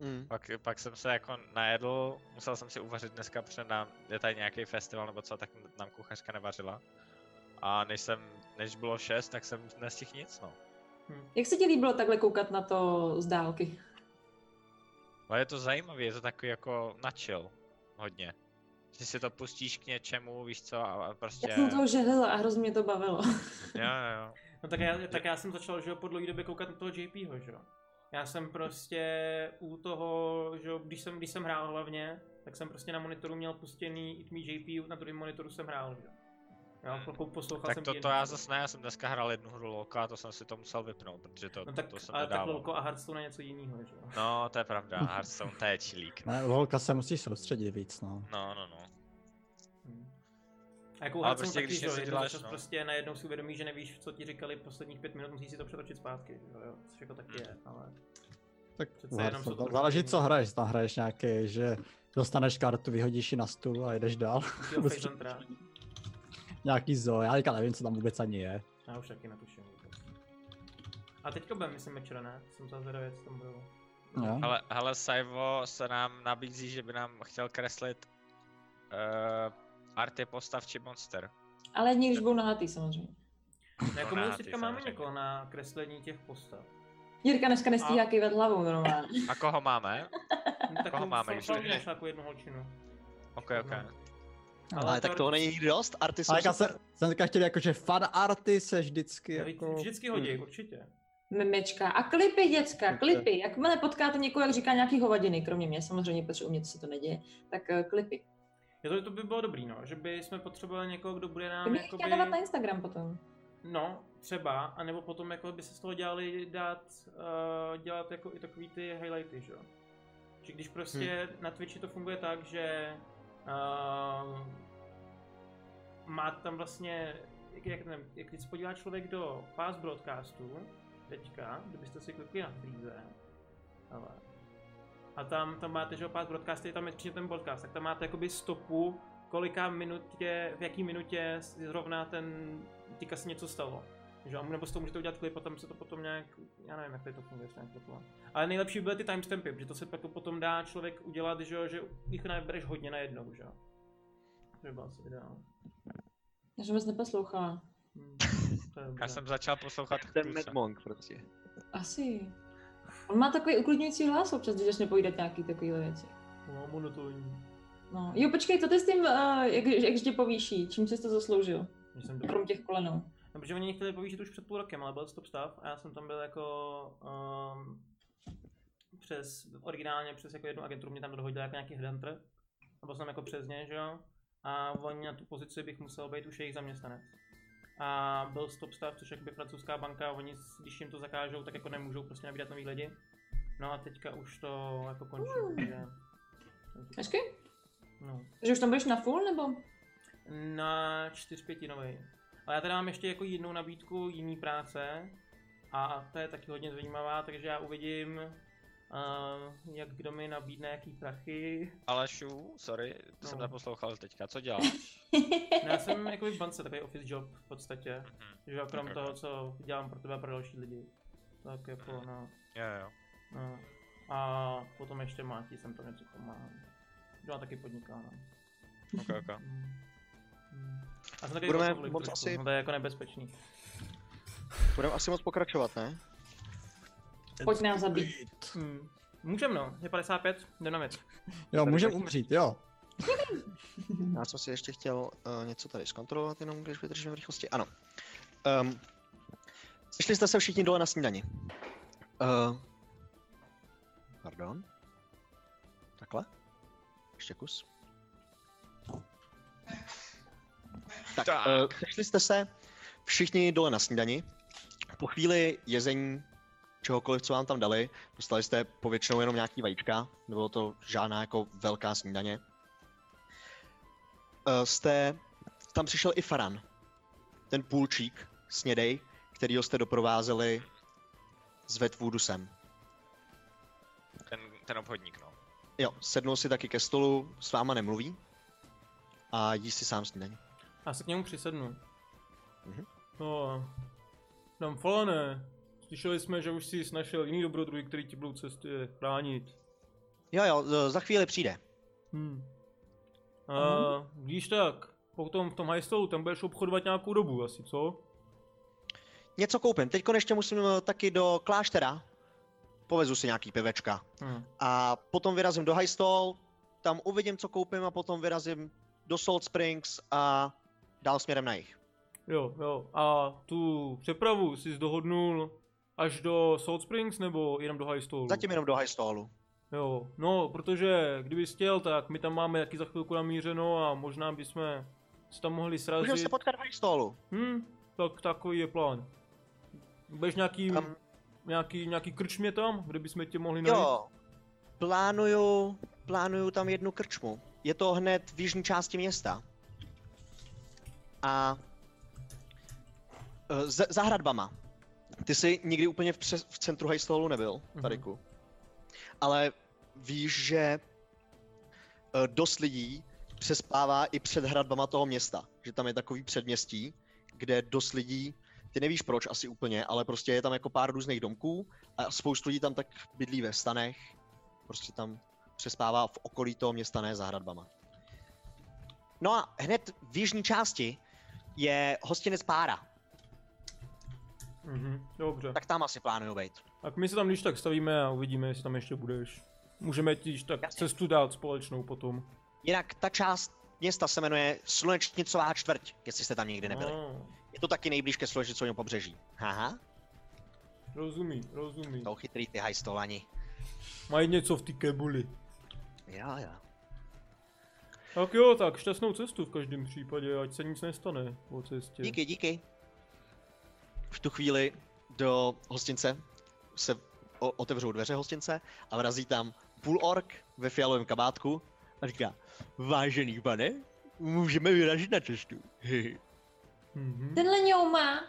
Mm.
pak, pak jsem se jako najedl, musel jsem si uvařit dneska, protože nám, je tady nějaký festival nebo co, tak nám kuchařka nevařila. A než jsem, než bylo šest, tak jsem nestihl nic, no.
Jak se ti líbilo takhle koukat na to z dálky?
Ale je to zajímavé, je to takový jako na chill, hodně. Že si to pustíš k něčemu, víš co, a a prostě...
Já jsem toho žehlila a hrozně mě to bavilo.
Jo, jo, jo.
No tak já, tak já jsem začal, že jo, po dlouhé době koukat na toho JPho, že jo. Já jsem prostě u toho, že jo, když jsem, když jsem hrál hlavně, tak jsem prostě na monitoru měl pustěný It Me JP, na druhém monitoru jsem hrál, že jo. Já
Hmm.
po- poslouchal
Tak
jsem
to,
ti
to
jen.
já zase ne, já jsem dneska hrál jednu hru Lolka a to jsem si to musel vypnout, protože to,
No tak,
to jsem
ale tak
nedával.
Lolko a Hearthstone je něco jiného, že jo.
No, to je pravda, Hearthstone to je čilík.
Ne, Volka se musí soustředit víc, no.
No, no, no.
Hmm. A jako u
Ale
Hearthstone
prostě,
taky,
když
že jo,
něco
jednou za
děláš,
čas
no.
prostě najednou si uvědomíš, že nevíš, co ti říkali posledních pět minut, musíš si to přetočit zpátky, že jo, což jako
Hmm.
taky je, ale...
Tak
Přece jenom
Hearthstone,
jsou to
to- záleží,
trošku
co
jiný.
hraješ. Tam hraješ nějaký, že dostaneš kartu, vyhodíš ji na stůl a jdeš dál.
Jo,
Vůbec
Fate Centra.
Nějaký zoo, já teďka nevím, co tam vůbec ani je.
Já už taky netuším vůbec. A teďka budeme, myslím, večera, ne? Jsem se zvědavý, co tam budou.
Jo.
Hele, hele Saivo se nám nabízí, že by nám chtěl kreslit uh, arty postav či monster.
Ale jedni, když budou nahatý samozřejmě.
No, jako my
na
už
ty
teďka máme
samozřejmě.
někoho na kreslení těch postav.
Jirka dneska nestíhá
A-
kývat hlavou normálně.
A koho máme?
No, tak
Koho máme
jsem
ještě?
fakt našel jako jednu holčinu.
Ok,
No.
ok.
No, Ale
Ale tak
teoreticky-
toho není nikdy dost, arty jsou...
A já jsem, jsem teďka chtěl, jako, že fan arty se vždycky
Vždy-
jako...
Vždycky hodí, určitě.
Memečka a klipy, děcka, klipy. Jakmile potkáte někoho, jak říká nějaký hovadiny, kromě mě samozřejmě, protože u mě to se to neděje, tak eh, klipy.
Je to, to by bylo dobrý, no, že by jsme potřebovali někoho, kdo bude
To
nám
bych
jakoby...
chtěla dávat na Instagram potom.
No, třeba, anebo potom jako by se z toho dělali dát, uh, dělat jako i takový ty highlighty, že jo. Že když prostě na Twitchi to funguje tak, že uh, máte tam vlastně, jak, jak, nevím, jak když se podívá člověk do past broadcastu, teďka, kdybyste si klikli na Freeze, ale, a tam, tam máte, že jo, past broadcasty, tam je příště ten podcast, tak tam máte jakoby stopu, kolika minutě, v jaký minutě zrovna ten, teďka se něco stalo. Že? jo, Nebo z toho můžete udělat klip a tam se to potom nějak, já nevím, jak tady to funguje, jestli nějak klipovat. Ale nejlepší byly ty timestampy, protože to se pak potom dá člověk udělat, že, jo, že jich nebereš hodně najednou, že jo. To by bylo asi ideální.
Já jsem moc neposlouchala.
Hmm, to je dobře.
Já jsem začal poslouchat
Ten
Kluce.
Madmonk prostě.
Asi. On má takový uklidňující hlas občas, když začne povídat nějaký takovýhle věci.
No, monotónní.
No. Jo, počkej, co ty s tím,
eh,
uh, jak, jak tě povýší? Čím jsi to zasloužil?
Že jsem
Krom
dobrý.
těch kolenou.
No, protože oni mě chtěli povýšit už před půl rokem, ale byl stop stav a já jsem tam byl jako um, přes, originálně přes jako jednu agenturu mě tam dohodil jako nějaký headhunter. A byl jsem jako přes ně, že jo. A oni na tu pozici bych musel být už jejich zaměstnanec. A byl stop stav, což jakoby francouzská banka, oni s- když jim to zakážou, tak jako nemůžou prostě nabídat nový lidi. No a teďka už to jako končí, takže...
Hezky?
No.
Že už tam budeš na full, nebo?
Na čtyřpětinový. Ale já tady mám ještě jako jinou nabídku, jiný práce. A ta je taky hodně zajímavá, takže já uvidím, uh, jak kdo mi nabídne jaký prachy.
Alešu, sorry, to jsem
No.
neposlouchal teďka, co děláš?
No, já jsem jako v bance, takový office job v podstatě.
Mhm,
Že jo, krom
Ok, Mhm. ok.
toho, co dělám pro tebe a pro další lidi. Tak jako no,
jo, jo.
no. A potom ještě Máti jsem tam něco pomáhal. Kdo má taky podniká, no.
Ok, ok.
Mm. Mm. A jsem takový
Budeme
workaholik
moc
trošku,
asi-
no, to je jako nebezpečný.
Budeme asi moc pokračovat, ne?
Pojď nás zabít.
Hmm. Můžem no, je 55, jdem na věc.
Jo, můžeme umřít, jo.
Já jsem si ještě chtěl uh, něco tady zkontrolovat, jenom když vydržím v rychlosti. Ano. Um, sešli jste se všichni dole na snídani. Uh, pardon. Takhle. Ještě kus.
Tak.
Tak, tak. Uh, sešli jste se všichni dole na snídani. Po chvíli jezení čehokoliv, co vám tam dali, dostali jste povětšinou jenom nějaký vajíčka, nebylo to žádná jako velká snídaně. Eh, jste, tam přišel i Faran, ten půlčík snědej, kterýho jste doprovázeli s Vetvůdu sem.
Ten, ten obchodník, no.
Jo, sednul si taky ke stolu, s váma nemluví a jí si sám snídaní.
Já se k němu přisednu.
Mhm.
No, nám falané. Slyšeli jsme, že už jsi našel jiný dobrodruhy, který ti budou cesty chránit.
Jo, jo, z- za chvíli přijde.
Hm. A, víš tak, potom v tom hajstolu tam budeš obchodovat nějakou dobu asi, co?
Něco koupím. Teď ještě musím eh, taky do kláštera. Povezu si nějaký pivečka.
Hm.
A potom vyrazím do Highstall, tam uvidím, co koupím a potom vyrazím do Salt Springs a dál směrem na jich.
Jo, jo. A tu přepravu jsi dohodnul až do Salt Springs nebo jenom do Highstolu?
Zatím jenom do Highstallu.
Jo, no, protože kdyby chtěl, tak my tam máme taky za chvilku namířeno a možná bychom se tam mohli
Můžeme
srazit.
se potkat v Highstallu.
Hm, tak takový je plán. Budeš nějaký,
Tam-
nějaký, nějaký krčmě tam, kde bychom tě mohli najít?
Jo, plánuju, plánuju tam jednu krčmu. Je to hned v jižní části města. A eh, za, za hradbama. Ty jsi nikdy úplně v, přes, v centru Hajstolu nebyl,
Mhm.
Tariku. Ale víš, že eh, dost lidí přespává i před hradbama toho města. Že tam je takový předměstí, kde dost lidí, ty nevíš proč asi úplně, ale prostě je tam jako pár různých domků a spoustu lidí tam tak bydlí ve stanech, prostě tam přespává v okolí toho města, ne za hradbama. No a hned v jižní části je hostinec Pára,
Mhm, dobře. Tak.
tak tam asi plánuju být.
tak my se tam když tak stavíme a uvidíme, jestli tam ještě budeš. Můžeme ti již tak
Jasně.
cestu dát společnou potom.
Jinak ta část města se jmenuje Slunečnicová čtvrť, jestli jste tam nikdy nebyli.
No,
Je to taky nejblíž ke Slunečnicovému pobřeží. Haha,
rozumí, rozumí.
to chytrý ty hajstolani.
Mají něco v ty kebuli.
Jo, jo.
Tak jo, tak šťastnou cestu v každém případě, ať se nic nestane po cestě.
Díky, díky. V tu chvíli do hostince se o, otevřou dveře hostince a vrazí tam půl ork ve fialovém kabátku
A říká, vážený pane, můžeme vyrazit na cestu.
Mhm.
Tenhle ňou má.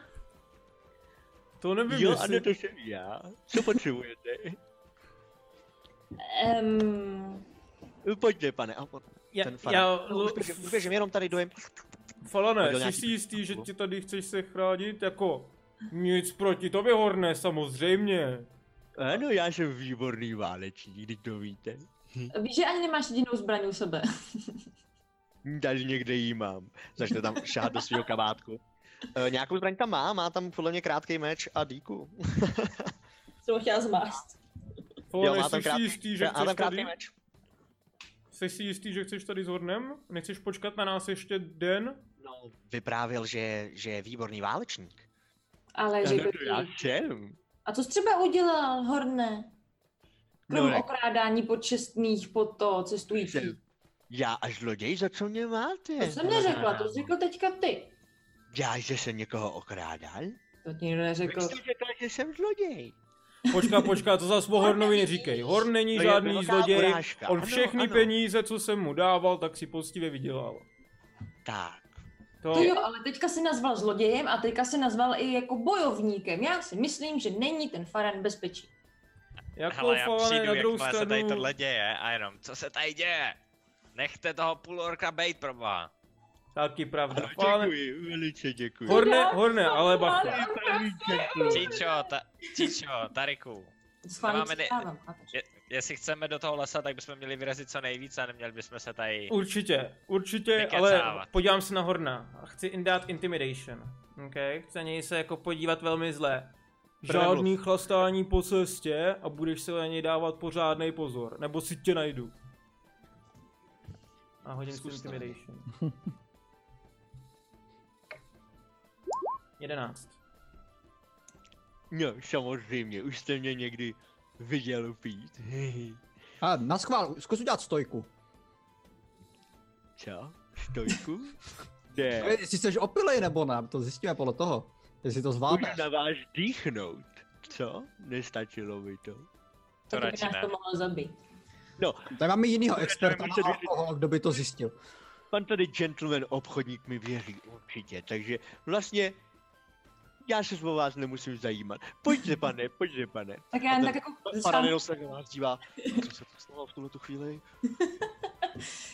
To nevím,
jo,
jestli...
ano, to jsem já. Co potřebujete?
Um,
Pojďte, pane. A pot-
já,
ten farák.
já,
no, už běžím, už běžím, jenom tady dojem.
Falane,
Hodil
jsi
nějaký
si jistý, že
pivo.
ti tady chceš se chránit? Jako, nic proti tobě, Horné, samozřejmě.
Ano, já jsem výborný válečník, když to víte.
víš, že ani nemáš jedinou zbraň u sebe.
Tady někde jí mám. Začne tam šahat do svého kabátku. E, nějakou zbraň tam má, má tam podle mě krátký meč a díku.
Jsem ho chtěla zmást.
Jo,
Falane,
má tam
jsi si
krátký,
jistý, že
má
chceš
tam krátký
tady?
meč.
Jsi si jistý, že chceš tady s Hornem? Nechceš počkat na nás ještě den?
No, vyprávěl, že, že je výborný válečník.
Ale
Ano,
řekl
to já
ti,
jsem.
a co jsi třeba udělal, Horne? Krom
No, tak
okrádání počestných po to cestující.
já a zloděj, za co mě
To
máte?
jsem neřekla, to jsi řekl teďka ty.
Já, že jsem někoho okrádal?
To ti nikdo
Vy
neřekl.
jste řekla, že jsem zloděj.
Počká, počká, to zas o Hornovi neříkej. Horn není
To je
žádný
velká
zloděj.
urážka.
On
Ano,
všechny
ano.
peníze, co jsem mu dával, tak si poctivě vydělal.
Tak,
To,
To jo, ale teďka si nazval zlodějem a teďka si nazval i jako bojovníkem. Já si myslím, že není ten Faran bezpečí.
jako
Hele, já
Falane, na
přijdu,
druhou
jakmile se tady
stranu...
tohle děje a jenom, co se tady děje? Nechte toho půlorka bejt, proboha.
Taky pravda. Falane,
děkuji, velice děkuji.
Horne,
Já
horne, No,
No,
ale bacha.
No.
Čičo, ta, čičo, Tariku.
Schválně
Nemáme ne-
přistávám, chápeš?
Je, jestli chceme do toho lesa, tak bychom měli vyrazit co nejvíce a neměli bychom se tady...
Určitě, určitě,
Vykecávat.
ale podívám se na Horna. a Chci jim dát intimidation. Okay? Chci na něj se jako podívat velmi zle.
Prvemluv.
Žádný chlastání po cestě a budeš se na něj dávat pořádný pozor, nebo si tě najdu. A hodím si
Zkus to.
intimidation. 11.
No, samozřejmě, už jste mě někdy viděl pít.
A na schvál, zkus udělat stojku.
Co? Stojku? Ne,
Je- Jestli jsi opilej nebo ne, to zjistíme podle toho. Jestli to zvládneš.
můžu na vás dýchnout. Co? Nestačilo mi to.
To
Tak by
radši
nás
ne.
to mohlo zabít.
Tady máme jinýho experta
můžu
na alkohol, kdo by to zjistil.
Pan tady gentleman obchodník mi věří určitě, takže vlastně Já se o vás nemusím zajímat. Pojďte, pane, pojďte, pane.
Tak
A
já jen
ten
tak jako
Pan
začínám
jenom se na vás dívá, co se to stalo v tuhle tu chvíli.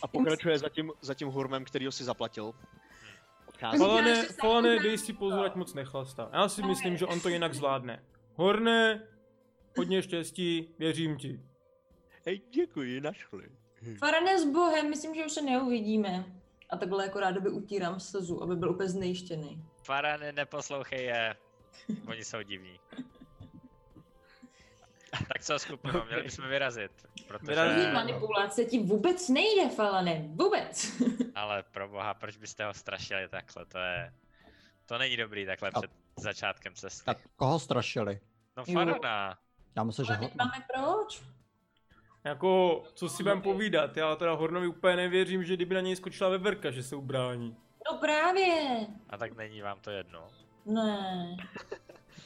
A pokračuje za tím, za tím hurmem, který ho si zaplatil. Odchází.
Pojď.
Polone,
Děláš to
polone,
jako-
sám.
dej si pozor, ať moc nechlastá. Já si myslím, že on to jinak zvládne. Horné, hodně štěstí, věřím ti.
Hej, děkuji, našli.
Farane s Bohem,
myslím, že už se neuvidíme. A takhle jako rádoby utírám slzu, aby byl úplně znejištěný.
Farany, neposlouchej je. Oni jsou divní. Tak co, skupino, měli bychom vyrazit. Protože,
Vyrazit.
Takový manipulace ti vůbec nejde, Falane, vůbec.
ale pro boha, proč byste ho strašili takhle, to je... To není dobrý takhle
A-
před začátkem cesty.
Tak koho strašili?
No
Jo.
Farana,
Já myslím, že
Ale
ho...
teď máme proč?
Jako, co si vám povídat, já teda Hornovi úplně nevěřím, že kdyby na něj skočila veverka, že se ubrání.
No právě.
a tak není vám to jedno.
Ne.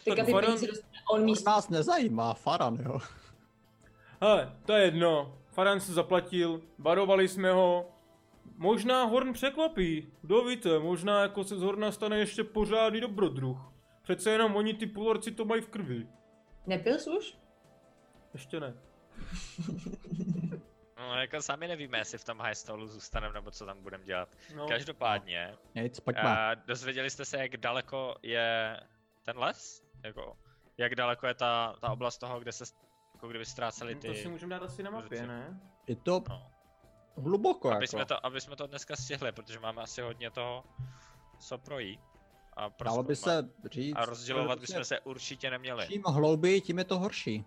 Teďka
Tak
ty
Faran-
peníze dostane on
Míst...
místo.
Nás nezajímá, Faran, jo.
Hele, to je jedno, Faran se zaplatil, varovali jsme ho. Možná Horn překvapí, kdo víte, možná jako se z Horna stane ještě pořádný dobrodruh. Přece jenom oni ty půlorci to mají v krvi.
Nepil jsi už?
Ještě ne.
No jako sami nevíme, jestli v tom high stolu zůstaneme nebo co tam budeme dělat.
No.
Každopádně,
Nic, pojďme.
a dozvěděli jste se, jak daleko je ten les? Jako, jak daleko je ta, ta oblast toho, kde se jako kdyby ztráceli
No, To si
ty...
můžeme dát asi na mapě,
Dobře.
ne?
Je to
No.
hluboko,
Aby jsme,
jako.
to, aby jsme to dneska stihli, protože máme asi hodně toho, co projít. A
Dalo by
prozkoumat.
se říct...
A rozdělovat
prostě
bychom se určitě neměli.
Čím hlouběji, tím je to horší.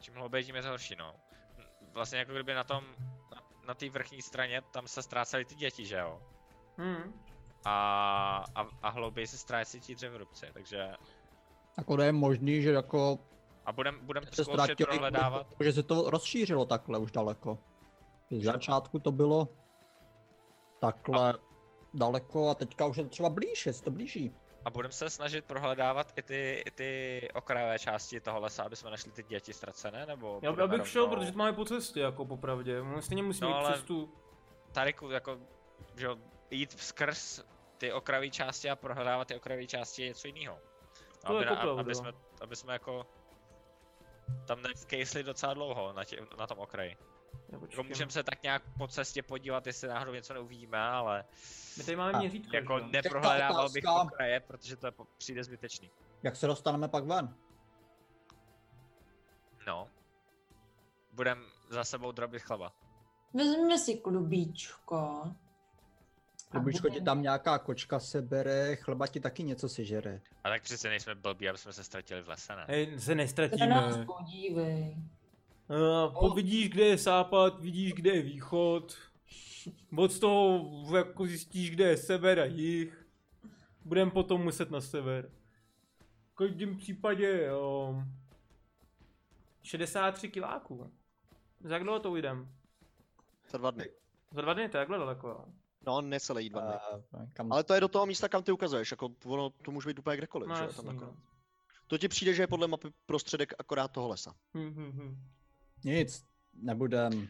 Čím hlouběji, tím je to horší, no. Vlastně jako kdyby na tom, na- na té vrchní straně, tam se ztrácely ty děti, že jo?
Hmm.
A, a, a hlouběji se ztrácí ti dřevorubci, takže...
Jako to je možný, že jako
A budem, budem
se
zkoušet
ztratili,
prohledávat.
že se to rozšířilo takhle už daleko. Z začátku to bylo takhle daleko a teďka už je to třeba blíž, je to blíží.
A budeme se snažit prohledávat i ty, i ty okrajové části toho lesa, aby jsme našli ty děti ztracené, nebo...
Já, já
budeme
bych šel,
rovnou-
protože to máme po cestě, jako popravdě. My stejně musíme
No,
no, jít
ale-
ale... cestu.
Tady ku- jako, že jo, jít skrz ty okrajové části a prohledávat ty okrajové části je něco jiného.
To
aby,
je jako
na-
pravda.
aby, jsme, aby jsme jako tam nevkejsli docela dlouho na, tě, na tom okraji.
Já
Jako
počkám.
můžeme se tak nějak po cestě podívat, jestli náhodou něco neuvidíme, ale
My tady máme
A,
měřítko.
jako
že jo?
neprohledával bych
otázka.
okraje, protože to je po- přijde zbytečný.
Jak se dostaneme pak ven?
No. Budem za sebou drobit chleba.
Vezměme si klubíčko. A
Kdybyško ti
budeme-
tam nějaká kočka sebere, chleba ti taky něco sežere.
A tak přece nejsme blbí, aby jsme se ztratili v lese, ne?
Hej, se
Kdo nás
nestratíme.
podívej.
Uh, po vidíš, kde je západ, vidíš, kde je východ. Od toho jako zjistíš, kde je sever a jih. Budeme potom muset na sever. V každém případě um, 63 kiláků. Za jak dlouho to ujdem?
Za dva dny.
Za dva dny, to je takhle daleko. jo.
No, necelý dva dny.
Eh, kam...
Ale to je do toho místa, kam ty ukazuješ, jako ono to může být úplně kdekoliv,
No,
že? jo,
jasný,
Tam jako-
no.
akorát. To ti přijde, že je podle mapy prostředek akorát toho lesa.
Hm, hm, hm.
Nic, nebudem.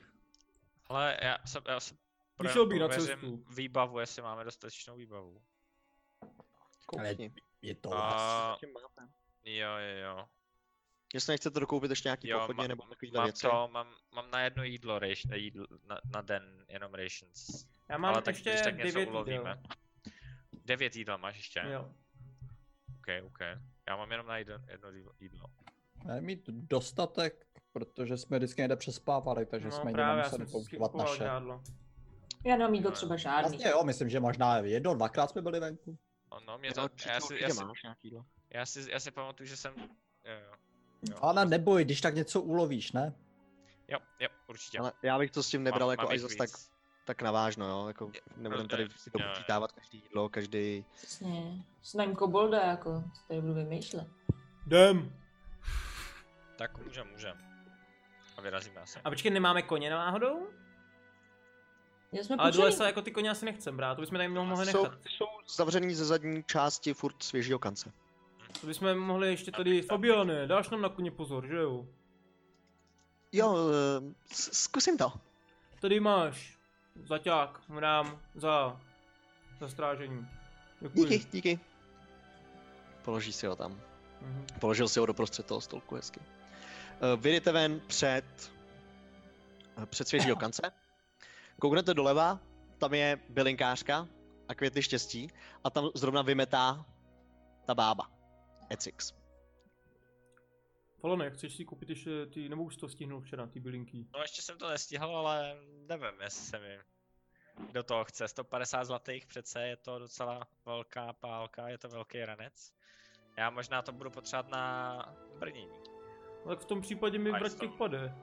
Ale já se, já se pro-
Vyšel bych na
prověřím
cestu.
výbavu, jestli máme dostatečnou výbavu.
Ale-
Koukni.
Je
No,
to
A,
Tím mapem.
jo, jo, jo.
Jestli nechcete dokoupit ještě nějaký
Jo,
pochodně
ma-
nebo takovýhle
Mám
věci.
to, mám, mám na jedno jídlo, reš, jídlo na, na den, jenom rations.
Já mám
Ale tak
ještě
když tak něco
9
ulovíme. Devět jídel máš ještě? Jo.
Jo.
Ok, ok. Já mám jenom na jedno, jedno jídlo- jídlo.
Budeme mít dostatek, protože jsme vždycky někde přespávali, takže
no,
jsme někde
právě, já
museli
jsem si
používat
kupoval
naše.
žádlo.
Já nám jídlo třeba žádný.
Vlastně jo, myslím, že možná jedno, dvakrát jsme byli venku.
No, no mě
Jo,
to,
určitě,
já, si,
určitě
já, si,
máš nějaký jídlo.
já, si, já si pamatuju, že jsem... Jo, jo. Jo,
Ale neboj, když tak něco ulovíš, ne?
jo, jo určitě.
Ale já bych to s tím
Mám-
nebral
mám
jako až
jich
zas
víc.
tak, tak navážno, jo? Jako nebudem tady
rozumím.
si to
Jo, jo.
počítávat každý jídlo, každý...
Přesně. Snaň kobolda, jako, co tady budu vymýšlet.
Jdem!
Tak můžem, můžem. A vyrazíme asi.
A počkej, nemáme koně náhodou?
Já jsme
Ale do
počali.
lesa jako ty koně asi nechcem brát, to bychom tady mohli
Jsou,
nechat.
jsou zavřený ze zadní části furt svěžího kance.
To bychom mohli ještě tady... Fabiane, dáš nám na koně pozor, že jo?
Jo, ehm, z- zkusím to.
Tady máš zaťák, nám za... za strážení. Děkuji.
Díky, díky. Položí si ho tam.
Mhm.
Položil si ho doprostřed toho stolku hezky. Eh, Vyjdete ven před, eh, před svěžího kance. Kouknete doleva, tam je bylinkářka a květy štěstí a tam zrovna vymetá ta bába. Etix.
Falone, chceš si koupit ještě ty, nebo už to stihnul včera, ty bylinky?
No ještě jsem to nestihl, ale nevím, jestli se mi do toho chce. 150 zlatých přece je to docela velká pálka, je to velký ranec. Já možná to budu potřebovat na brnění.
No, tak v tom případě mi
A
vrať
jsou.
těch pade.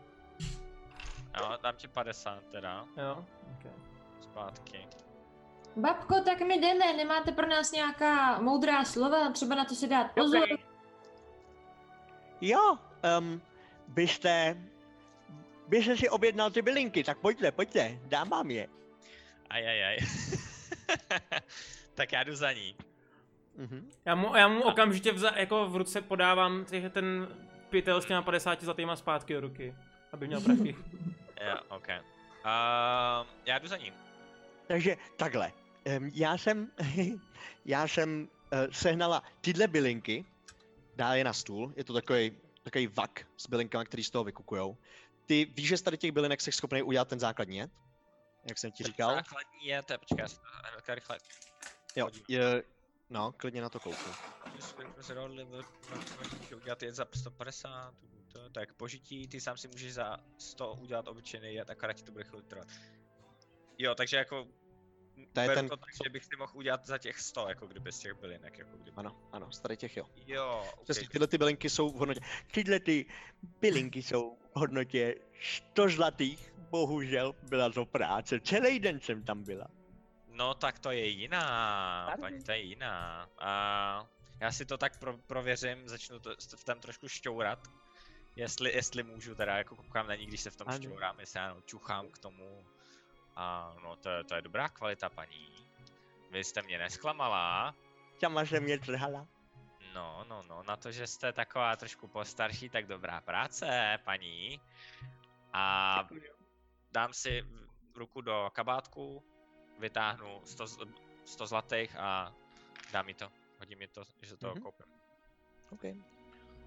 Jo, dám ti 50 teda,
Jo, okay.
zpátky.
Babko, tak my jdeme, nemáte pro nás nějaká moudrá slova, třeba na to si dát pozor. Okay.
Jo, um, byste, byste si objednal ty bylinky, tak pojďte, pojďte, dám vám je.
Ajajaj. tak já jdu za ní.
Mhm.
Já mu, já mu okamžitě vza, jako v ruce podávám těch- ten pytel s těma 50 zlatýma zpátky do ruky, aby měl prachy.
Jo, OK. Uh, já jdu za ní.
Takže takhle, um, já jsem, já jsem uh,
eh,
sehnala tyhle bylinky,
Dá je na stůl, je to takový, takový vak s bylinkami, který z toho vykukujou. Ty víš, že z tady těch bylinek jsi schopný udělat ten základní jed? Jak jsem ti říkal?
Základní je, to je, počkej, já si to hnedka rychle.
Jo, je, no, klidně na to kouknu.
My jsme- my jsme se dohodli, no, no, co jsme chtěli udělat je za 150, to, tak požití, ty sám si můžeš za 100 udělat obyčejný jet, akorát ti to bude chvíli trvat. Jo, takže jako
To je
beru
ten-
to tak, že bych si mohl udělat za těch 100, jako kdyby z těch bylinek, jako kdyby.
Ano, ano, z tady těch jo.
Jo, okay.
Přesně, tyhle ty bylinky jsou v hodnotě.
tyhle ty bylinky jsou v hodnotě 100 zlatých, bohužel byla to práce, celý den jsem tam byla.
No tak to je jiná,
Pardon.
paní, to je jiná. A já si to tak pro, prověřím, začnu to, s- v tom trošku šťourat. Jestli, jestli můžu, teda jako koukám na ní, když se v tom
Ano.
šťourám, jestli já no, čuchám k tomu. A no to, je- to je dobrá kvalita, paní. Vy jste mě nesklamala.
Sama jsem je trhala.
No, no, no, na to, že jste taková trošku postarší, tak dobrá práce, paní. A dám si v- ruku do kabátku, vytáhnu 100, z- 100 zlatých a dám mi to. Hodím mi to, že to
Mhm.
mm-hmm. koupím.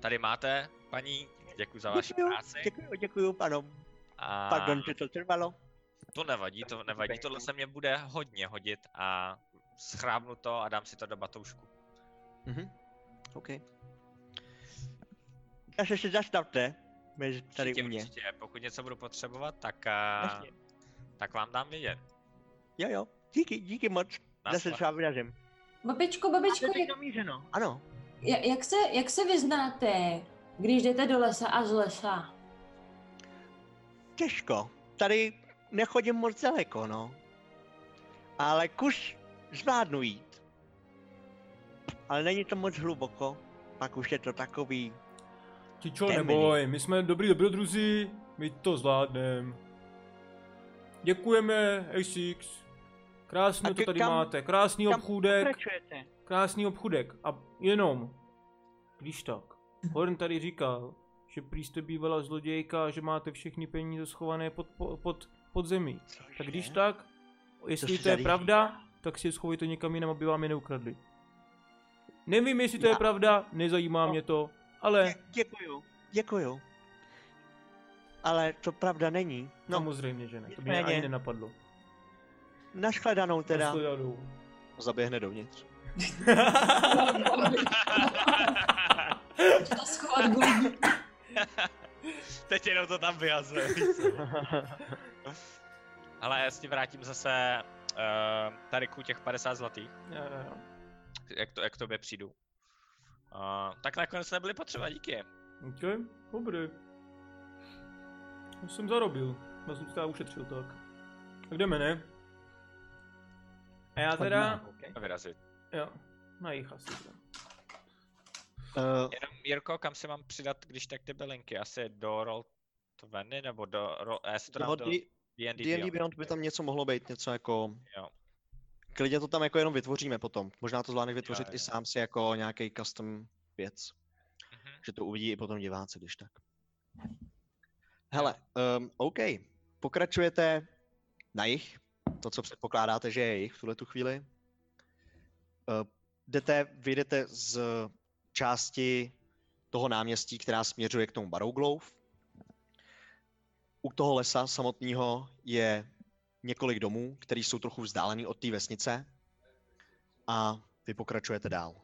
Tady máte, paní, děkuji za vaši
Děkuju,
práci.
Děkuju, děkuju panom.
A
Pardon, že to trvalo.
to nevadí, to nevadí, tohle se mě bude hodně hodit a schrábnu to a dám si to do batoušku.
Mhm. OK.
Takže se zastavte. Mezi tady
Určitě,
u mě.
určitě, pokud něco budu potřebovat, tak, a,
Jasně.
tak vám dám vědět.
Jo, jo. Díky, díky moc. Zase
Naschle.
třeba vyrazím.
Babičko, babičko,
Je
jak,
namířeno. Ano.
ja- jak, se, jak se vyznáte, když jdete do lesa a z lesa?
Těžko. Tady nechodím moc daleko, no. Ale kus zvládnu jít. Ale není to moc hluboko. Pak už je to takový...
Čičo,
Temný.
neboj, my jsme dobrý dobrodruzi, my to zvládneme. Děkujeme, ASICS. Krásně
A
to
ty
tady
kam-
máte, krásný
kam
obchůdek,
Pokračujete.
krásný obchůdek. A jenom, když tak, Horn tady říkal, že prý jste bývala zlodějka a že máte všechny peníze schované pod, po- pod, pod zemí. Tak když tak, jestli
si
to je
tady
pravda, tak si je schovejte někam jinam, aby vám je neukradli. Nevím, jestli to je
Já-
pravda, nezajímá
No.
mě to, ale
Dě- děkuju. Děkuju. Ale to pravda není. No,
samozřejmě, že ne. To by mě ani
Nicméně.
nenapadlo.
nashledanou teda.
Nashledanou.
Zaběhne dovnitř.
Chtěla schovat guličku.
Teď jenom to tam vyhazuje. Ale já s tím vrátím zase uh, tady ku těch 50 zlatých,
Jo, jo, jo.
jak, to, jak k tobě přijdu. Uh, tak nakonec nebyly potřeba, díky.
OK, dobrý. Já jsem zarobil, já jsem si to ušetřil tak. Tak jdeme, ne? A já teda...
A Vyrazit.
Jo, na jich asi. teda.
Uh,
Jenom, Jirko, kam si mám přidat, když tak ty bylinky? Asi do roll 20 nebo do roll... Já si to dám do
D&D,
D&D
D&D
Beyond.
Beyond by tam něco mohlo být, něco jako...
Jo.
Klidně to tam jako jenom vytvoříme potom. Možná to zvládneš vytvořit
Jo,
i
jo.
sám si jako nějaký custom věc.
Mhm.
Že to uvidí i potom diváci, když tak. Hele, um, OK. Pokračujete na jich, to, co předpokládáte, že je jich v tuhle tu chvíli. Uh, jdete, Ehm, vyjdete z části toho náměstí, která směřuje k tomu Barouglouf. U toho lesa samotného je několik domů, které jsou trochu vzdálený od té vesnice a vy pokračujete dál.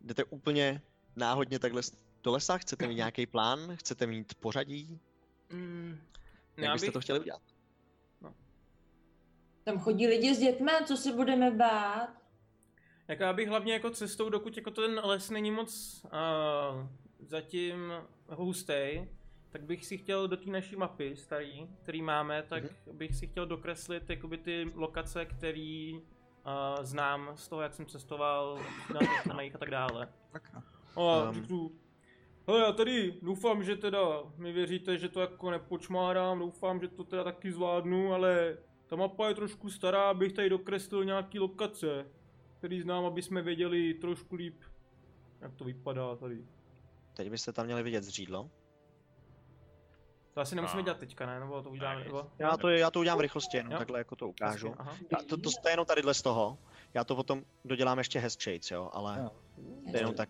Jdete úplně náhodně takhle s- do lesa? Chcete mít nějaký plán? Chcete mít pořadí?
Mm, no
Jak
já
byste
bych,
to chtěli udělat?
Tam chodí lidi s dětmi, co se budeme bát?
jako já bych hlavně jako cestou, dokud jako ten les není moc uh, zatím hustý, tak bych si chtěl do té naší mapy starý, který máme, tak bych si chtěl dokreslit jakoby ty lokace, který uh, znám z toho, jak jsem cestoval na těch tramvajích a tak dále. A
Ehm.
um. Hele, já tady doufám, že teda mi věříte, že to jako nepočmárám, doufám, že to teda taky zvládnu, ale ta mapa je trošku stará, abych tady dokreslil nějaký lokace, který znám, aby jsme věděli trošku líp, jak to vypadá tady.
Teď byste tam měli vidět zřídlo.
To asi nemusíme
No.
dělat teďka, ne? Nebo to už
Ne,
dáme,
nic.
nebo...
Já to, já to udělám v rychlosti, jenom
Jo.
takhle jako to ukážu.
Aha.
Já, to, to jste jenom tadyhle z toho. Já to potom dodělám ještě Hest Shades, jo, ale
Jo.
to je jenom tak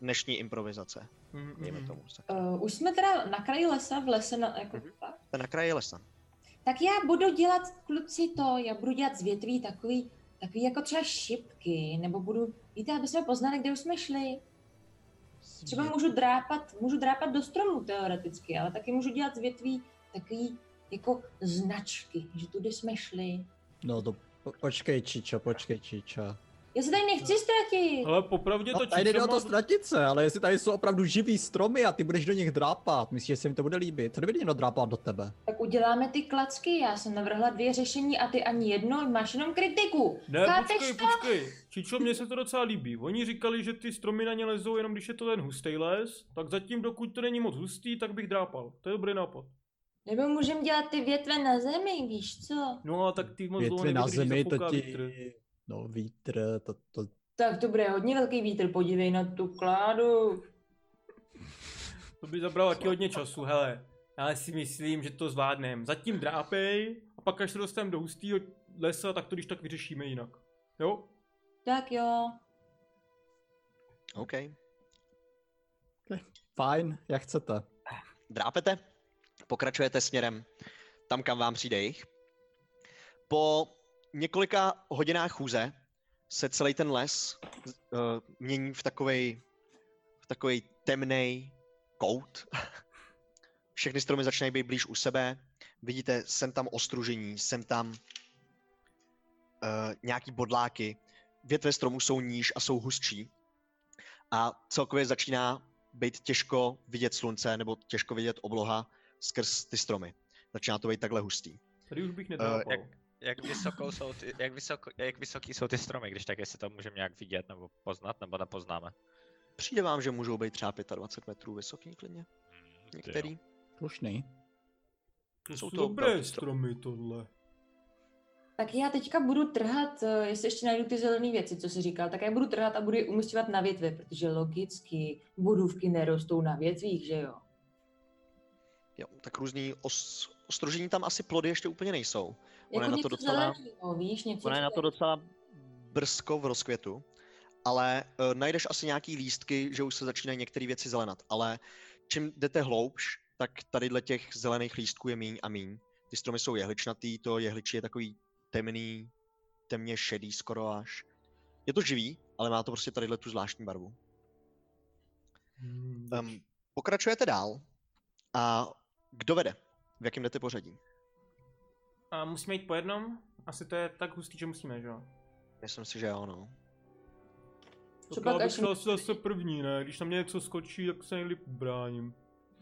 dnešní improvizace,
Mhm,
dejme
mhm.
tomu. sakra.
Uh, už jsme teda na kraji lesa, v lese na, jako
Mhm.
tak.
Jste na kraji lesa.
Tak já budu dělat, kluci, to, já budu dělat z větví takový, takový jako třeba šipky, nebo budu, víte, aby jsme poznali, kde už jsme šli. Třeba
Mhm.
můžu drápat, můžu drápat do stromů teoreticky, ale taky můžu dělat z větví takový jako značky, že tudy jsme šli.
No to po- počkej, Čičo, počkej, Čičo.
Já se tady nechci ztratit.
Ale popravdě to
No, tady jde o to
má-
ztratit se, ale jestli tady jsou opravdu živý stromy a ty budeš do nich drápat, myslíš, že se mi to bude líbit? To by někdo drápat do tebe.
Tak uděláme ty klacky, já jsem navrhla dvě řešení a ty ani jedno, máš jenom kritiku.
Ne,
Chápeš
počkej,
to?
počkej. Čičo, mně se to docela líbí. Oni říkali, že ty stromy na ně lezou jenom když je to ten hustý les, tak zatím dokud to není moc hustý, tak bych drápal. To je dobrý nápad.
Nebo můžeme dělat ty větve na zemi, víš co?
No a tak ty moc dlouho
Větve na
nevydrží,
zemi, to
zafouká
ti...
vítr.
No vítr, to, to,
Tak to bude hodně velký vítr, podívej na tu kládu.
To by zabralo taky hodně času, hele. Já si myslím, že to zvládnem. Zatím drápej a pak až se dostaneme do hustého lesa, tak to když tak vyřešíme jinak. Jo?
Tak jo.
OK.
fajn, jak chcete.
Drápete, pokračujete směrem tam, kam vám přijde jich. Po několika hodinách chůze se celý ten les uh, mění v takovej, v takovej temnej kout. Všechny stromy začínají být blíž u sebe. Vidíte, sem tam ostružení, sem tam uh, nějaký bodláky. Větve stromů jsou níž a jsou hustší. A celkově začíná být těžko vidět slunce nebo těžko vidět obloha skrz ty stromy. Začíná to být takhle hustý.
Tady už
Eh,
bych nedrápal.
jak- Jak, vysokou jsou ty, jak, vysoko, jak vysoký jsou ty stromy, když tak jestli to můžeme nějak vidět nebo poznat, nebo nepoznáme?
Přijde vám, že můžou být třeba 25 metrů vysoký klidně, některý.
Slušný.
to jsou
jsou to
dobré
velký
stromy tohle.
Tak já teďka budu trhat, eh, jestli ještě najdu ty zelené věci, co jsi říkal, tak já budu trhat a budu je umístěvat na větve, protože logicky budůvky nerostou na větvích, že jo?
Jo, tak různý os, ostrožení tam asi plody ještě úplně nejsou. Ona
Jako
je na to
něco
docela-
zeleného, víš, něco
Ona je na to
co-
docela brzko v rozkvětu, ale uh, najdeš asi nějaký lístky, že už se začínají některé věci zelenat, ale čím jdete hloubš, tak tadyhle těch zelených lístků je míň a míň. Ty stromy jsou jehličnatý, to jehličí je takový temný, temně šedý skoro až. Je to živý, ale má to prostě tadyhle tu zvláštní barvu.
Hmm.
Um, pokračujete dál a kdo vede? V jakém jdete pořadí?
A musíme jít po jednom? Asi to je tak hustý, že musíme, že jo?
Myslím si, že jo, no.
Co
Tak já
pak,
bych
až-
šel asi zase první, ne? Když na mě něco skočí, tak se nejlíp bráním.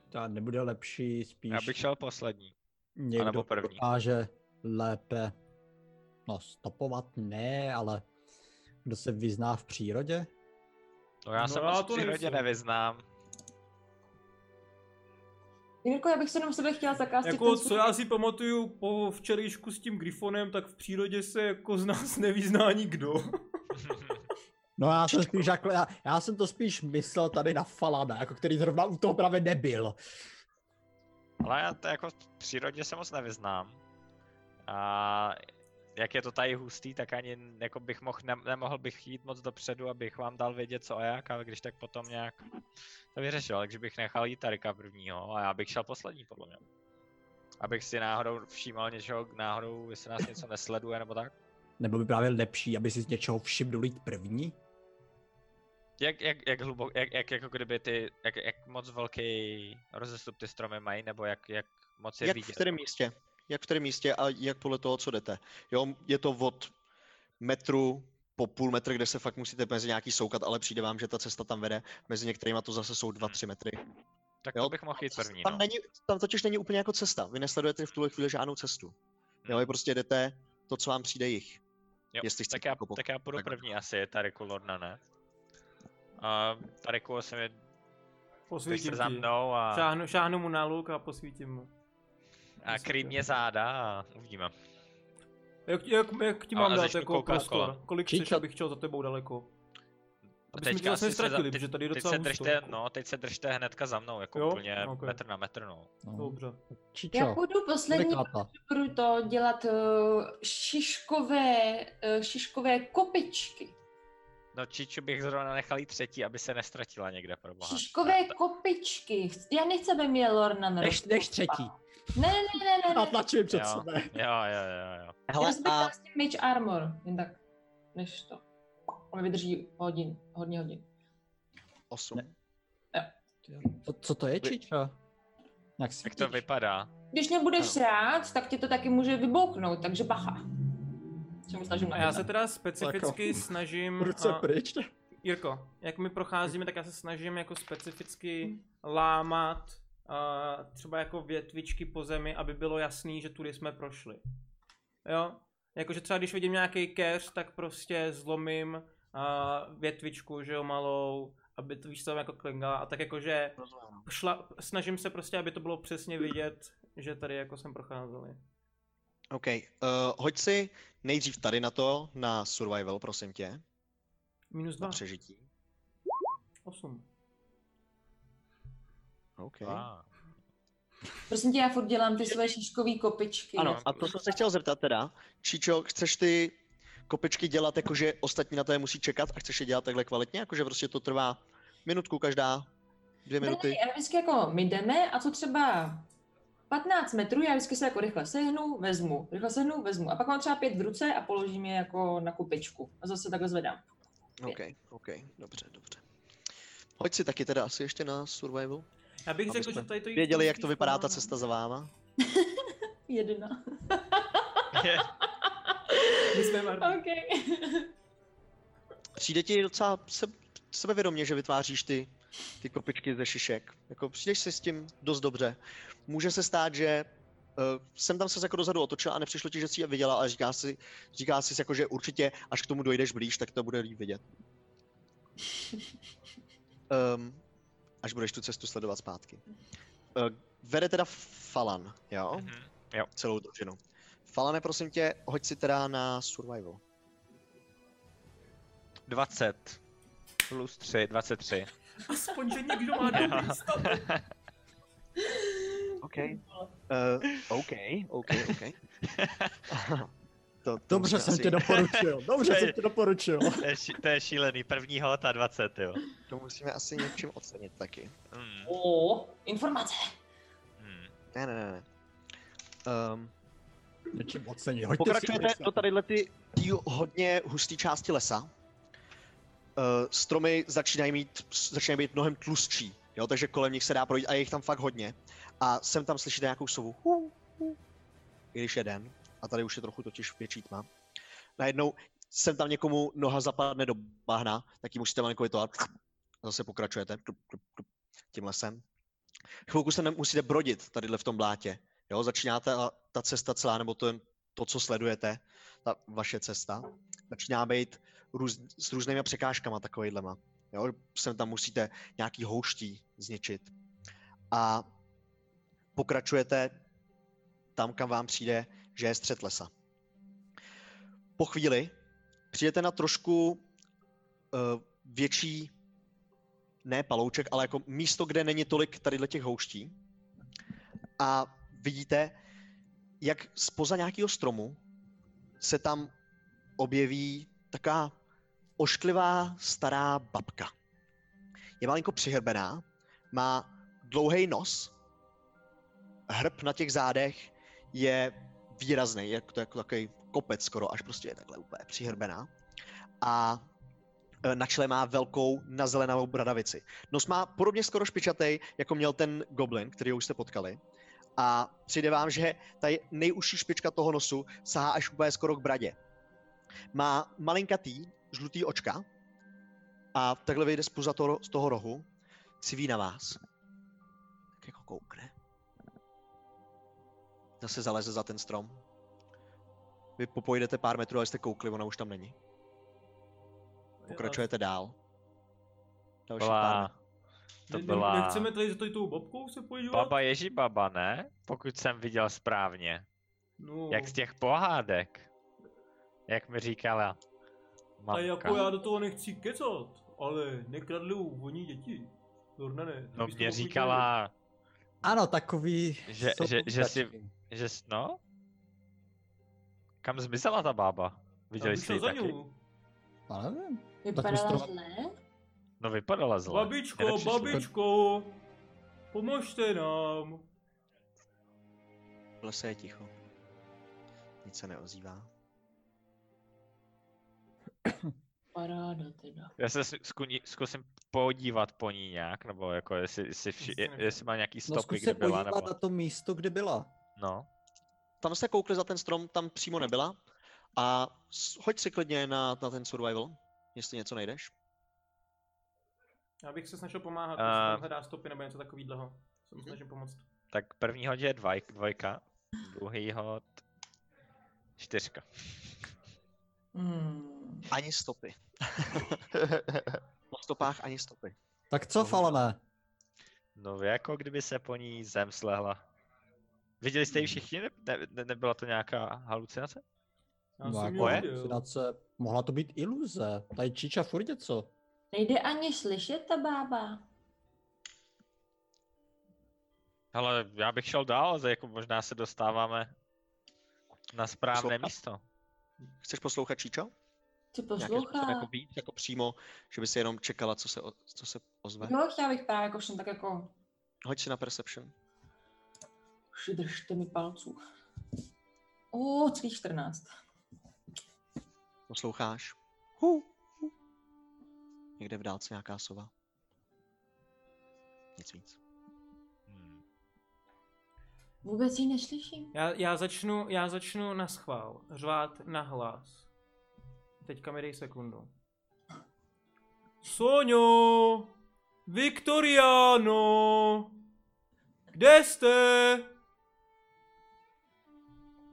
To nebude lepší, spíš
Já bych šel poslední.
někdo
anebo první.
dokáže lépe, no stopovat ne, ale kdo se vyzná v přírodě?
No já
No
no, se
já
moc
to
v přírodě
nejsem.
nevyznám.
Jirko, já bych se jenom sebe chtěla zakázat.
Jako, co já si pamatuju po včerejšku s tím Grifonem, tak v přírodě se jako z nás nevyzná nikdo.
No já jsem spíš jako, já, já jsem to spíš myslel tady na Falada, jako který zrovna u toho právě nebyl.
Ale já to jako v přírodě se moc nevyznám. A jak je to tady hustý, tak ani jako bych mohl, ne, nemohl bych jít moc dopředu, abych vám dal vědět co a jak, ale když tak potom nějak to vyřešil, takže bych nechal jít Tarika prvního a já bych šel poslední podle mě. Abych si náhodou všímal něčeho, náhodou, jestli nás něco nesleduje nebo tak.
Nebo by právě lepší, aby si z něčeho všimnul jít první?
Jak, jak, jak hluboko, jak, jak, jako kdyby ty, jak, jak moc velký rozestup ty stromy mají, nebo jak, jak moc je
Jak v
vidět?
kterém místě? Jak v kterém místě a jak podle toho, co jdete. Jo, je to od metru po půl metr, kde se fakt musíte mezi nějaký soukat, ale přijde vám, že ta cesta tam vede. Mezi některýma to zase jsou dva, tři metry.
Tak
jo,
to bych mohl jít první,
tam,
no.
není, tam totiž není úplně jako cesta. Vy nesledujete v tuhle chvíli žádnou cestu. Jo, vy prostě jdete to, co vám přijde jich.
Hmm. Jo,
jestli chcete
tak, já,
kopou-
tak já půjdu
tak-
první asi, Tariku Lorna, ne? A Tariku se mi jdeš
Posvítím
se za
ti.
mnou a,
Šáhnu, šáhnu mu na luk a posvítím mu.
a kryj mě záda a uvidíme.
Jak, jak, jak ti
A-
mám
a
dát
začnu
jako
koukat
prostor?
okolo.
Kolik
Číčo.
chceš, abych šel za tebou daleko? Aby jsme tě zase
asi se za-
ztratili,
teď-
protože tady je
teď
docela
se
husto,
držte,
jako.
no, teď se držte hnedka za mnou, jako
Jo?
úplně
Ok.
metr na metr, no.
No.
Dobře.
Já
Čičo,
půjdu jako poslední,
vykáta.
budu to dělat eh, šiškové, eh, šiškové kopičky.
No Čiču bych zrovna nechal jí třetí, aby se nestratila někde, pro boha.
Šiškové kopičky. Chc- Já nechci, aby mě Lorna
Než,
nerozkoušela.
než třetí.
Ne, ne, ne, ne, ne,
A
ne.
tlačím před
Jo.
sebe.
Jo, jo, jo, jo.
Já
Hele,
jsem
a
a... s tím Mage Armor, jen tak, než to. On vydrží hodin, hodně hodin.
osm.
Ne. To, co to je, Čičo? Jak si
Jak to vypadá?
Když mě budeš srát, tak tě to taky může vybouchnout, takže bacha. Co mi snažím
A já
napsat.
se teda specificky snažím...
Ruce
a-
pryč.
Jirko, jak my procházíme, tak já se snažím jako specificky lámat uh, třeba jako větvičky po zemi, aby bylo jasný, že tudy jsme prošli. Jo? Jakože třeba když vidím nějaký keř, tak prostě zlomím uh, větvičku, že jo, malou, aby to víš, co tam jako klingala. A tak jakože šla, snažím se prostě, aby to bylo přesně vidět, že tady jako jsem procházeli.
OK, uh, hoď si nejdřív tady na to, na survival, prosím tě,
Minus
na
dva,
přežití.
osm.
OK.
Ah.
Prosím tě, já furt dělám ty své šiškové kopičky.
Ano, a to jsem se chtěl zeptat teda. Číčo, chceš ty kopečky dělat jako, že ostatní na to je musí čekat a chceš je dělat takhle kvalitně, jako že prostě to trvá minutku každá, dvě
Ne,
minuty.
Já vždycky jako my jdeme a co třeba 15 metrů, já vždycky se jako rychle sehnu, vezmu, rychle sehnu, vezmu. A pak mám třeba pět v ruce a položím je jako na kupičku. A zase takhle zvedám.
OK, OK, dobře, dobře. Hoď si taky teda asi ještě na survival.
Já bych
Aby
řekl,
jsme
že tady to
Věděli, jak to vypadá ta cesta za váma?
Jedna.
My jsme marní.
OK.
Přijde ti docela se, sebevědomě, že vytváříš ty, ty kopičky ze šišek. Jako přijdeš si s tím dost dobře. Může se stát, že uh, jsem tam se jako dozadu otočil a nepřišlo ti, že jsi je viděla a říká si, říká si jako, že určitě až k tomu dojdeš blíž, tak to bude líp vidět. Um, až budeš tu cestu sledovat zpátky. Uh, vede teda Falan, jo?
Mhm.
Celou družinu. Falane, prosím tě, hoď si teda na survival.
20 plus 3, 23.
Aspoň, že někdo má dobrý stav.
OK. Uh, OK, OK, OK. to, to
Dobře
musíme
jsem
asi-
tě doporučil, dobře jsem tě doporučil.
To je, ši- to je šílený, první hod a 20, jo.
To musíme asi něčím ocenit taky.
Mm.
O, informace.
Mm.
Ne, ne, ne, ne. Um,
Něčím ocení, hoďte si
pokračujete
pryč.
do tadyhle ty, ty hodně husté části lesa. Uh, stromy začínají, mít, začínají být mnohem tlustší, jo, takže kolem nich se dá projít a je jich tam fakt hodně. A sem tam slyšíte nějakou sovu. Hů, hů. I když je den, a tady už je trochu totiž větší tma. Najednou sem tam někomu noha zapadne do bahna, tak ji musíte malinko vytovat. A zase pokračujete tup, tup, tup, tím lesem. Chvilku se nem- musíte brodit tadyhle v tom blátě. Jo, začíná ta, ta cesta celá, nebo ten, to, co sledujete, ta vaše cesta, začíná být růz, s různými překážkama takovejhlema. Jo, sem tam musíte nějaký houští zničit. A pokračujete tam, kam vám přijde, že je střed lesa. Po chvíli přijdete na trošku uh, větší, ne palouček, ale jako místo, kde není tolik tadyhle těch houští. A vidíte, jak spoza nějakého stromu se tam objeví taková ošklivá stará babka. Je malinko přihrbená, má dlouhý nos, hrb na těch zádech je výrazný, je to jako takový kopec skoro, až prostě je takhle úplně přihrbená. A eh, na čele má velkou nazelenou bradavici. Nos má podobně skoro špičatej, jako měl ten goblin, který už jste potkali. A přijde vám, že ta je- nejužší špička toho nosu sahá až úplně skoro k bradě. Má malinkatý, žlutý očka a takhle vyjde spoza toho, z toho rohu, civí na vás. Tak jako koukne. Zase zaleze za ten strom. Vy popojdete pár metrů, ale jste koukli, ona už tam není. Pokračujete dál. Další
Byla,
pár. metrů.
Ne-
to
ne-
byla
Nechceme tady s tady tou babkou se podívat?
baba Ježí baba, ne? Pokud jsem viděl správně.
No.
Jak z těch pohádek. Jak mi říkala
A
mamka.
jako já do toho nechci kecat, ale nekradli voní děti. Dornane.
No mě říkala,
Ano, takový
Že-
jsou
že- že si-
koutačky.
že s- no? Kam zmizela ta bába? Viděli jste ji taky?
Já nevím.
Vypadala
mistrova-
zle?
No vypadala zle.
Babičko,
Nepřišla.
babičko, pomožte nám.
V lese je ticho. Nic se neozývá.
Paráda teda.
Já se s- skuni, zkusím podívat po ní nějak, nebo jako jestli, jestli, vši,
Jasně,
je-
jasně.
jestli má nějaký
No
stopy,
zkus
kde
se
byla,
podívat
nebo...
na to místo, kde byla.
No.
Tam jste koukli za ten strom, tam přímo nebyla. A s- hoď si klidně na, na ten survival, jestli něco najdeš.
Já bych se snažil pomáhat,
Eh.
jestli tam hledá stopy nebo něco takového. Se mu snažím pomoct.
Tak první hod je dvaj, dvojka, druhý hod čtyřka.
Hmm.
Ani stopy. Po stopách ani stopy.
Tak co, Falane?
No jako kdyby se po ní zem slehla. Viděli jste ji všichni? Ne, ne- ne, nebyla to nějaká halucinace?
Já
No,
jsem
jako
ji
je?
viděl.
halucinace. Mohla to být iluze. Tady Číča furt něco.
Nejde ani slyšet ta bába.
Ale já bych šel dál, za- jako možná se dostáváme na správné
Poslouchám.
místo.
Chceš poslouchat Číčo?
Ty
Nějakým způsobem
poslouchá.
jako být, jako přímo, že by si jenom čekala, co se, o- co se ozve.
Jo, já bych právě jako všem tak jako
Hoď si na Perception.
Držte mi palců. O, celých 14.
Posloucháš. Hu, hu. Někde v dálce nějaká sova. Nic víc.
Hmm.
Vůbec ji neslyším.
Já, já, začnu, já začnu na schvál, řvát na hlas. Teďka mi dej sekundu. Soňo! Viktoriano! Kde jste?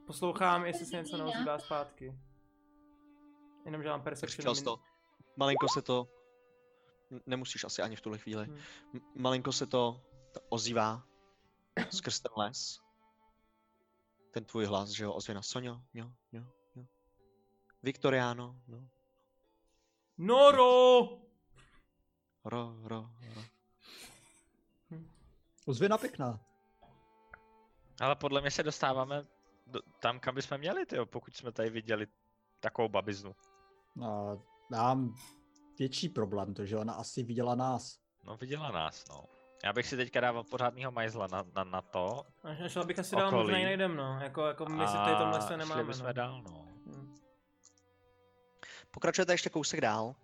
Poslouchám, jestli se něco neozývá zpátky. Jenom dělám
Křičel
perception.
jsi to. Malinko se to... N- Nemusíš asi ani v tuhle chvíli.
Hmm.
M- Malinko se to t- ozývá skrz ten les. Ten tvůj hlas, že jo, ozvěna. Soňo, jo, jo, jo. Viktoriano, no.
Noro!
Ro, ro, ro.
Uzvěna pěkná.
Ale podle mě se dostáváme do, tam, kam bychom měli, tyjo, pokud jsme tady viděli takovou babiznu.
No, mám větší problém, to, že ona asi viděla nás.
No viděla nás, no. Já bych si teďka dával pořádného majzla na, na, na to.
A šel bych asi dál,
Okolí.
možná ji najdem, no. Jako, jako my si tady tam lese nemáme,
šli bychom
no.
dál, no.
Hmm.
Pokračujete ještě kousek dál.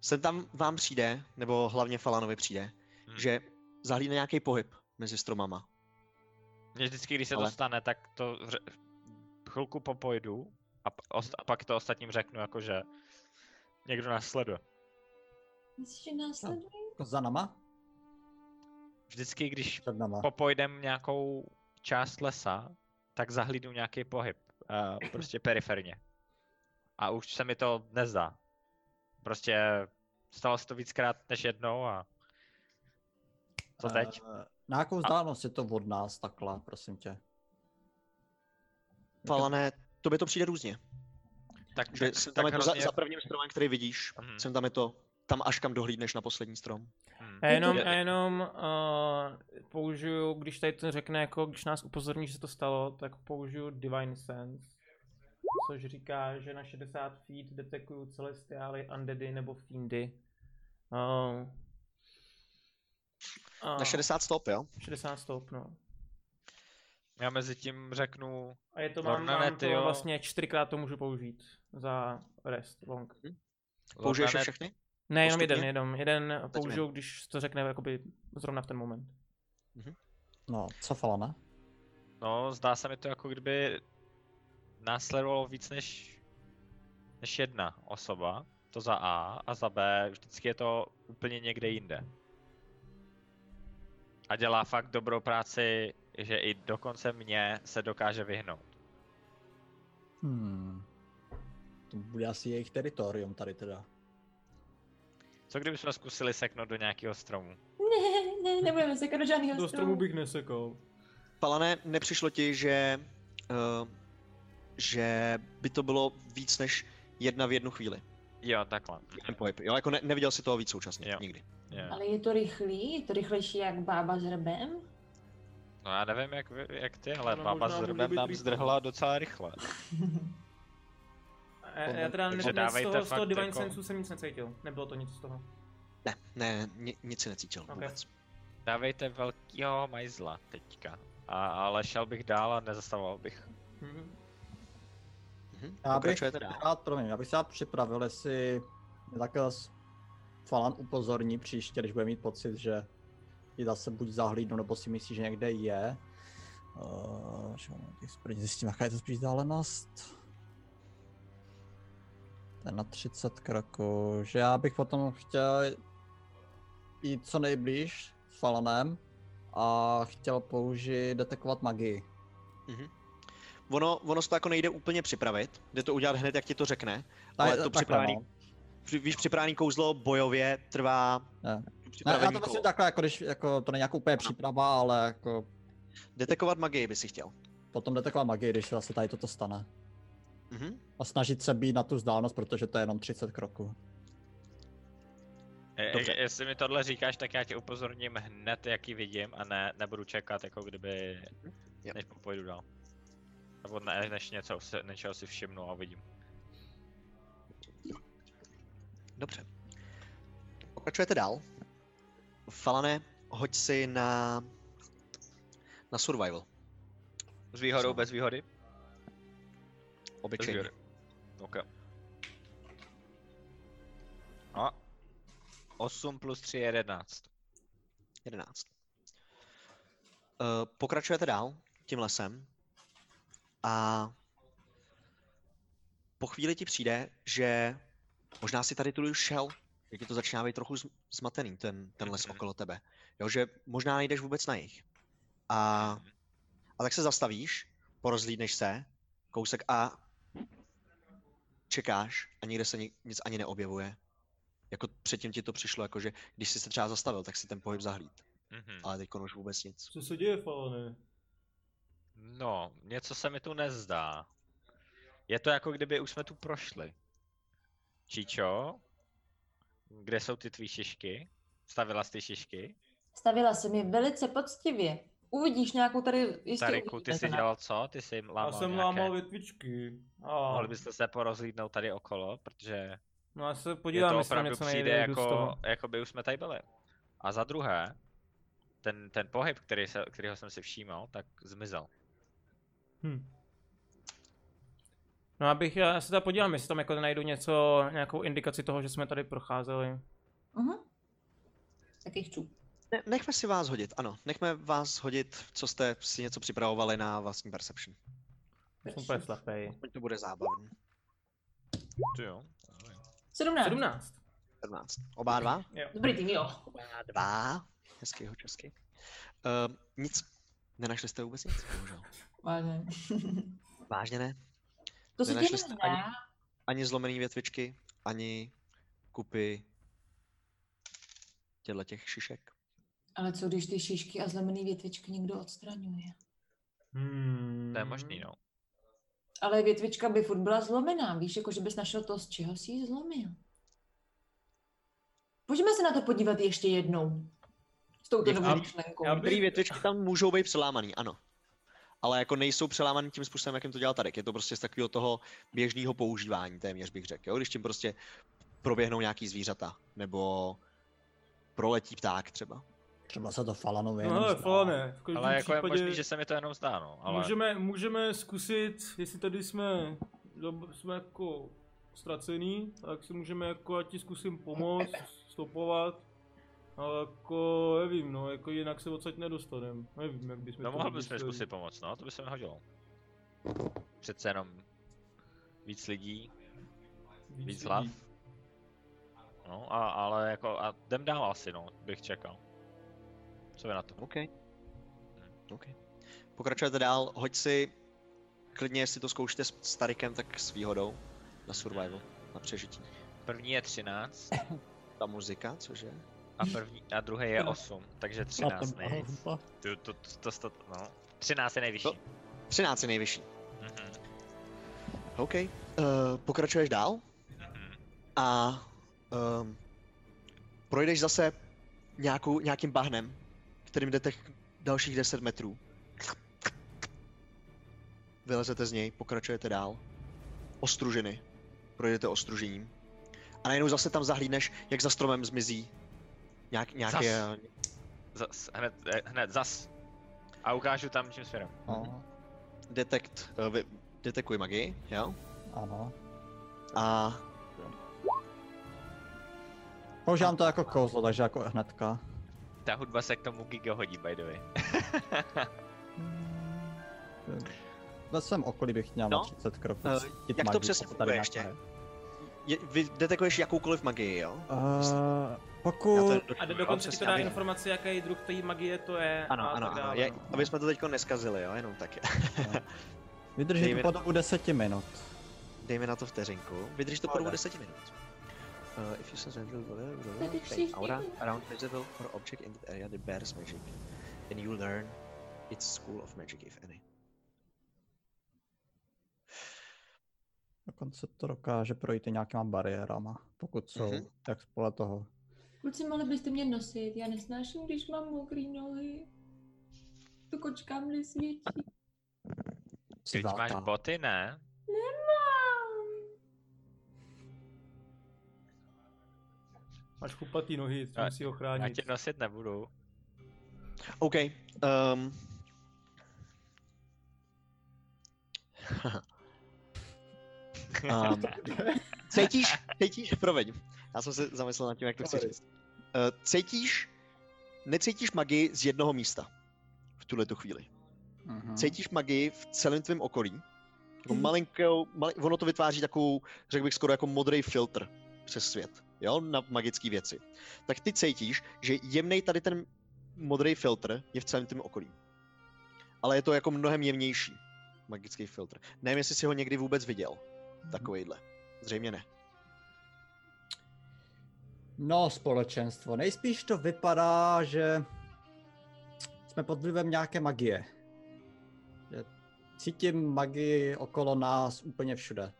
Sem tam vám přijde, nebo hlavně Falanovi přijde,
Hmm.
že zahlídne nějaký pohyb mezi stromama.
Mně vždycky, když se
Ale-
to stane, tak to ř- chvilku popojdu a, p- ost- a pak to ostatním řeknu, jako že někdo nás sleduje.
Myslíš, že nás
No.
sleduje?
Jako za nama?
Vždycky, když
Před nama.
popojdem nějakou část lesa, tak zahlídnu nějaký pohyb, uh, prostě periferně. A už se mi to nezdá. Prostě stalo se to víckrát než jednou a co teď?
Eh, Na jakou vzdálenost je to od nás takhle, prosím tě?
Falané, tobě to přijde různě.
Tak,
Že
tak,
sem tam
tak
je to za,
hrozně...
za prvním stromem, který vidíš,
Mhm.
sem tam je to, tam až kam dohlídneš na poslední strom.
Hm.
A jenom,
Je-
a jenom uh, použiju, když tady to řekne, jako když nás upozorní, že se to stalo, tak použiju Divine Sense. což říká, že na 60 feet detekuju celestiály, undeady nebo fiendy. Uh,
Na 60 stop, jo?
60 stop, no.
Já mezi tím řeknu,
A je to mám, mám
Lornanety,
to
jo.
vlastně čtyřikrát to můžu použít za rest long.
Použiješ je
Lornanet-
všechny?
Ne, jenom
Postupně?
jeden, jenom jeden
Zatím
použiju, když to řekne jakoby zrovna v ten moment.
No, co Falana?
No, zdá se mi to jako kdyby následovalo víc než, než jedna osoba, to za A, a za B vždycky je to úplně někde jinde. A dělá fakt dobrou práci, že i dokonce mě se dokáže vyhnout.
Hmm. To bude asi jejich teritorium tady teda.
Co kdybychom zkusili seknout do nějakého stromu?
Ne, ne, nebudeme se jako do žádného
Do
stromu.
stromu bych nesekal.
Palane, nepřišlo ti, že, uh, že by to bylo víc než jedna v jednu chvíli.
Jo, takhle.
Ten pohyb. Jo, jako ne, neviděl si toho víc současně,
Jo.
nikdy.
Jo.
Ale je to rychlý? Je to rychlejší jak bába s rebem?
No já nevím, jak, vy- jak ty, ale
Ono
bába
možná
s
může
drbem
být
nám
líp.
zdrhla docela rychle.
E, já teda
Takže
ne, z
dávejte
toho, z toho
fakt
Divine
jako-
Senseu jsem nic necítil. Nebylo to nic z toho.
Ne, ne, ni, nic si necítil
Ok.
okay. vůbec.
Dávejte velkýho majzla teďka. A, ale šel bych dál a nezastavoval bych.
Mhm.
Mhm.
Já bych
Pokračujete dál.
rád, promiň, já bych se rád připravil, jestli mě takhle s- Falan upozorní příště, když bude mít pocit, že ji zase buď zahlídnu, nebo si myslí, že někde je. Uh, že mám těch sprint, zjistím, jaká je to spíš vzdálenost. To je na 30 kroků, že já bych potom chtěl jít co nejblíž s Falanem a chtěl použít detekovat magii.
Ono, ono se to jako nejde úplně připravit, jde to udělat hned, jak ti to řekne. Ale to
takhle,
připravený-
no.
Při, víš, připravený kouzlo bojově trvá...
Ne. Ne, já to
připravení
myslím
kolo.
takhle, jako když, jako to není jako úplně příprava, ale jako
Detekovat magii by si chtěl.
potom jde taková magie, když se zase tady toto stane.
Mhm.
A snažit se být na tu vzdálenost, protože to je jenom 30 kroků.
Je-
Dobře.
Je, E, jestli mi tohle říkáš, tak já tě upozorním hned, jak ji vidím a ne, nebudu čekat, jako kdyby,
Jo.
než půjdu dál. Nebo ne, než něco, se- něčeho si všimnu a vidím.
Dobře. Pokračujete dál. Falane, hoď si na... Na survival.
S výhodou,
Co?
bez výhody? Bez
Obyčejně.
výhody. OK. A 8 plus 3 je 11.
11. Eh, Pokračujete dál tím lesem a po chvíli ti přijde, že možná si tady tu už šel, že ti to začíná být trochu zm- zmatený, ten, ten les
Mhm.
okolo tebe. Jo, že možná nejdeš vůbec na jich. A, a tak se zastavíš, porozlídneš se, kousek a čekáš a nikde se ni- nic ani neobjevuje. Jako předtím ti to přišlo, jako že když jsi se třeba zastavil, tak si ten pohyb zahlíd
Mhm.
ale teď už vůbec nic.
Co se děje, Falane?
No, něco se mi tu nezdá. Je to jako kdyby už jsme tu prošli. Číčo, kde jsou ty tvý šišky? Stavila jsi ty šišky?
Stavila jsem je velice poctivě. Uvidíš nějakou tady jistě
Tariku, ty
uvidíš
jsi
něco.
dělal co? Ty jsi jim
Já
lámal
jsem
nějaké...
lámal větvičky. A,
Mohli byste se porozlídnout tady okolo, protože
no já se
je
podívám,
to
jestli tam
opravdu
něco
přijde
nejde jako... z
jako,
toho.
jako by už jsme tady byli. A za druhé, ten, ten pohyb, který se, kterýho jsem si všímal, tak zmizel.
Hm. No abych, já se teda podívám, jestli tam jako najdu něco, nějakou indikaci toho, že jsme tady procházeli.
Mhm. Taky chci.
Ne, nechme si vás hodit, ano. Nechme vás hodit, co jste si něco připravovali na vlastní perception.
Já Jsem úplně slepej.
Aspoň to bude zábavný.
Tu jo.
17.
17.
14. Oba dva?
Dobrý tým, jo.
Oba dva. Hezky ho česky. Uh, nic. Nenašli jste vůbec nic? Bohužel.
Vážně.
Vážně ne.
To se
Nenašli
tě
jste
nezdá.
Ani zlomený větvičky, ani kupy těchto těch šišek.
Ale co když ty šišky a zlomené větvičky někdo odstraňuje?
Hmm.
To je možný, no.
Ale větvička by furt byla zlomená, víš, jako že bys našel to, z čeho jsi ji zlomil. Pojďme se na to podívat ještě jednou. S touto
Já-
novou myšlenkou.
já
Některé větvičky tam můžou být přelámaný, ano. ale jako nejsou přelámaný tím způsobem, jakým to dělal Tarek. Je to prostě z takového toho běžného používání téměř bych řekl, jo? když tím prostě proběhnou nějaký zvířata, nebo proletí pták třeba.
Třeba se to Falanovi
No, ale
jenom zdá.
Falane, v každém
Ale jako je
případě
možný, že se mi to jenom zdá, no. Ale...
můžeme, můžeme zkusit, jestli tady jsme, dob- jsme jako ztracený, tak si můžeme jako, já ti zkusím pomoct, stopovat. Ale jako, nevím, no, jako jinak se odsaď nedostaneme. Nevím, jak bychom
No
Jako to
mohl bys mi
vymysleli.
zkusit pomoct, no, to by se mi hodilo. Přece jenom víc lidí,
Víc
víc
lidí.
hlav. No, a, ale jako, a jdem dál asi, no, bych čekal. Co je na to?
OK. Hmm, OK. Pokračujete dál, hoď si, klidně jestli to zkoušíte s, s Tarikem, tak s výhodou na survival, na přežití.
První je 13
Ta muzika, cože?
a, první, a druhý je 8, takže 13 nejvíc. To, to, to, to, to, no. 13 je nejvyšší.
To- 13 je nejvyšší.
Mhm,
OK. Uh, pokračuješ dál?
mhm.
a um, projdeš zase nějakou, nějakým bahnem, kterým jdete ch- dalších 10 metrů. Vylezete z něj, pokračujete dál. Ostružiny. Projdete ostružením. A najednou zase tam zahlídneš, jak za stromem zmizí nějak, nějaké...
Zas. Zas, hned, eh, hned, zas. A ukážu tam čím směrem.
No,
Detekt... Uh, vy, detekuj magii, jo?
ano.
A
Používám to jako kouzlo, takže jako hnedka.
Ta hudba se k tomu giga hodí, by the way.
Ve svém okolí bych měl
No.
na 30 kroků.
Eh,
cítit
jak to
magii,
přesně
pokud
funguje
nějaká
ještě?
je.
je, vy detekuješ jakoukoliv magii, jo?
Eh,
Já to-
pokud...
A do-
jo,
dokonce ti to
přesně,
dá
aby-
informaci, jaký druh té magie to je. a
Ano, ano,
tak
ano.
dále,
Je,
no.
aby jsme to teďko neskazili, jo? Jenom tak.
Vydrží to
David-
po dobu 10 minut.
Dej mi na to vteřinku. Vydrž to po
Pohoda.
dobu 10 minut. Uh, if you sense magical color,
Tady všichni.
aura around visible or object in the area that bears magic, then you learn its school of magic, if any.
Dokonce to dokáže projít i nějakýma bariérama. Pokud jsou,
Mhm.
tak podle toho.
Kluci, mohli byste mě nosit, já nesnáším, když mám mokrý nohy. To kočkám nesvědčí.
Ty máš
Zlatá.
boty, ne?
Nemám.
Máš chlupatý nohy,
Já-
musí ho
Já
chránit.
tě nosit nebudu.
OK. Um... um... Cítíš, cítíš, promiň, já jsem se zamyslel nad tím, jak to chci říct. Uh, cítíš, necítíš magii z jednoho místa v tuhle tu chvíli.
Mhm.
cítíš magii v celém tvém okolí. Jako malinkou, mali, ono to vytváří takovou, řekl bych skoro jako modrý filtr přes svět, jo, na magické věci. Tak ty cítíš, že jemnej tady ten modrý filtr je v celém tvém okolí. Ale je to jako mnohem jemnější magický filtr. Nevím, jestli jsi ho někdy vůbec viděl, takovejhle. Zřejmě ne.
No, společenstvo. Nejspíš to vypadá, že jsme pod vlivem nějaké magie. Že cítím magii okolo nás úplně všude.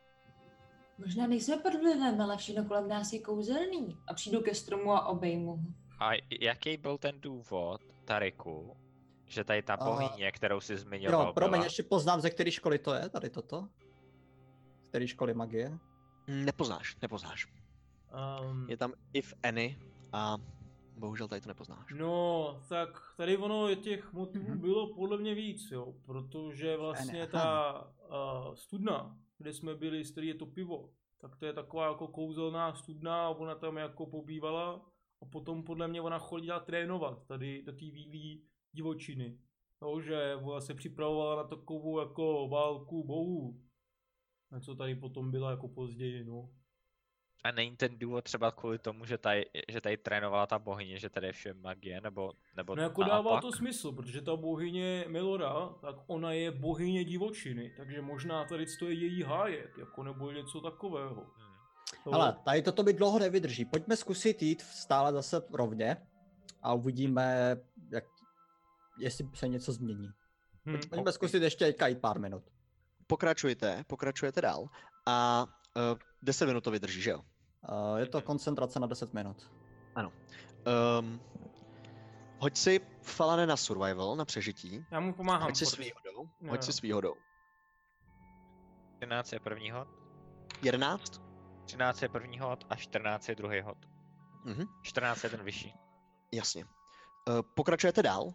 Možná nejsme pod vlivem, ale všechno kolem nás je kouzelný. A přijdu ke stromu a obejmu ho.
A jaký byl ten důvod, Tariku, že tady ta
A-
bohyně, kterou jsi zmiňoval,
Jo, promiň,
byla?
ještě poznám, ze které školy to je, tady toto. Z které školy magie?
Nepoznáš, nepoznáš.
Um,
Je tam if any a bohužel tady to nepoznáš.
No, tak tady ono je těch motivů
Mhm.
bylo podle mě víc, jo, protože vlastně
Aha.
ta uh, studna, kde jsme byli, z který je to pivo, tak to je taková jako kouzelná studna a ona tam jako pobývala a potom podle mě ona chodila trénovat tady do té bílé divočiny. Jo, že ona se připravovala na takovou jako válku bohů. Na co tady potom byla jako později, no.
A není ten důvod třeba kvůli tomu, že tady, že tady trénovala ta bohyně, že tady je vše magie, nebo, nebo
No jako
naopak?
dává to smysl, protože ta bohyně Melora, tak ona je bohyně divočiny, takže možná tady to je její hájek, jako nebo něco takového.
Hmm.
To,
Ale tady toto by dlouho nevydrží. Pojďme zkusit jít stále zase rovně a uvidíme, jak, jestli se něco změní.
hm,
Pojďme zkusit ještě teďka jít pár minut.
Pokračujte, pokračujete dál a uh, 10 minut to vydrží, že jo?
Eh, Uh, je to koncentrace na 10 minut.
Um, Ehm, Hoď si Falane na survival, na přežití.
Já mu pomáhám.
Hoď si s
furt.
výhodou.
Jo,
Hoď
jo.
si s výhodou.
13 je první hod,
11?
13 je první hod a 14 je druhý hod.
Mhm.
14 je ten vyšší.
Jasně. Eh, Pokračujete dál,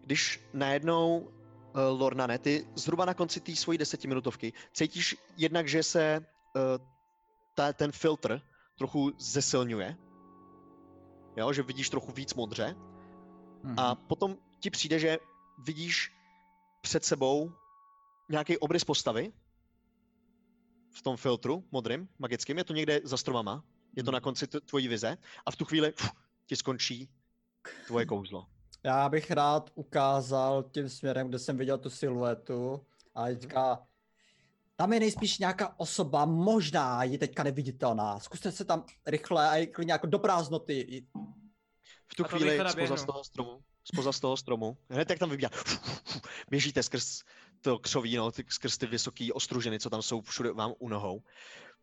když najednou eh, Lornane, ty zhruba na konci té svojí desetiminutovky cítíš jednak, že se eh, ta, ten filtr trochu zesilňuje, jo, že vidíš trochu víc modře
Mhm.
a potom ti přijde, že vidíš před sebou nějaký obrys postavy v tom filtru modrým, magickým, je to někde za stromama, je to na konci t- tvojí vize a v tu chvíli pff, ti skončí tvoje kouzlo.
Já bych rád ukázal tím směrem, kde jsem viděl tu siluetu a teďka tam je nejspíš nějaká osoba, možná je teďka neviditelná. Zkuste se tam rychle a klidně jako do prázdnoty. i-
V tu
A to
chvíli
rychle
spoza z
naběhnu.
toho stromu, spoza z toho stromu, hned jak tam vybíhá, běžíte skrz to křoví, no, ty- skrz ty vysoký ostruženy, co tam jsou všude vám u nohou.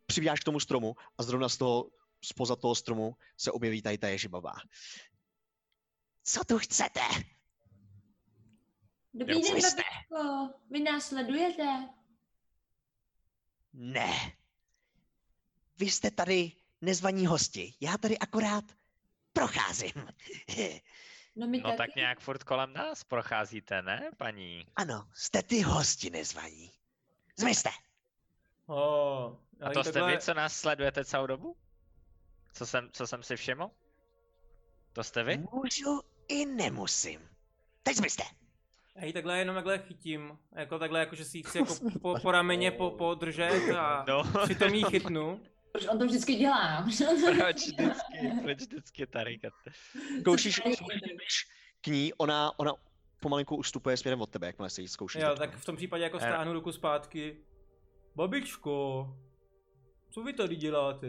Přibíháš k tomu stromu a zrovna z toho, spoza toho stromu se objeví tady ta ježibabá. Co tu chcete?
Dobrý den,
Vy jste-
babičko, vy nás sledujete?
Ne. Vy jste tady nezvaní hosti. Já tady akorát procházím.
No my
No
taky.
tak nějak furt kolem nás procházíte, ne, paní?
ano, jste ty hosti nezvaní. Zmizte.
Oh,
A to jste vy, co nás sledujete celou dobu? Co jsem, co jsem si všiml? To jste vy?
Můžu i nemusím. Teď zmizte.
Já ji takhle jenom takhle chytím, jako takhle, jako že si ji chci jako po, po rameně po, podržet a
No,
přitom ji chytnu.
Proč on to vždycky dělá?
proč vždycky, proč vždycky tady?
Koušíš,
tady je
koušíš k ní, ona, ona pomalinku ustupuje směrem od tebe, jakmile se jí zkoušíš.
Jo,
dotknout.
tak v tom případě jako
Eh.
stáhnu ruku zpátky. Babičko, co vy tady děláte?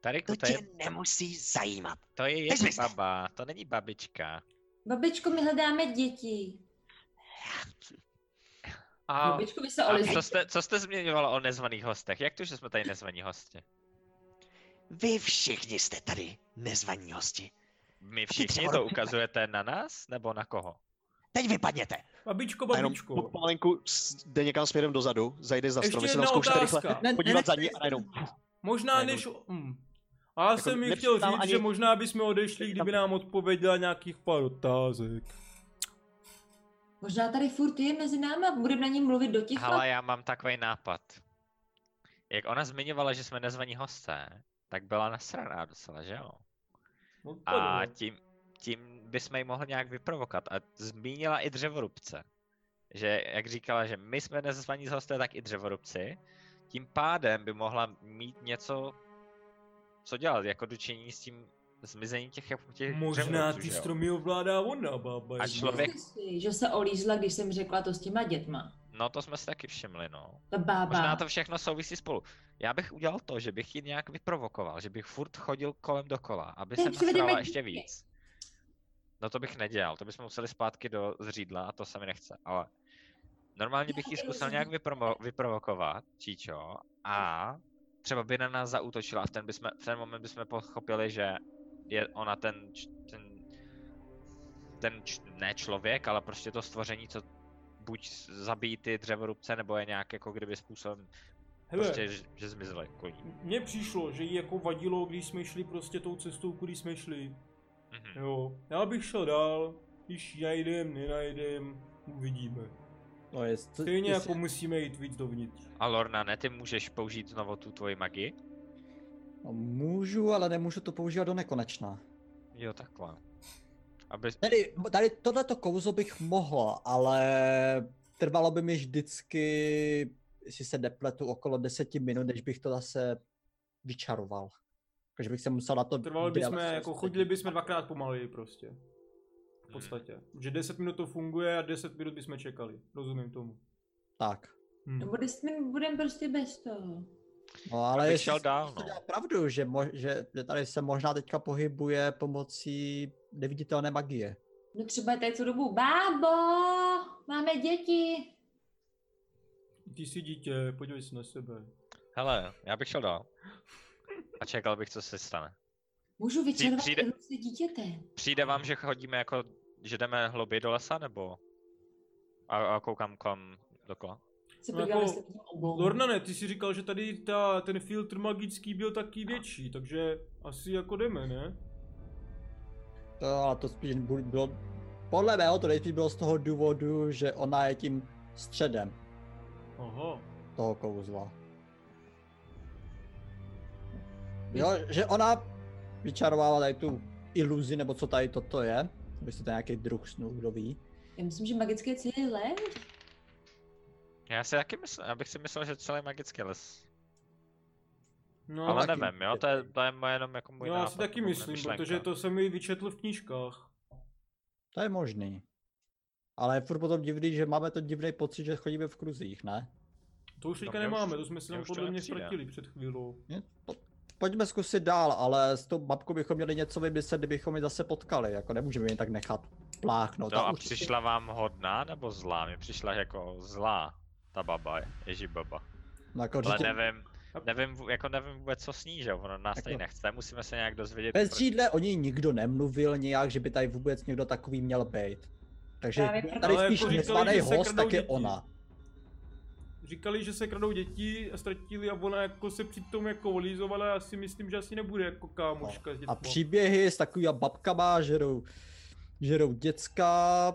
Tady
To
to je,
tě nemusí zajímat.
to je
Teď
její
zmizte.
baba, to není babička.
Babičko, my hledáme děti.
A
Babičko, vy se
A
olizíte.
co jste, co jste zmiňovala o nezvaných hostech? Jak to, že jsme tady nezvaní hosti?
Vy všichni jste tady nezvaní hosti.
My
ty
všichni
třeba
to
rovně-
ukazujete na nás, nebo na koho?
Teď vypadněte.
babičko,
a jenom
babičko.
pomalinku s- jde někam směrem dozadu, zajde za strom,
Ještě
vy se tam
jedna
zkoušíte rychle
otázka.
Ne-
podívat za ní
nenechci-
a najednou.
Možná
Jako-
Ne,
než... Hm. A já
Jako
jsem mi
nepřišlo
chtěl
tam
říct,
ani-
že možná bychom odešli, kdyby
Tam-
nám odpověděla nějakých pár otázek.
Možná tady furt je mezi náma, budeme na ní mluvit do ticha.
Hele, já mám takový nápad. Jak ona zmiňovala, že jsme nezvaní hosté, tak byla nasraná docela, že jo?
No,
A
tady.
tím, tím bychom ji mohli nějak vyprovokat. A zmínila i dřevorubce. Že, jak říkala, že my jsme nezvaní z hosté, tak i dřevorubci. Tím pádem by mohla mít něco, co dělat, jako dočinění s tím zmizení těch, těch
Možná
dřevorubců,
ty
že jo?
stromy ovládá ona, bába.
A
Ježíš.
člověk-
Myslíte si, že se olízla, když jsem řekla to s těma dětma.
No to jsme si taky všimli, no.
Ta bába.
Možná to všechno souvisí spolu. Já bych udělal to, že bych ji nějak vyprovokoval, že bych furt chodil kolem dokola, aby
Ne,
se
přivedeme
nasrala ještě
dítě.
víc. No to bych nedělal, to bychom museli zpátky do zřídla a to se mi nechce, ale... Normálně bych ji
Dělej
zkusil
z
nějak vypromo- vyprovokovat, Číčo, a třeba by na nás zaútočila a v ten, bychom, v ten moment bychom pochopili, že je ona ten, č- ten, ten č- ne člověk, ale prostě to stvoření, co buď s- zabíjí ty dřevorubce, nebo je nějak jako kdyby způsobem
Hele,
prostě, že, že zmizely koní.
Mně přišlo, že jí jako vadilo, když jsme šli prostě tou cestou, kudy jsme šli.
Mhm.
Jo, já bych šel dál, když ji najdem, nenajdem, uvidíme.
To je, co-
Stejně
jestli-
jako musíme jít víc dovnitř.
A Lorna, ne, ty můžeš použít znovu tu tvoji magii?
No, Můžu, ale nemůžu to používat do nekonečna.
Jo, takhle. Aby,
Tedy, tady tohleto kouzo bych mohl, ale trvalo by mi vždycky, jestli se nepletu, okolo 10 minut, než bych to zase vyčaroval. Takže bych se musel na to...
Trvalo bychom,
déle
jako
soustředit.
chodili bychom dvakrát pomaleji prostě.
Hmm.
V podstatě. Že 10 minut to funguje a 10 minut bychom čekali. Rozumím tomu.
Tak.
Hm.
Nebo jsme budeme prostě bez toho.
No ale
Abych
jestli
šel
jsi
dál,
to
no.
dělal pravdu, že, mo- že, že tady se možná teďka pohybuje pomocí neviditelné magie.
No třeba je tady co dobu. Bábo, máme děti.
Ty jsi dítě, podívej se na sebe.
Hele, já bych šel dál. A čekal bych, co se stane.
Můžu vyčerpat
přijde-
iluzi dítěte.
Přijde vám, že chodíme jako, že jdeme hlouběji do lesa, nebo? A, a koukám kam dokola.
Se
No
podívám,
jako-
jestli vidím obou.
Lornane, ty si říkal, že tady ta, ten filtr magický byl taky větší, takže asi jako jdeme, ne?
To, ale to spíš bu- bylo, podle mého to nejspíš bylo z toho důvodu, že ona je tím středem
Oho.
toho kouzla. Jo, že ona vyčarovala tady tu iluzi, nebo co tady toto je. Jestli to je nějaký druh snů, kdo ví.
Já myslím, že magické cíly je lev.
Já si taky myslím, abych si myslel, že celý magický les.
No,
Ale
taky-
nevím, jo, to je, to je moje jenom jako můj
já
nápad,
si taky
nebo moje
myslím,
myšlenka.
protože to jsem mi vyčetl v knížkách.
To je možný. Ale je furt potom divný, že máme ten divný pocit, že chodíme v kruzích, ne?
To už
No,
teďka
mě už-
nemáme, to jsme si
mě
tam
už to
podle mě
nepřijde.
ztratili před chvílou.
Pojďme zkusit dál, ale s tou babkou bychom měli něco vymyslet, kdybychom ji zase potkali. Jako nemůžeme ji tak nechat pláchnout.
No
Ta
a
určitě-
přišla vám hodná nebo zlá? Mně přišla jako zlá ta baba, ježi baba.
No, jako
Ale
určitě-
nevím, nevím, vů- jako nevím vůbec, co s ní, že jo, ona nás tady
Jako-
nechce, musíme se nějak dozvědět.
Bez
proč-
řídle o ní nikdo nemluvil nějak, že by tady vůbec někdo takový měl být. Takže
Právě
kdo je
proto-
tady
Ale
spíš
jako říkali,
nezvaný
že se
host,
kradou
tak je
děti.
ona.
Říkali, že se kradou děti a ztratili a ona jako se přitom jako olízovala, já si myslím, že asi nebude jako kámoška s
A
dětma.
příběhy s takovýma babkama, žerou, žerou děcka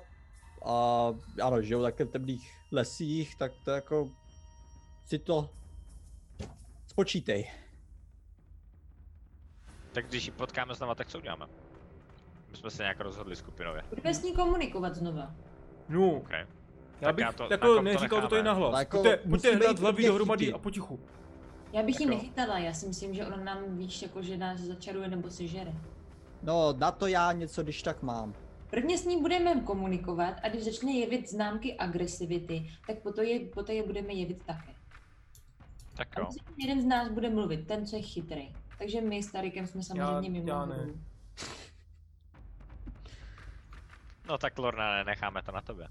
a ano, žijou také v temných lesích, tak to jako si to spočítej.
Tak když ji potkáme znova, tak co uděláme? My jsme se nějak rozhodli skupinově.
Budeme s ní komunikovat znova.
No,
Okay.
já
tak
bych
já to- tak
jako
jo, to
neříkal to tady
necháme.
nahlas.
Tak jako
Pojďte, pojďte
musíme
hrát
jít
hlavy
hodně
dohromady
chytit.
a potichu.
Já bych ji
Jako-
nechytala, já si myslím, že ona nám, víš, jako že nás začaruje nebo sežere.
No, na to já něco když tak mám.
Prvně s ní budeme komunikovat a když začne jevit známky agresivity, tak poté je, poté je budeme jevit také.
Tak
A
jo.
mezi tím jeden z nás bude mluvit, ten, co je chytrý. Takže my s Tarikem jsme samozřejmě mimo
já
hru.
ne.
No tak Lorna, necháme to na tobě.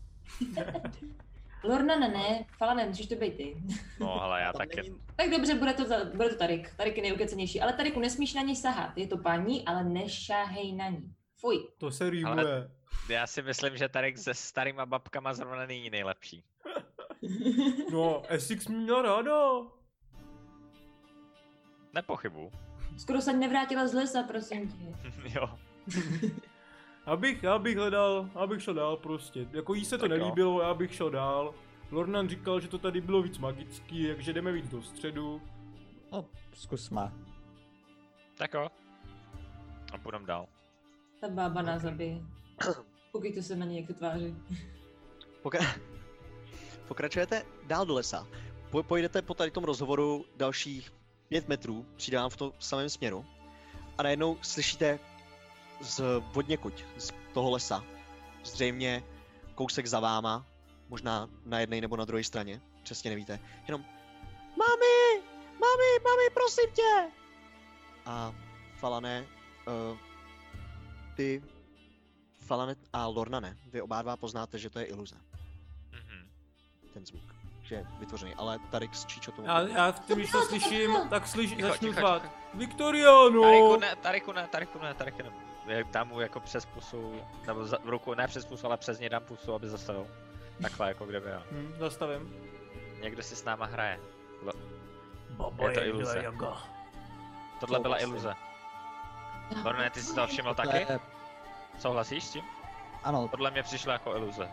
Lorna ne, ne, Falanem, musíš to být ty.
No hele, já
Tam
taky.
není-
tak dobře, bude to, za- bude to Tarik. Tarik je nejukecenější. Ale Tariku, nesmíš na něj sahat. Je to paní, ale nešáhej na ní. Fuj.
To se rýmuje.
Já si myslím, že Tarek se starýma babkama zrovna není nejlepší.
No, Essex mě měla ráda.
Nepochybu.
Skoro se nevrátila z lesa, prosím tě.
jo.
Abych, já bych hledal, abych šel dál prostě. Jako jí se to
Tak jo.
nelíbilo, já bych šel dál. Lornan říkal, že to tady bylo víc magický, takže jdeme víc do středu.
No, zkusme.
Tak jo. A půjdem dál.
Ta bába nás zabije. Koukejte se na něj, jak se tváří.
Pokra- pokračujete dál do lesa. Po- pojedete po tady tom rozhovoru dalších pět metrů, přidám v tom samém směru. A najednou slyšíte z vodněkuť, z toho lesa, zřejmě kousek za váma, možná na jedné nebo na druhé straně, přesně nevíte, jenom Mami! Mami, mami, prosím tě! A Falane, uh, ty, Falane a Lornane, vy oba dva poznáte, že to je iluze
Mhm.
ten zvuk, že je vytvořený, ale Tarek s Číčo tomu...
Já, já v tom, když to
Ticho, ticho,
slyším,
ticho.
tak slyš,
Ticho,
začnu
ticho,
řvát.
ticho.
No.
Viktoriano!
Tareku ne, Tareku ne, Tareku ne, Tareku ne. Já Dám mu jako přes pusu, nebo za, v ruku, ne přes pusu, ale přes něj dám pusu, aby zastavil. Takhle jako kdyby já.
Hm, zastavím.
Někdo si s náma hraje.
Baba
Je to je iluze. byla
jaga.
Tohle byla
Souhlasím.
iluze. Lorne, ty jsi to všiml
vlastně- To
taky?
je-
Souhlasíš s tím?
Ano,
Podle mě přišlo jako iluze.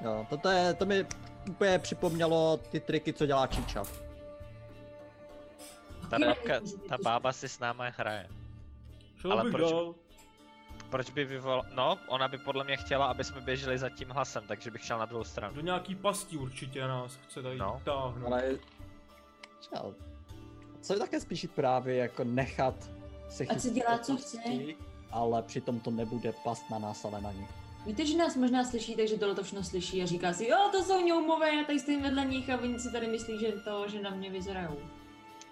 Jo, toto je, to mi úplně připomnělo ty triky, co dělá Číča.
Ta,
Jinak
babka,
nemůžu být
ta
tu
bába si s náma hraje.
Šel
Ale
bych
proč-
dál.
Proč by vyvolal... No, ona by podle mě chtěla, aby jsme běželi za tím hlasem, takže bych šel na druhou stranu.
Do nějaký pasti určitě nás chce tady
No.
táhnout.
Ale... Čau. Co je také spíš právě jako nechat se
Ať si
chytit
dělá,
za
co
kosti,
chce.
Ale přitom to nebude past na nás, ale na ní.
Víte, že nás možná slyší, takže tohle to všechno slyší a říká si, jo, to jsou ňoumové, já tady stojím vedle nich a oni si tady myslí, že to, že na mě vyzrajou.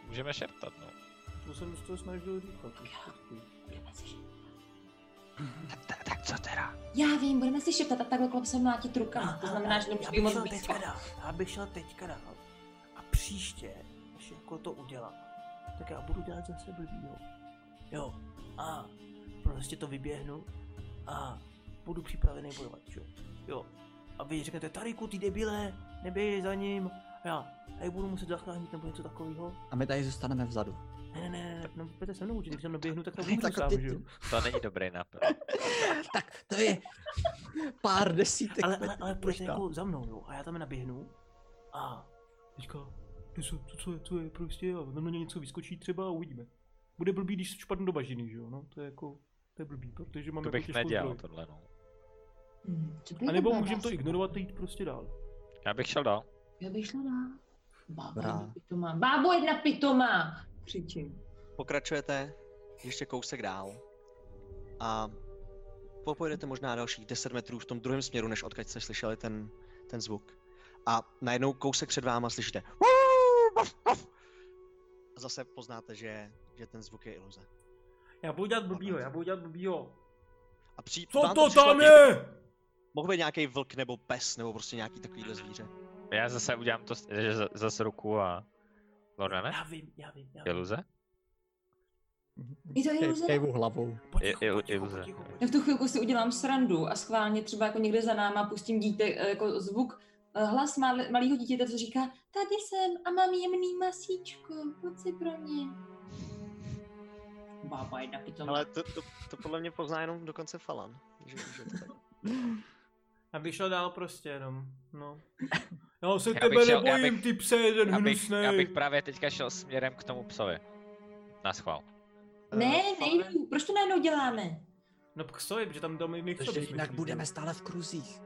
Můžeme šeptat, no.
To jsem se to snažil říkat.
Budeme si šeptat.
Tak, tak, tak co teda?
Já vím, budeme si šeptat a takhle klop se mlátit rukama. To znamená, že
já
nemůžu být
bych
moc
šel
blízko.
teďka dál, já bych šel teďka dál. A příště, až jako to udělám, tak já budu dělat zase blbýho. Jo, a prostě to vyběhnu a budu připravený bojovat, jo. Jo. A vy řeknete, Tariku, ty debile, neběžej za ním, a já, hej, budu muset zachránit nebo něco takového.
A my tady zůstaneme vzadu.
Ne, ne, ne, ne, no, pojďte se mnou, že když tam doběhnu, tak to
Tak
budu
jako
sám,
ty-
že jo.
To není dobrý nápad.
Tak to je pár desítek
Ale, ale, ale
metrů
pojďte
možná.
jako za mnou, jo, a já tam naběhnu a teďka, to, co, to, co, je, co je prostě, a na mě něco vyskočí třeba a uvidíme. Bude blbý, když špadnu do bažiny, že jo, no, to je jako, to je blbý, protože mám
To
jako
bych
těžkou
nedělal
zbroj.
tohle, no.
Hmm, co by
A nebo
byla
můžeme to
další?
ignorovat a jít prostě dál.
Já bych šel dál.
Já bych šla dál. Bábo
Dobrá.
jedna pitomá. Bábo jedna pitomá! Křičím.
Pokračujete ještě kousek dál a popojedete možná dalších 10 metrů v tom druhém směru, než odkud jste slyšeli ten, ten zvuk. A najednou kousek před váma slyšíte a zase poznáte, že, že ten zvuk je iluze.
Já budu dělat blbýho, já budu dělat blbýho.
A při,
Co
vám
to
přišlo
tam
něk-
je?
Mohl být nějaký vlk nebo pes nebo prostě nějaký takovýhle zvíře.
Já zase udělám to, že za- zase ruku a... Lordane?
Já vím, já vím, já vím.
Iluze?
Je to iluze?
Kej- Kejvu hlavou.
I-
Potichu,
il-
potichu,
iluze.
potichu, potichu.
Já v tu chvilku si udělám srandu a schválně třeba jako někde za náma pustím dítě, eh, jako zvuk, eh, hlas mal, malého dítěte, co říká tady jsem a mám jemný masíčko, pojď si pro mě. Bába jedna pitomá.
Ale to, to, to podle mě pozná jenom dokonce Falan. Že, že to tak.
Já bych šel dál prostě jenom, no. Já se
bych
tebe
šel- já
nebojím,
bych-
ty pse jeden
Já bych,
hnusnej.
já bych právě teďka šel směrem k tomu psovi. Na schvál.
Ne,
Eh, Falane,
nejdu, proč to najednou děláme?
No k sovi, protože tam domy nechce.
Protože jinak budeme stále v kruzích.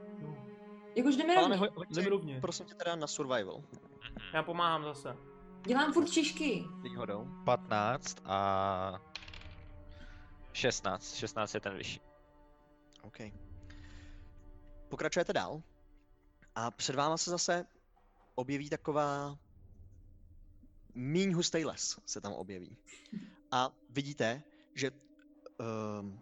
Jakož jdeme
Falane,
rovně,
ho, hoď si,
Jdeme No. rovně.
prosím tě teda na survival.
Já pomáhám zase.
dělám furt šišky.
Výhodou.
15 a... 16. 16 je ten vyšší.
OK. Pokračujete dál. A před váma se zase objeví taková míň hustý les se tam objeví. A vidíte, že um,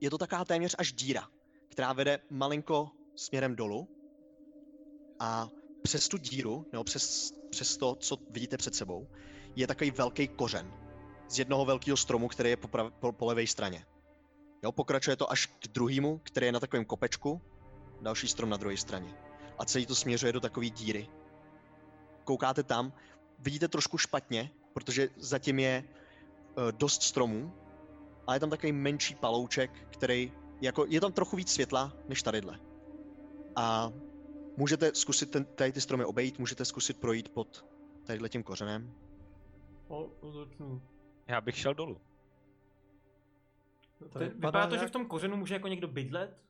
je to taková téměř až díra, která vede malinko směrem dolů a přes tu díru, nebo přes, přes to, co vidíte před sebou, je takový velký kořen z jednoho velkého stromu, který je po, prav, po, po levé straně. Jo, pokračuje to až k druhému, který je na takovém kopečku, další strom na druhé straně. A celý to směřuje do takové díry. Koukáte tam, vidíte trošku špatně, protože zatím je eh, dost stromů, ale je tam takový menší palouček, který jako, je tam trochu víc světla než tadyhle. A můžete zkusit ten, tady ty stromy obejít, můžete zkusit projít pod tadyhle tím kořenem.
O, to začnu.
Já bych šel dolů.
To
To
je-
vypadá
Vypadá to, že
jak-
v tom kořenu může jako někdo bydlet?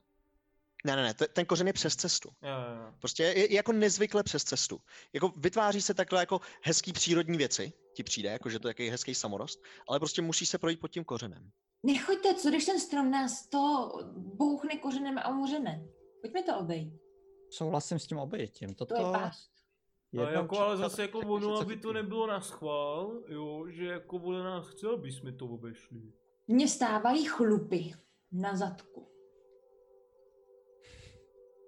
Ne, ne, ne, te- ten kořen je přes cestu.
Jo, jo, jo.
Prostě je, je jako nezvykle přes cestu. Jako vytváří se takhle jako hezký přírodní věci, ti přijde, jako že to je jaký hezký samorost, ale prostě musí se projít pod tím kořenem.
Nechoďte, co když ten strom nás to bouchne kořenem a umřeme. Pojďme to obejít,
Souhlasím s tím obětím. Toto
to je pást.
Ale jako, ale
čatka-
zase jako
tak
ono,
něco
aby to
chytí.
nebylo na schvál, jo, že jako ono nás chce, aby jsme to obešli.
Mně stávají chlupy na zadku.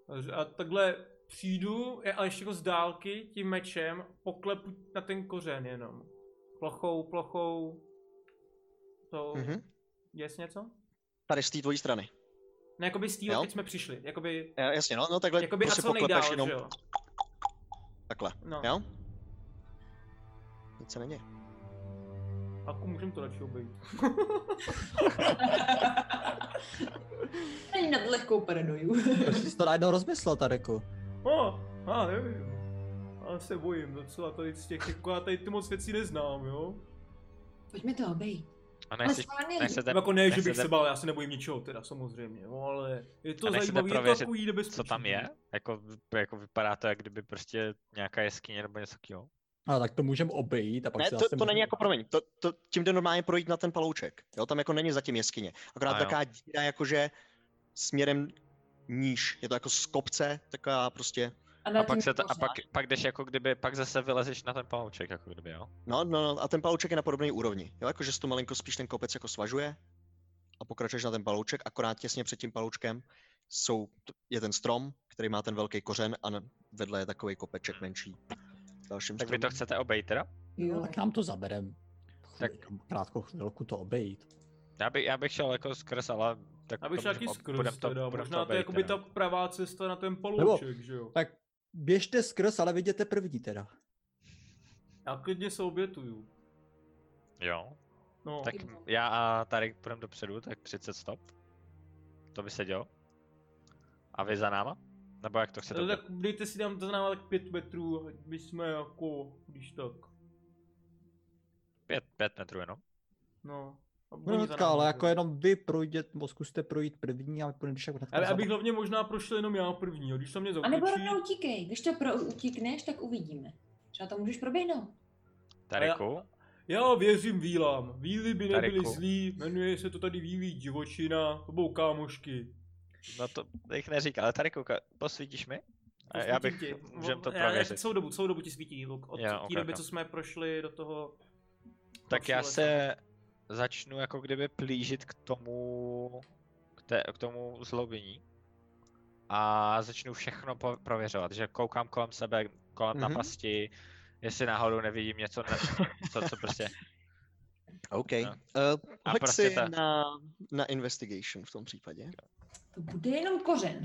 A- A takhle přijdu, je- ale ještě jako z dálky, tím mečem, poklepu na ten kořen jenom. Plochou, plochou. To... Mm-hmm.
Mhm.
Děs něco?
Tady z té tvojí strany.
Ne, jakoby z té,
Jo.
odkud jsme přišli. Jakoby,
Ja, jasně, no, no takhle
jakoby a
prostě
co nejdál,
poklepeš jenom
že jo?
takhle,
No.
jo? Nic se neděje.
A můžeme to radši obejít.
Není nad lehkou paranoju.
Já jsi to najednou rozmyslel, Tareku.
A, a nevím. Já se bojím docela tady z těch, jako já tady ty moc věcí neznám, jo?
Pojďme to obejít.
A
Ale
nechci,
schválně.
nechci ten,
Jako ne, že
nechcete-
bych se bál, já se nebojím ničeho teda samozřejmě, jo, ale je to
A nechcete
zajímavé, je to
prověřit,
takový nebezpečný.
co tam je? Jako, vy- jako vypadá to, jak kdyby prostě nějaká jeskyně nebo něco takového.
Ale No, tak to můžeme obejít a pak
Ne,
si
to,
zase
to
můžeme-
není jako, promiň, to, to, tím jde normálně projít na ten palouček, jo? Tam jako není zatím jeskyně. Akorát
A jo.
taká díra jakože směrem níž, je to jako z kopce, taková prostě
A
nad
pak,
tím
se to, a
kořen.
pak, pak jdeš jako kdyby, pak zase vylezeš na ten palouček, jako kdyby, jo?
No, no, no, a ten palouček je na podobné úrovni. Jo, jakože se to malinko spíš ten kopec jako svažuje a pokračuješ na ten palouček, akorát těsně před tím paloučkem jsou, t- je ten strom, který má ten velký kořen a na- vedle je takový kopeček menší. S Dalším
Hmm. Tak vy to
stromem.
chcete obejít teda?
Jo.
Tak nám to zaberem.
Tak-
Tak krátkou chvilku to obejít.
Já, by, já bych šel jako skrz, ale tak
Já bych šel
to
taky
můžem-
skrz
budem to-
teda,
budem
možná to je
obejít,
jakoby
no.
ta pravá cesta na ten
Nebo-
palouček, že jo?
Tak běžte skrz, ale viděte první teda.
Já klidně se obětuju.
Jo,
No,
tak
Jo.
já a Tarek půjdeme dopředu, tak 30 stop. To by se dělo. A vy za náma? Nebo jak to chcete?
tak dejte si tam to znamená tak pět metrů, ať by jsme jako, když tak,
Pět, pět metrů jenom.
no. A oni za
No,
námi,
ale
že
jako
jo.
jenom vy projděte, nebo zkuste projít první a půjdeme jako hnedka
Ale
za-
abych hlavně možná prošel jenom já první, jo. když se mě
A nebo
zautočí,
rovnou utíkej. Když to pro, utíkneš, tak uvidíme. Třeba to můžeš proběhnout.
Tareku?
já věřím vílám, víly by nebyly
Tareku.
zlý, jmenuje se to tady vílí divočina, to budou kámošky.
No to bych neříkal, ale Tareku, ka- posvítíš mi? A já
Posvítím
bych,
ti.
můžem to
Já- já
prověřit.
Celou dobu, celou dobu ti svítí, Luk, od
Jo,
té
ok,
doby,
ok.
co jsme prošli do toho...
Tak já
dalšího
se
no.
začnu jako kdyby plížit k tomu, k, té, k tomu zlobení. A začnu všechno po- prověřovat, že koukám kolem sebe, kolem mm-hmm.
Mhm.
napasti, jestli náhodou nevidím něco, ne, co, co prostě.
OK.
No.
No.
A
hoď
prostě
si
ta-
na, na investigation v tom případě.
To bude jenom kořen.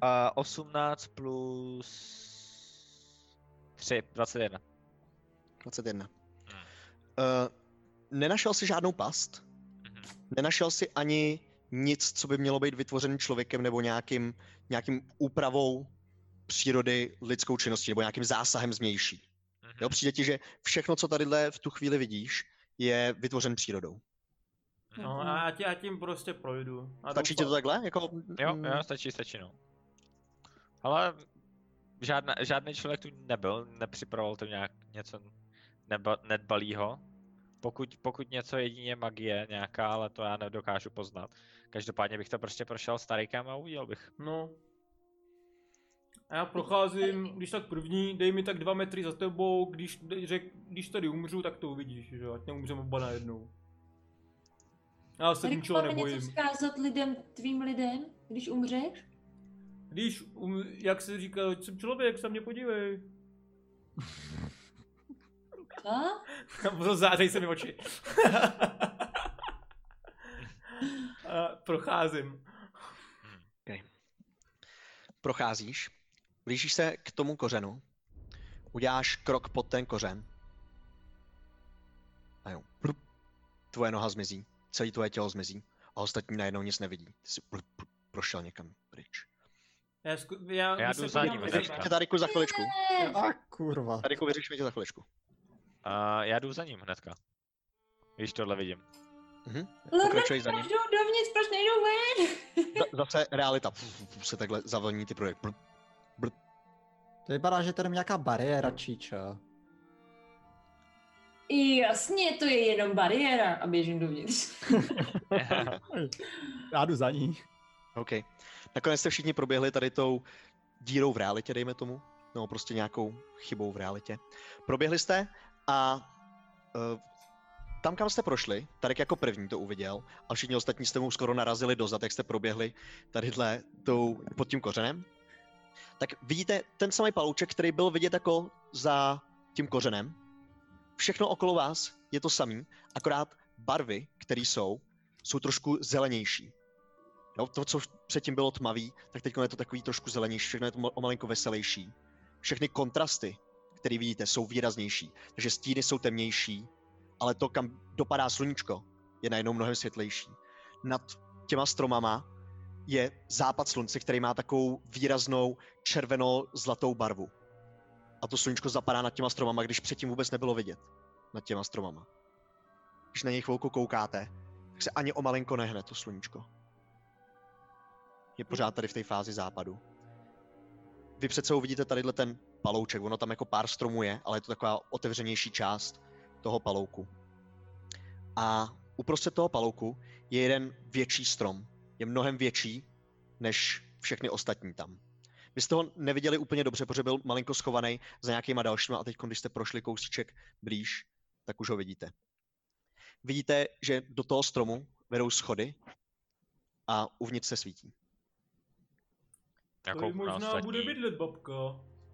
A 18 plus 3, 21.
21. Uh, nenašel si žádnou past, nenašel si ani nic, co by mělo být vytvořeno člověkem nebo nějakým, nějakým úpravou přírody lidskou činností nebo nějakým zásahem zmější. Jo, přijde ti, že všechno, co tadyhle v tu chvíli vidíš, je vytvořen přírodou.
Jako-
No a já, tě, já tím prostě projdu. A
Stačí ti to
doufám-
takhle? Jako,
Jo,
mm,
jo, stačí, stačí no. Ale žádná, žádný člověk tu nebyl, nepřipravoval tu nějak něco neba, nedbalýho. Pokud, pokud něco jedině magie nějaká, ale to já nedokážu poznat. Každopádně bych to prostě prošel starykem a udělal bych.
No. A já procházím, když tak první, dej mi tak dva metry za tebou, když, dej- řek, když tady umřu, tak to uvidíš, že jo, ať neumřeme oba najednou. Já se
Tady
ničeho
máme něco
nebojím.
vzkázat lidem, tvým lidem, když umřeš?
Když, um, jak se říká, jsem člověk, se mě podívej.
Co?
Zářej se mi oči. A procházím.
procházíš, blížíš se k tomu kořenu, uděláš krok pod ten kořen a jo, plup, tvoje noha zmizí, celé tvoje tělo zmizí a ostatní najednou nic nevidí. Ty jsi plup, plup, prošel někam pryč.
Já, zku- já,
Já
my se
jdu za ním,
podíváme
Teďka.
Vyřešíme tě Tadyku za chviličku.
A kurva.
Tadyku vyřešíme tě za chviličku.
A já jdu za ním hnedka. Když tohle vidím.
Lorda,
Pokračuj za
proč
ním.
jdou dovnitř, proč nejdou ven?
Za- Zase realita. Pf, pf, pf, Se takhle zavlní ty projekt. Plup.
To vypadá, že je tady nějaká bariéra číča.
Jasně, to je jenom bariéra a běžím dovnitř.
Jako
Já jdu za ní.
OK. Nakonec jste všichni proběhli tady tou dírou v realitě, dejme tomu, nebo prostě nějakou chybou v realitě. Proběhli jste a uh, tam, kam jste prošli, Tarek jako první to uviděl a všichni ostatní jste mu skoro narazili dozad, jak jste proběhli tadyhle tou, pod tím kořenem. Tak vidíte ten samý palouček, který byl vidět jako za tím kořenem. Všechno okolo vás je to samý, akorát barvy, které jsou, jsou trošku zelenější. Jo, to, co předtím bylo tmavý, tak teď je to takový trošku zelenější, všechno je to mo- o malinko veselější. Všechny kontrasty, které vidíte, jsou výraznější, takže stíny jsou temnější, ale to, kam dopadá sluníčko, je najednou mnohem světlejší. Nad těma stromama je západ slunce, který má takovou výraznou červeno-zlatou barvu. A to sluníčko zapadá nad těma stromama, když předtím vůbec nebylo vidět nad těma stromama. Když na něj chvilku koukáte, tak se ani o malinko nehne to sluníčko je pořád tady v té fázi západu. Vy před sebou vidíte tadyhle ten palouček, ono tam jako pár stromů je, ale je to taková otevřenější část toho palouku. A uprostřed toho palouku je jeden větší strom. Je mnohem větší než všechny ostatní tam. Vy jste ho neviděli úplně dobře, protože byl malinko schovaný za nějakýma dalšíma a teď, když jste prošli kousíček blíž, tak už ho vidíte. Vidíte, že do toho stromu vedou schody a uvnitř se svítí.
Jako
Tady
na
možná bude
ostatní.
bydlet babka.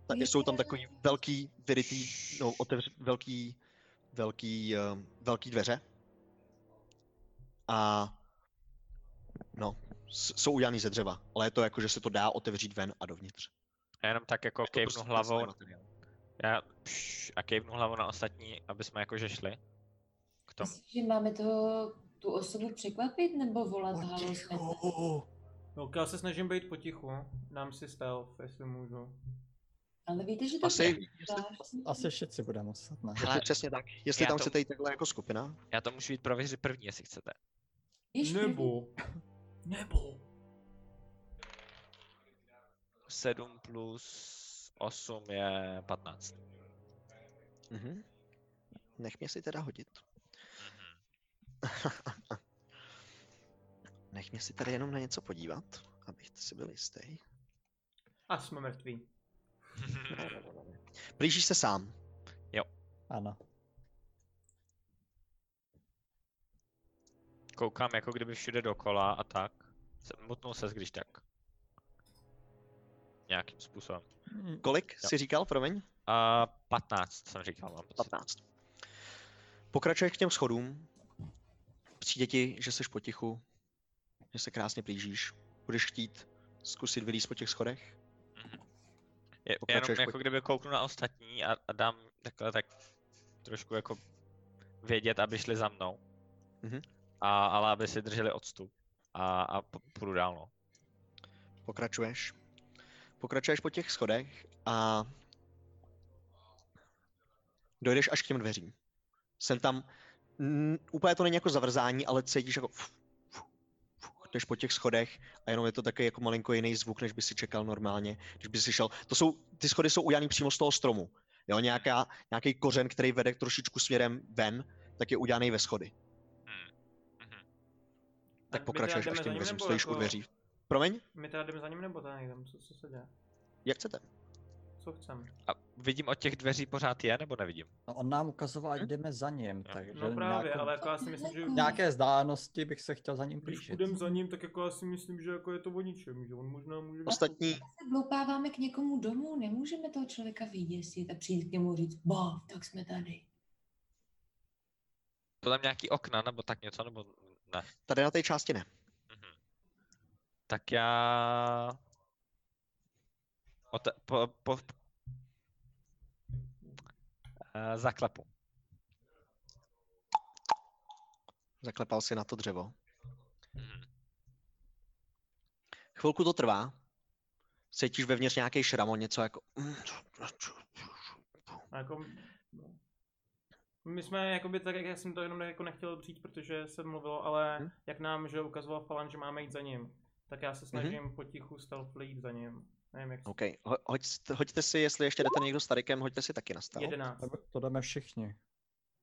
Taky jsou tam takový velký, vyrytý, no, eh, otevř, velký, velký, uh, velký dveře. a no, s- jsou udělaný ze dřeva, ale je to jako, že se to dá otevřít ven a dovnitř.
Já jenom tak jako
Je to
kejvnu
prostě
hlavou,
plastý materiál.
já, pš, a kejvnu hlavou na ostatní, aby jsme jakože šli k tomu.
Myslíš, že máme toho tu osobu překvapit nebo volat halo smetana?
No, já se snažím být potichu, dám si stealth, jestli můžu.
Ale víte, že to
Asi,
je
jestli,
zvláštní?
Asi všichni bude muset, ne?
Hele,
přesně tak. Jestli
já
tam
to-
chcete jít takhle jako skupina,
Já to můžu jít prověřit první, jestli chcete.
Víš,
Nebo. Nebo.
7 plus 8 je 15.
mhm. nech mě si teda hodit. nech mě si tady jenom na něco podívat, abych si byl jistý.
A jsme mrtví.
Ne, ne, ne, ne. Blížíš se sám.
Ano.
Koukám jako kdyby všude dokola a tak. Jsem- Mutnul se když tak. Nějakým způsobem.
Kolik
Jo.
jsi říkal, promiň?
A 15 jsem říkal, mám pocit.
15. Pokračuješ k těm schodům. Přijde ti, že seš potichu, že se krásně blížíš. Budeš chtít zkusit vylíst po těch schodech?
Je, jenom
Pokračuješ,
jako
pojď.
kdyby kouknu na ostatní a, a dám takhle tak trošku jako vědět, aby šli za mnou.
Mhm.
A, ale aby si drželi odstup. A, a p- půjdu dál, no.
Pokračuješ. Pokračuješ po těch schodech a dojdeš až k těm dveřím. Jsem tam, n- úplně to není jako zavrzání, ale cítíš jako fu, fu, fu, jdeš po těch schodech a jenom je to takový jako malinko jiný zvuk, než by si čekal normálně, když by si šel. To jsou, ty schody jsou udělané přímo z toho stromu. Jo, nějaká, nějaký kořen, který vede trošičku směrem ven, tak je udělaný ve schody. Tak
A my teda
pokračuješ
jdeme
až
za
k těm
ním,
dveřím,
nebo
stojíš u
jako-
dveří. Promiň,
My teda jdeme za ním nebo tady jdem, co, co se děje?
jak chcete?
Co chcem?
A vidím od těch dveří pořád je, nebo nevidím?
No on nám ukazoval, ať jdeme za ním,
No
takže
No právě,
nějakou-
ale jako já si myslím, že
nějaké vzdálenosti bych se chtěl za ním
když
blížit.
půjdem za ním, tak jako já si myslím, že jako je to o ničem, že on možná může...
Ostatní
se vloupáváme k někomu domů, nemůžeme toho člověka vyděsit a přijít k němu říct, bav, tak jsme tady.
To tam nějaký okna, nebo tak něco, nebo ne?
Tady na té části ne.
Mhm. Tak já... Ote... Po, po... Eh, zaklepu.
Zaklepal si na to dřevo.
Mhm.
Chvilku to trvá. Cítíš vevnitř nějaký šramo, něco jako...
A jako, no. My jsme, jakoby, tak jak já jsem to jenom jako nechtěl přijít, protože se mluvilo, ale
Hm?
jak nám, že ukazoval Falan, že máme jít za ním, tak já se snažím potichu stealthly jít za ním. Nevím, jak
OK, ho- hoď, hoďte si, jestli ještě jdete někdo s Tarikem, hoďte si taky na stav.
Jedenáct.
Tak To jdeme všichni.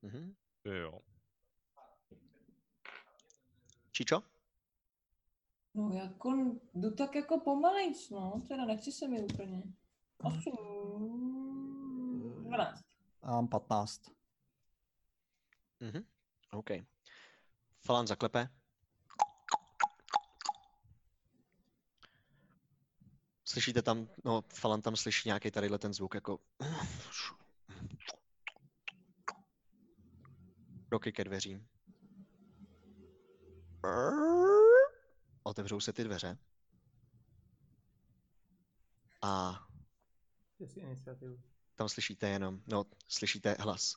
Mhm.
Jo.
Čičo?
No jako, jdu tak jako pomalejc, no, teda nechci se mi úplně. Osm, dvanáct.
A mám 15.
Mhm. OK. Falan zaklepe. Slyšíte tam, no Falan tam slyší nějaký tadyhle ten zvuk jako... Roky ke dveřím. Otevřou se ty dveře. A
Jestli iniciativu.
tam slyšíte jenom, no, slyšíte hlas.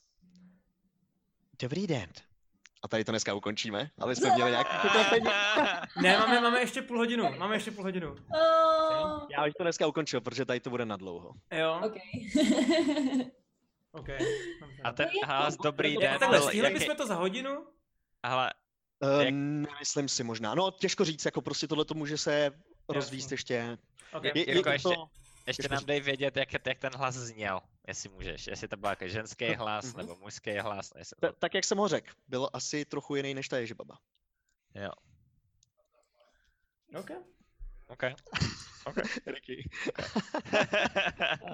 Dobrý den. A tady to dneska ukončíme, aby jsme měli
no.
nějaký překvapení.
Ne, máme, máme ještě půl hodinu, máme ještě půl hodinu.
Oh,
Já bych to dneska ukončil, protože tady to bude nadlouho.
Jo,
OK.
OK. dobře.
A ten hlas, dobrý den,
Takhle,
byl
stihli
jaký-
bychom to za hodinu?
Ale
Uh,
Jak-
nemyslím si možná. No, těžko říct, jako prostě tohle to může se rozvíst ještě.
OK.
Je, je,
Jirko,
je
ještě-
to...
ještě
Ještě
nám
si-
dej vědět, jak, jak ten hlas zněl, jestli můžeš. Jestli to byl jako ženský hlas,
mhm.
nebo mužský hlas. Jestli...
T- tak jak jsem ho řekl, byl asi trochu jiný než ta Ježibaba.
OK.
OK.
Ricky.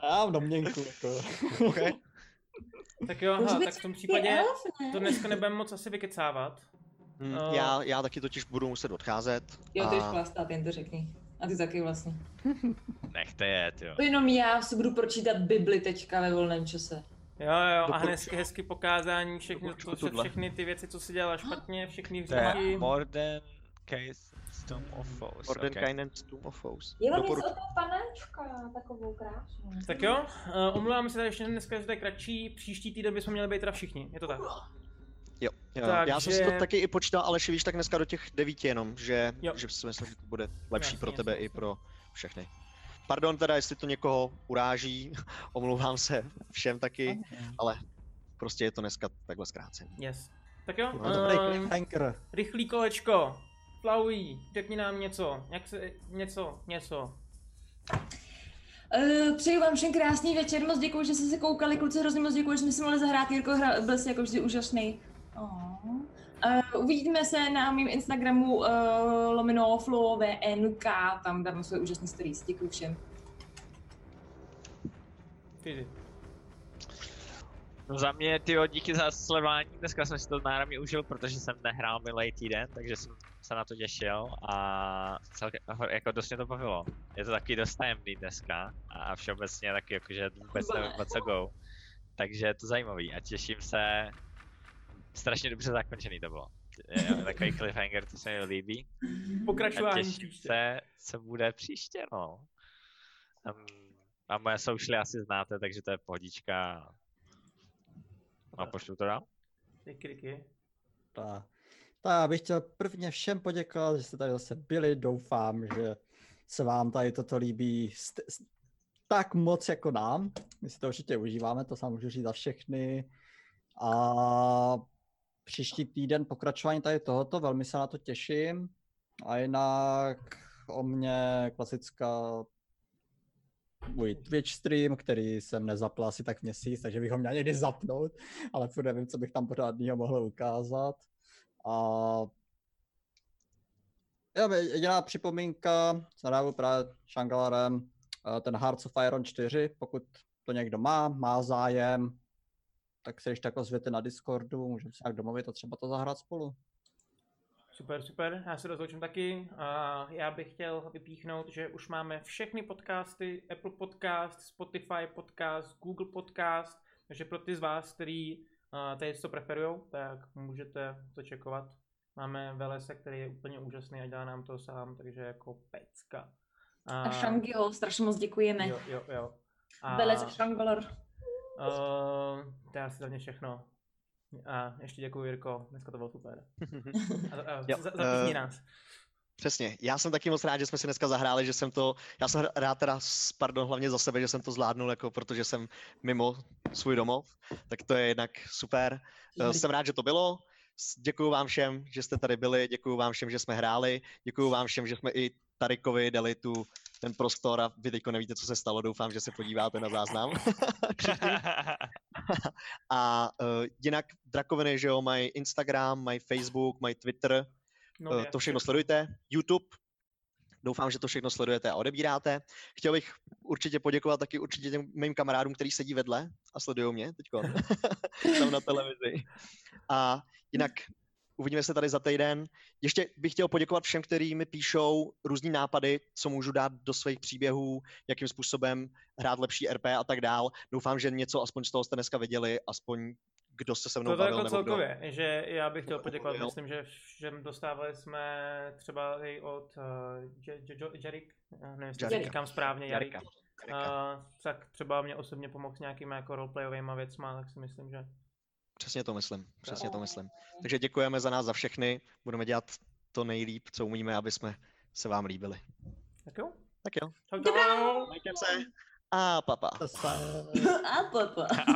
Já mám domněnku, jako.
Okay.
Tak jo,
Může
aha,
být
tak v tom
Ty
případě
elf, ne?
to dneska nebudeme moc asi vykecávat.
Hmm,
No.
já, já taky totiž budu muset odcházet.
Jo, ty jsi
a-
chlastá, jen to řekni. A ty taky vlastně.
Nechte je, jo.
To jenom já si budu pročítat Bibli teďka ve volném čase.
Jo, jo, a
Doporučuji.
hezky, hezky pokázání, všechny, to,
Doporučuji
že
tuhle.
všechny ty věci, co si dělala špatně, všechny
To je
vzniky.
more than case storm of foes. okay.
Ordenkainen okay. Tomb of Foes.
Je vám něco
Doporučuji.
od toho panáčka, takovou krásnou.
Tak jo, uh, omlouvám se tady ještě dneska, že to je kratší, příští týden bychom měli být teda všichni, je to tak.
Jo, jo.
Takže-
Já jsem si to taky i počítal, ale víš tak dneska do těch devíti jenom, že,
Jo.
že si myslím, že to bude lepší
Jasně,
pro tebe
jasně,
i
jasně.
pro všechny. Pardon teda, jestli to někoho uráží, omlouvám se všem taky, ale prostě je to dneska takhle zkrácený.
Yes. Tak jo,
No, dobrý
um,
cliffhanger.
rychlý kolečko, Flauí, řekni nám něco, jak se, něco, něco.
Eh, Přeju vám všem krásný večer, moc děkuji, že jste se koukali, kluci hrozně moc děkuji, že jsme si mohli zahrát, Jirko hra, byl jsi jako vždy úžasný. Oh. Uh, uvidíme se na mém Instagramu uh, lomeno FloVNK, tam dám svoje úžasné stories, děkuji všem.
Fyzi.
No za mě, ty díky za sledování. Dneska jsem si to náramně užil, protože jsem nehrál minulý týden, takže jsem se na to těšil a celkem, jako dost mě to bavilo. Je to takový dost tajemný dneska a všeobecně taky jakože vůbec nevím, o co go. Takže je to zajímavý a těším se. Strašně dobře zakončený to bylo. Je, Takový cliffhanger, to se mi líbí. A
Pokračování
těším
příště.
se, co bude příště, no. Um, a moje soušly asi znáte, takže to je pohodička. A pošlu to dál?
Ryky, ryky.
Ta. Ta, já bych chtěl prvně všem poděkovat, že jste tady zase byli. Doufám, že se vám tady toto líbí st- s- tak moc jako nám. My si to určitě užíváme, to sám můžu říct za všechny. A příští týden pokračování tady tohoto, velmi se na to těším. A jinak o mě klasická můj Twitch stream, který jsem nezapl asi tak měsíc, takže bych ho měl někdy zapnout, ale furt nevím, co bych tam pořádného mohl ukázat. A jo, jediná připomínka, zadávu právě Shangalarem, eh, ten Hearts of Iron 4, pokud to někdo má, má zájem, tak se ještě tak ozvěte na Discordu, můžeme se nějak domluvit a třeba to zahrát spolu.
Super, super, já se rozloučím taky. A já bych chtěl vypíchnout, že už máme všechny podcasty, Apple Podcast, Spotify Podcast, Google Podcast, takže pro ty z vás, který uh, tady to preferujou, tak můžete to čekovat. Máme Velese, který je úplně úžasný a dělá nám to sám, takže jako pecka.
A Shangi ho strašně moc děkujeme.
Jo, jo, jo. A,
Velec Shangolor.
uh, to je asi za mě všechno. A ještě děkuji, Jirko, dneska to bylo super. A, a, a,
Jo,
za- zapíchni
eh,
nás.
Přesně, já jsem taky moc rád, že jsme si dneska zahráli, že jsem to, já jsem rád teda, s- pardon, hlavně za sebe, že jsem to zvládnul, jako protože jsem mimo svůj domov, tak to je jednak super. Eh, Jsem rád, že to bylo. S- Děkuju vám všem, že jste tady byli, děkuju vám všem, že jsme hráli, děkuju vám všem, že jsme i Tarikovi dali tu ten prostor a vy teďko nevíte, co se stalo, doufám, že se podíváte na záznam. A uh, jinak Drakoviny, že jo, mají Instagram, mají Facebook, mají Twitter,
No,
Eh,
je.
to všechno sledujte, YouTube, doufám, že to všechno sledujete a odebíráte. Chtěl bych určitě poděkovat taky určitě těm mým kamarádům, kteří sedí vedle a sledují mě teď tam na televizi. A jinak uvidíme se tady za týden. Ještě bych chtěl poděkovat všem, kteří mi píšou různý nápady, co můžu dát do svých příběhů, jakým způsobem hrát lepší RP a tak dál. Doufám, že něco aspoň z toho jste dneska viděli, aspoň kdo se se mnou
To to
bavil.
jako
nebo kdo-
celkově, že já bych chtěl
Kdo
poděkovat,
mluvil.
myslím, že všem dostávali jsme třeba i od uh, J- J- J- Jarik, eh, nevím, jestli to
Jarika.
říkám správně, Jarik,
Jarika.
uh,
Jarika.
tak třeba mě osobně pomohl s nějakýma jako roleplayovými věcma, tak si myslím, že
Přesně to myslím, přesně to myslím. Takže děkujeme za nás, za všechny, budeme dělat to nejlíp, co umíme, aby jsme se vám líbili.
tak jo.
Tak jo,
Čau, čau.
majte se a papa. Pa.
Zase.
A papa.